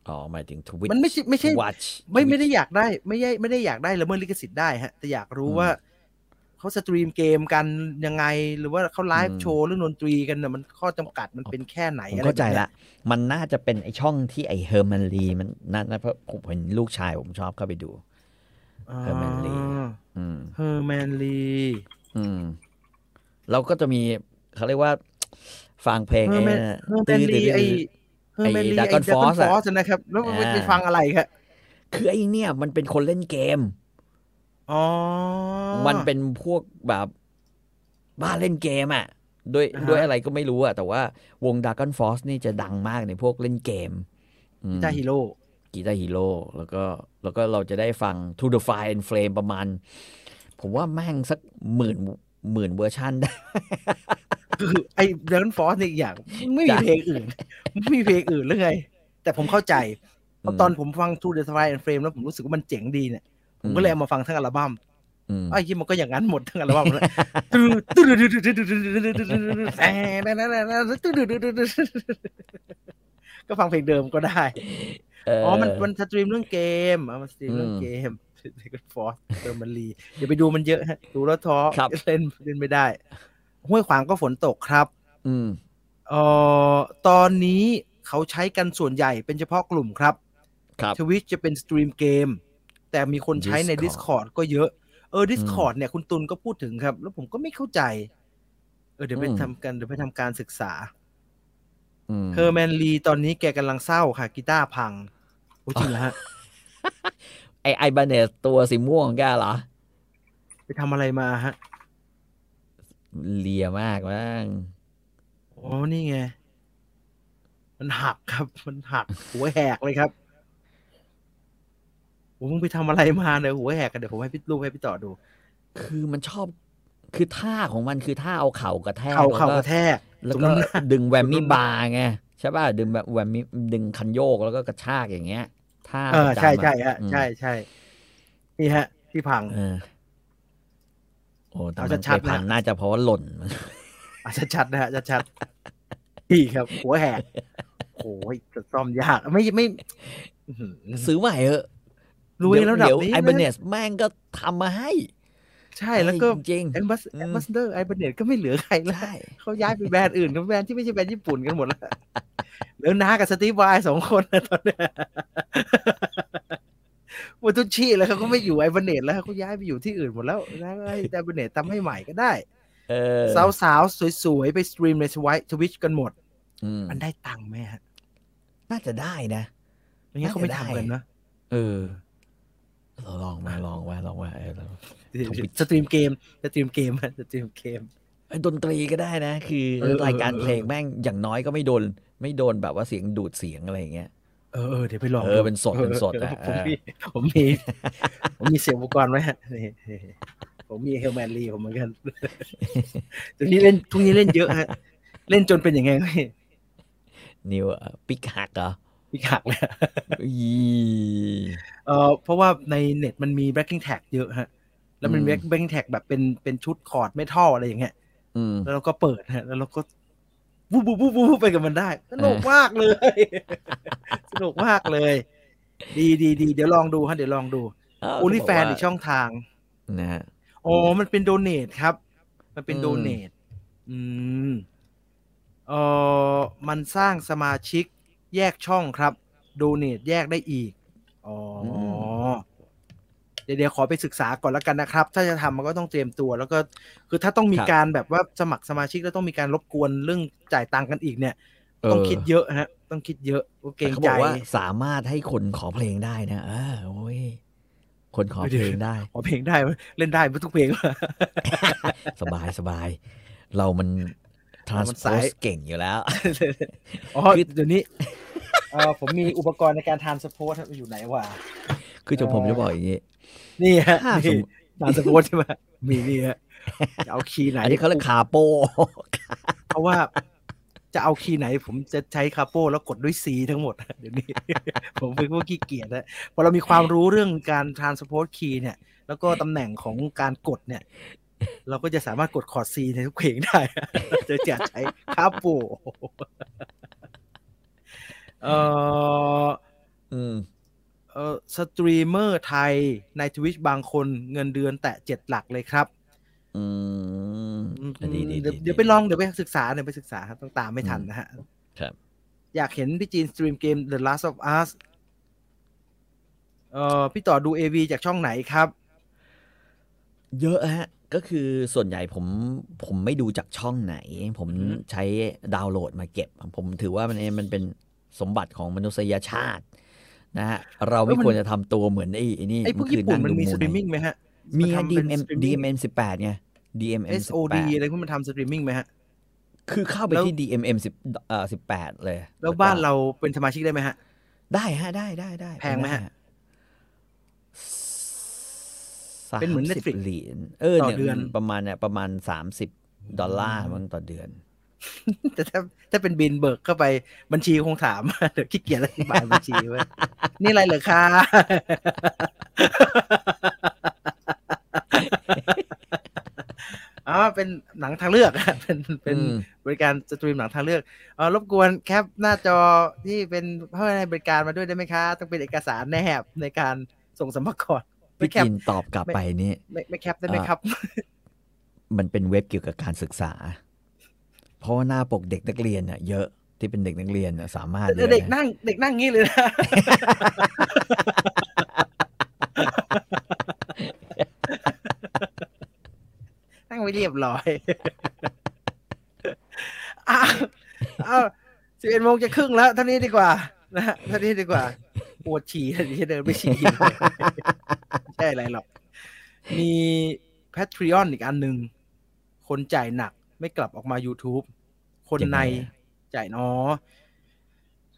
S3: อ๋อหมายถึงทวิต
S1: มันไม่ใช่ไม่ใช่
S3: วัช
S1: ไม่ไม่ได้อยากได้ไม่ได้ไม่ได้อยากได้ละเมิดลิขสิทธิ์ได้ฮะแต่อยากรู้
S3: อืม
S1: ว่าเขาสตรีมเกมกันยังไงหรือว่าเขาไล
S3: อื
S1: ฟ์
S3: ม
S1: โชว์เรื่องดนตรีกันนะมันข้อจำกัดมันเป็นแค่ไหน
S3: ผม
S1: อะไร
S3: เข้าใจ
S1: แบบนี้ย
S3: ละ มันน่าจะเป็นไอช่องที่ไอเฮอร์มันลีมันนั่นนะเพราะผมเห็นลูกชายผมชอบเข้าไปดู
S1: อ่า
S3: Herman Lee อืม
S1: เฮอร์แมนลี
S3: อืมเราก็จะมีเขาเรียกว่าฟังเพลง
S1: เฮอร์แมน
S3: นะ
S1: เฮอร์แม
S3: ตื้
S1: น
S3: อตื้
S1: ลี
S3: อ
S1: ไอเฮอ
S3: ตื้อ
S1: ร์แมนลีไอ
S3: Dragon
S1: ดักอน
S3: Force
S1: ฟอ
S3: อะ
S1: สนะครับ แล้วมัน
S3: อ่า
S1: ไปฟังอะไรครับ
S3: คือไอเนี่ย มันเป็นคนเล่นเกม
S1: อ๋อ
S3: มันเป็นพวกแบบบ้าเล่นเกมอ่ะด้วย
S1: อ่าฮะ
S3: ด้วยอะไรก็ไม่รู้อ่ะแต่ว่าวง Dragon Force นี่จะดังมากในพวกเล่นเกมอืม
S1: จ้าฮีโร่
S3: กีตาร์ฮีโร่แล้วก็แล้วก็เราจะได้ฟัง To the Fire and Flame ประมาณ ผมว่าแม่งสักหมื่นหมื่นเวอร์ชันได้
S1: คือไอ้เดนฟอสเนี่ยอีกอย่างไม่มี
S3: จ้ะ
S1: เพลงอื่น ไม่มีเพลงอื่นหรือไง แต่ผมเข้าใจเพราะ
S3: อืม
S1: ตอนผมฟัง True the Fire and Frame แล้วผมรู้สึกว่ามันเจ๋งดีเนี่ย ผมก็
S3: อืม
S1: เลยเอามาฟังทั้งอัลบั้ม
S3: อืม
S1: ไอ้ยี่มันก็อย่างนั้นหมดทั้งอัลบั้ม เลยตื้อตื้อตื้อตื้อตื้อตื้อตื้อตื้อตื้อตื้อก็ฟังเพลงเดิมก็ได้
S3: เ
S1: อ๋อ มันมันสตรีมเรื่องเกมอ่ะมันสตรีมเรื่องเกมเดนฟอสเติมมันรีเดี๋ยวไปดูมันเยอะฮะดูแล้วท้อ
S3: ครับ
S1: เล่นเล่นไม่ได้ ห้วยขวางก็ฝนตกครับ
S3: อืม
S1: เอ่อตอนนี้เขาใช้กันส่วนใหญ่เป็นเฉพาะกลุ่มครับ
S3: ครับ
S1: ทวิชจะเป็นสตรีมเกม แต่มีคนใช้ใน
S3: Discord
S1: Discord ก็เยอะ เออ Discord เนี่ยคุณตุลก็พูดถึงครับ แล้วผมก็ไม่เข้าใจ เออเดี๋ยวไป
S3: อืม
S1: ทำกันเดี๋ยวไปทำการศึกษา
S3: อืม
S1: เคอร์แมนลีตอนนี้แกกำลังเศร้าค่ะกีตาร์พังโอ้จริงเหรอฮะ
S3: ไอไอบาเนสตัวสีม่วงของแกเหรอ
S1: ไปทำอะไรมาฮะ
S3: เลียมากมั้ง
S1: อ๋อนี่ไง มันหักครับ มันหัก หัวแหกเลยครับโอ้มึงไปทำอะไรมาเนี่ยหัวแหกกันเดี๋ยวผมให้พี่ลูกให้พี่ต่อดู
S3: คือมันชอบ คือท่าของมันคือท่าเอาเข่ากระแทก
S1: เข่า
S3: แล้ว
S1: เข่ากระแทก
S3: แล้ว
S1: ตรง
S3: ก็
S1: นั้นน่ะ
S3: ดึงแวมมี่บาร์ไงใช่ป่ะ ดึงแบบแวมมี่ดึงคันโยกแล้วก็กระชากอย่างเงี้ย ท่า
S1: เออ
S3: ประจำอะ
S1: ใช่ใช่ฮะ
S3: อืม
S1: ใช่ใช่นี่ฮะ ที่พัง
S3: เออโอ้แต่
S1: เอา
S3: มัน
S1: ชัดๆนะ
S3: ไปพันน่าจะเพราะว่าหล่น มัน
S1: อ่ะชัดๆนะฮะชัดๆนี่ครับ หัวแหกโอ้ยจะซ่อมยากไม่ไม่อื้อหือ
S3: ซื้อใหม่เถอะ
S1: รู้ไงระดับ
S3: เดี๋ยว
S1: นี้
S3: ไอบาเน
S1: นะ
S3: สแม่งก็ทำมาให้
S1: ใช่แล้วก็
S3: จริง
S1: แอมบัส
S3: อืม
S1: แอมบัสเดอร์ไอบันเนตก็ไม่เหลือใคร
S3: ๆ
S1: แล้ว
S3: ใช่
S1: เขาย้ายไปแบรนด์อื่นกับแบรนด์ที่ไม่ใช่แบรนด์ญี่ปุ่นกันหมดแล้วเหลือน้ากับสตีฟไวายสองคนนะตอนเนี้ยวัตุชีแล้วเขาก็ไม่อยู่ไอบันเนตแล้วเขาย้ายไปอยู่ที่อื่นหมดแล้วนะไอบันเนตทำให้ใหม่ก็ได้
S3: เออ
S1: สาวสาวๆสวยๆ ไปสตรีมในสวายทวิชกันหมด
S3: อืม
S1: มันได้ตังค์ไหมฮะ
S3: น่าจะได้นะ
S1: ไม่งั้นเขาไม่
S3: น่าจะได้
S1: ทำกันนะ
S3: เออเราลองมาลองมาลองมาเออลอง Twitch
S1: สตรีมเกมสตรีมเกม สตรีมเกม
S3: ไอ้ดนตรีก็ได้นะ คือ
S1: เออเออ
S3: รายการเพลงแม่งอย่างน้อยก็ไม่โดน ไม่โดนแบบว่าเสียงดูดเสียงอะไรอย่างเงี้ย
S1: เออเออเดี๋ยวไปลอง
S3: เออเป็นสดเป็นสด
S1: ออ
S3: อะ
S1: ผม
S3: เออ
S1: มีผมมี ผมมีเสี ยงอุปกรณ์ไว้ฮะนี่ผมมีเฮลแมนลีผมเหมือน กันตัวนี้เล่นทุกนี้เล่นเยอะฮะ เล่นจนเป็นอย่างไงไม่
S3: นิวอะปิกหักเหรอ
S1: พิกักเลยฮะ
S3: อี
S1: เออเพราะว่าในเน็ตมันมี backing tag เยอะฮะ แล้วมันมี backing tag แบบเป็นเป็นชุดคอร์ดไม่ท่ออะไรอย่างเงี้ย
S3: อืม
S1: แล้วเราก็เปิดฮะ แล้วเราก็วูบวูบวูบวูบไปกับมันได้ สนุก
S3: เออ
S1: มากเลย สนุกมากเลย ดีดีดีเดี๋ยวลองดูฮะเดี๋ยวลองดู
S3: เา
S1: โอลิแฟนอี
S3: เขาบว่าก
S1: ช่องทาง
S3: นะฮะ
S1: อ๋อ มันเป็นโดเนทครับ มันเป็น
S3: อืม
S1: โดเนท อืม เออมันสร้างสมาชิกแยกช่องครับ โดเนทแยกได้อีก อ๋ออเดี๋ยวเดี๋ยวขอไปศึกษาก่อนแล้วกันนะครับ ถ้าจะทำมันก็ต้องเตรียมตัว แล้วก็ คือถ้าต้องมีการแบบว่าสมัครสมาชิกแล้วต้องมีการรบกวนเรื่องจ่ายตังค์กันอีกเนี่ย ต้องคิดเยอะฮะ ต้องคิดเยอะโอเกรง
S3: เขาบ
S1: ใจ
S3: อกว่าสามารถให้คนขอเพลงได้นะเออโอ้ยคนขอเพลงได้
S1: ขอเพลงได้ไหมเล่นได้ไหมทุกเพลง
S3: สบายสบาย เรามันทราน
S1: เรามั
S3: ส
S1: น
S3: โพ
S1: สาย
S3: สเก่งอยู่แล้ว
S1: อ๋อเดี๋ยวนี้ เออผมมีอุปกรณ์ในการทานสปอร์ตครับอยู่ไหนวะ
S3: คือจะผมจะบอกอย่างนี้
S1: นี่ฮะ
S3: ถ้าสม
S1: นี่ทานสปอ
S3: มุติ
S1: ร์ตใช่ไหมมีนี่ฮะจะเอาคีย์ไหน
S3: อันนี้เขาเรียกคาโป
S1: เพราะว่า จะเอาคีย์ไหน ผมจะใช้คาโป้แล้วกดด้วยซีทั้งหมด เดี๋ยวนี้ ผมเป็นพวกขี้เกียจนะพอเรามีความรู้เรื่องการทานสปอร์ตคีย์เนี่ย แล้วก็ตำแหน่งของการกดเนี่ย เราก็จะสามารถกดคอร์ดซีในทุกเพลงได้ จะจะใช้คาโป้ เอ่อ
S3: อืม
S1: เออสตรีมเมอร์ไทยในทวิชบางคนเงินเดือนแตะเจ็ดหลักเลยครับ
S3: อืม
S1: อืม
S3: อ่ะดีดี
S1: เดี๋ยว
S3: ดี
S1: เดี๋ยวไปลองเดี๋ยวไปศึกษาเดี๋ยวไปศึกษาครับต้องตามไม่ทันนะฮะ
S3: ครับ
S1: อยากเห็นพี่จีนสตรีมเกม The Last of Us เออพี่ต่อดู AV จากช่องไหนครับ
S3: เยอะฮะ ก็คือส่วนใหญ่ผมผมไม่ดูจากช่องไหน ผม
S1: อือฮึ
S3: ใช้ดาวน์โหลดมาเก็บ ผมถือว่ามันมันเป็นสมบัติของมนุษยชาติ นะฮะ เราไม่ควรจะทำตัวเหมือนไอ้ไอ้นี่
S1: ไอ้พวก
S3: เมื่อคื
S1: ญี่ปุ่นมัน
S3: งดู
S1: มีสตรีม
S3: ไห
S1: มิ่งไหมฮะ
S3: มี
S1: มัน
S3: ฮะ
S1: ทำเป็น
S3: DMM
S1: streaming
S3: DMM สิบแปดไง DMM สิบ
S1: SOD
S3: แปด
S1: อะไรพวกมันทำสตรีมมิ่งไหมฮะ
S3: คือเข้าไป
S1: แล้ว
S3: ที่ DMM สิบเอ่อสิบแปดเลย
S1: แล้ว
S3: ก็
S1: บ้านเราเป็นสมาชิกได้ไหมฮะ
S3: ได้ฮะ ได้ได้ได้
S1: แพงไหมฮะ
S3: สา
S1: เป็นเหมือน
S3: สิบ
S1: Netflix
S3: เหรียญเออ
S1: ต่อ
S3: เนี่ย
S1: เดือน
S3: ประมาณเนี่ยประมาณสามสิบดอลลาร์มั้งต่อเดือน
S1: แต่ถ้าถ้าเป็นบินเบิกเข้าไปบัญชีคงถาม เดี๋ยวขี้เกียจอธิบายบัญชีไว้ ยนี่อะไรเหรอคะ อ๋อเป็นหนังทางเลือก อะเป็นเป็น
S3: อืม
S1: บริการสตรีมหนังทางเลือกเออรบกวนแคปหน้าจอที่เป็นเพื่อให้บริการมาด้วยได้ไหมคะ ต้องเป็นเอกสารแนบในการส่งสัมภาระไม่
S3: พี่
S1: แคป
S3: กินตอบกลับไปนี่
S1: ไม่ไม่แคปได้ไหมครับ
S3: มันเป็นเว็บเกี่ยวกับการศึกษา เพราะว่าหน้าปกเด็กนักเรียนน่ะเยอะที่เป็นเด็กนักเรียนน่ะสามารถย
S1: แต่
S3: อะะ
S1: เด็กนั่งเด็กนั่งงี้เลยนะ เรียบร้อยอ้าวอ้าวสิบเอ็ดโมงจะครึ่งแล้วเท่านี้ดีกว่านะฮะเท่านี้ดีกว่าปวดฉี่เลยที่เดินไปฉี่เลยไม่ใช่อะไรหรอก มี Patreon อีกอันหนึ่ง คนจ่ายหนักไม่กลับออกมา YouTube คนใน
S3: ยังไงอะ
S1: จ่ายน้อ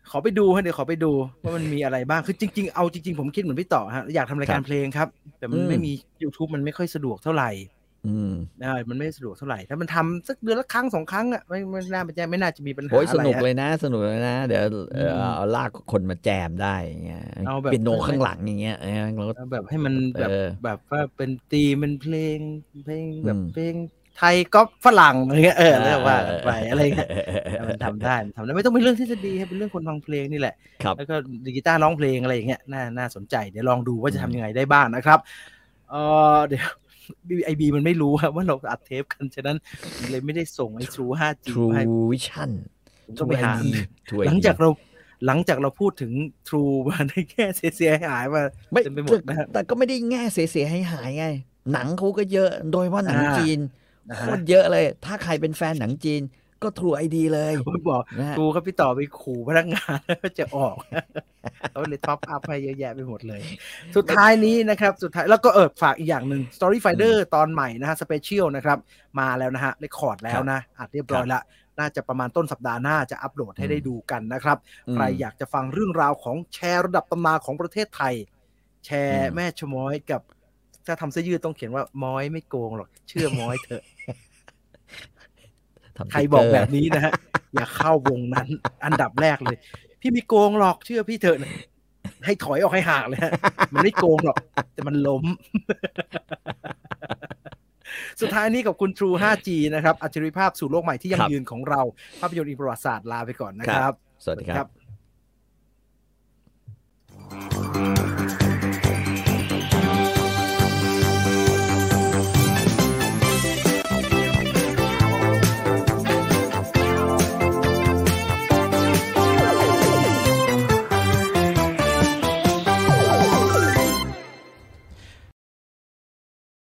S1: ขอไปดูฮะเดี๋ยวขอไปดูว่ามันมีอะไรบ้าง คือจริง ๆ เอาจริง ๆ ผมคิดเหมือนพี่ต่อฮะอยากทำรายการ
S3: ครับ
S1: เพลงครับ แต่มัน
S3: อืม
S1: ไม่มี YouTube มันไม่ค่อยสะดวกเท่าไหร่
S3: อืม
S1: ได้มันไม่สะดวกเท่าไหร่ ถ้ามันทำสักเดือนละครั้งสองครั้งอ่ะไม่ไม่น่าจะไม่น่าจะมีปัญหา
S3: โอ้ยส
S1: อะไร
S3: นุก
S1: อะ
S3: เลยนะ สนุกเลยนะ เดี๋ยวเอ่ออ
S1: ม
S3: เอาลากคนมาแจมได้อย่างเงี้ย
S1: เอาแบบ
S3: เปียโนข้างหลังอย่างเงี้ยเออเราก็
S1: เอาแบบให้มันแบบ
S3: เออ
S1: แบบว่าเป็นตีมเป็นเพลงเพลงแบบ
S3: อืม
S1: เพลงไทยก็ฝรั่งอะไรเงี้ยเออเรียกว่ากันไปอะไรเงี้ย
S3: เออ
S1: มันทำได้มันทำได้ไม่ต้องเป็นเรื่องทฤษฎีให้เป็นเรื่องคนฟังเพลงนี่แหละ
S3: ครับ
S1: แล้วก็ดีกีตาร์ร้องเพลงอะไรอย่างเงี้ยน่าน่าสนใจเดี๋ยวลองดูว่าจะทำยังไงได้บ้างนะครับเออเดี๋ยวไอบีมันไม่รู้ครับว่าเราอัดเทปกันฉะนั้นเลยไม่ได้ส่งไอ้ทรู 5G มาให้
S3: True Vision
S1: ผมต้องไปหา
S3: True ID
S1: หลังจากเราหลังจากเราพูดถึง True มาได้แค่เสียหายๆมา
S3: ไม่
S1: เต็มไปหมดนะฮะ
S3: แต่ก็ไม่ได้แง่เสียๆให้หายๆไง หนังเขาก็เยอะโดยว่าหนัง
S1: อ่า
S3: จีน
S1: นะ
S3: โค
S1: ฮะ
S3: ตรเยอะเลย ถ้าใครเป็นแฟนหนังจีนก็ True ID เลย
S1: ผมบอก
S3: นะฮะ
S1: ครูครับพี่ต่อไปขู่พนักงาน ว่าจะออกเขาเลยท็อปอัพให้เยอะแยะไปหมด เลย สุดท้ายนี้นะครับ สุดท้ายแล้วก็เออฝากอีกอย่างหนึ่ง Story Finder ตอนใหม่นะฮะสเปเชียลนะครับ มาแล้วนะฮะได้คอร์ดแล้วนะอัดเรียบร้อยละ น่าจะประมาณต้นสัปดาห์หน้าจะอัปโหลดให้ได้ดูกันนะครับ
S3: อืม
S1: ใครอยากจะฟังเรื่องราวของแชร์ระดับตำนานของประเทศไทย แชร์
S3: อืม
S1: แม่ชะม้อยกับ ถ้าทำเสื้อยืดต้องเขียนว่าม้อยไม่โกงหรอกเชื่อม้อยเถอะ
S3: ทำ
S1: ใครบอกแบ
S3: Twitter
S1: บนี้นะฮะ อย่าเข้าวงนั้น อันดับแรกเลย พี่ไมีโกงหรอกเชื่อพี่เถอะนะให้ถอยออกให้ห่างเลยฮะ มันไม่โกงหรอก แต่มันล้ม สุดท้ายนี้กับคุณ True 5G นะครับ อัจฉริภาพสู่โลกใหม่ที่ยั่
S3: ครั
S1: ง
S3: บ
S1: ยืนของเรา ภาพยนตร์อีกประวัติศาสตร์ลาไปก่อนนะครับ
S3: สวัสดีครับ
S1: ครับ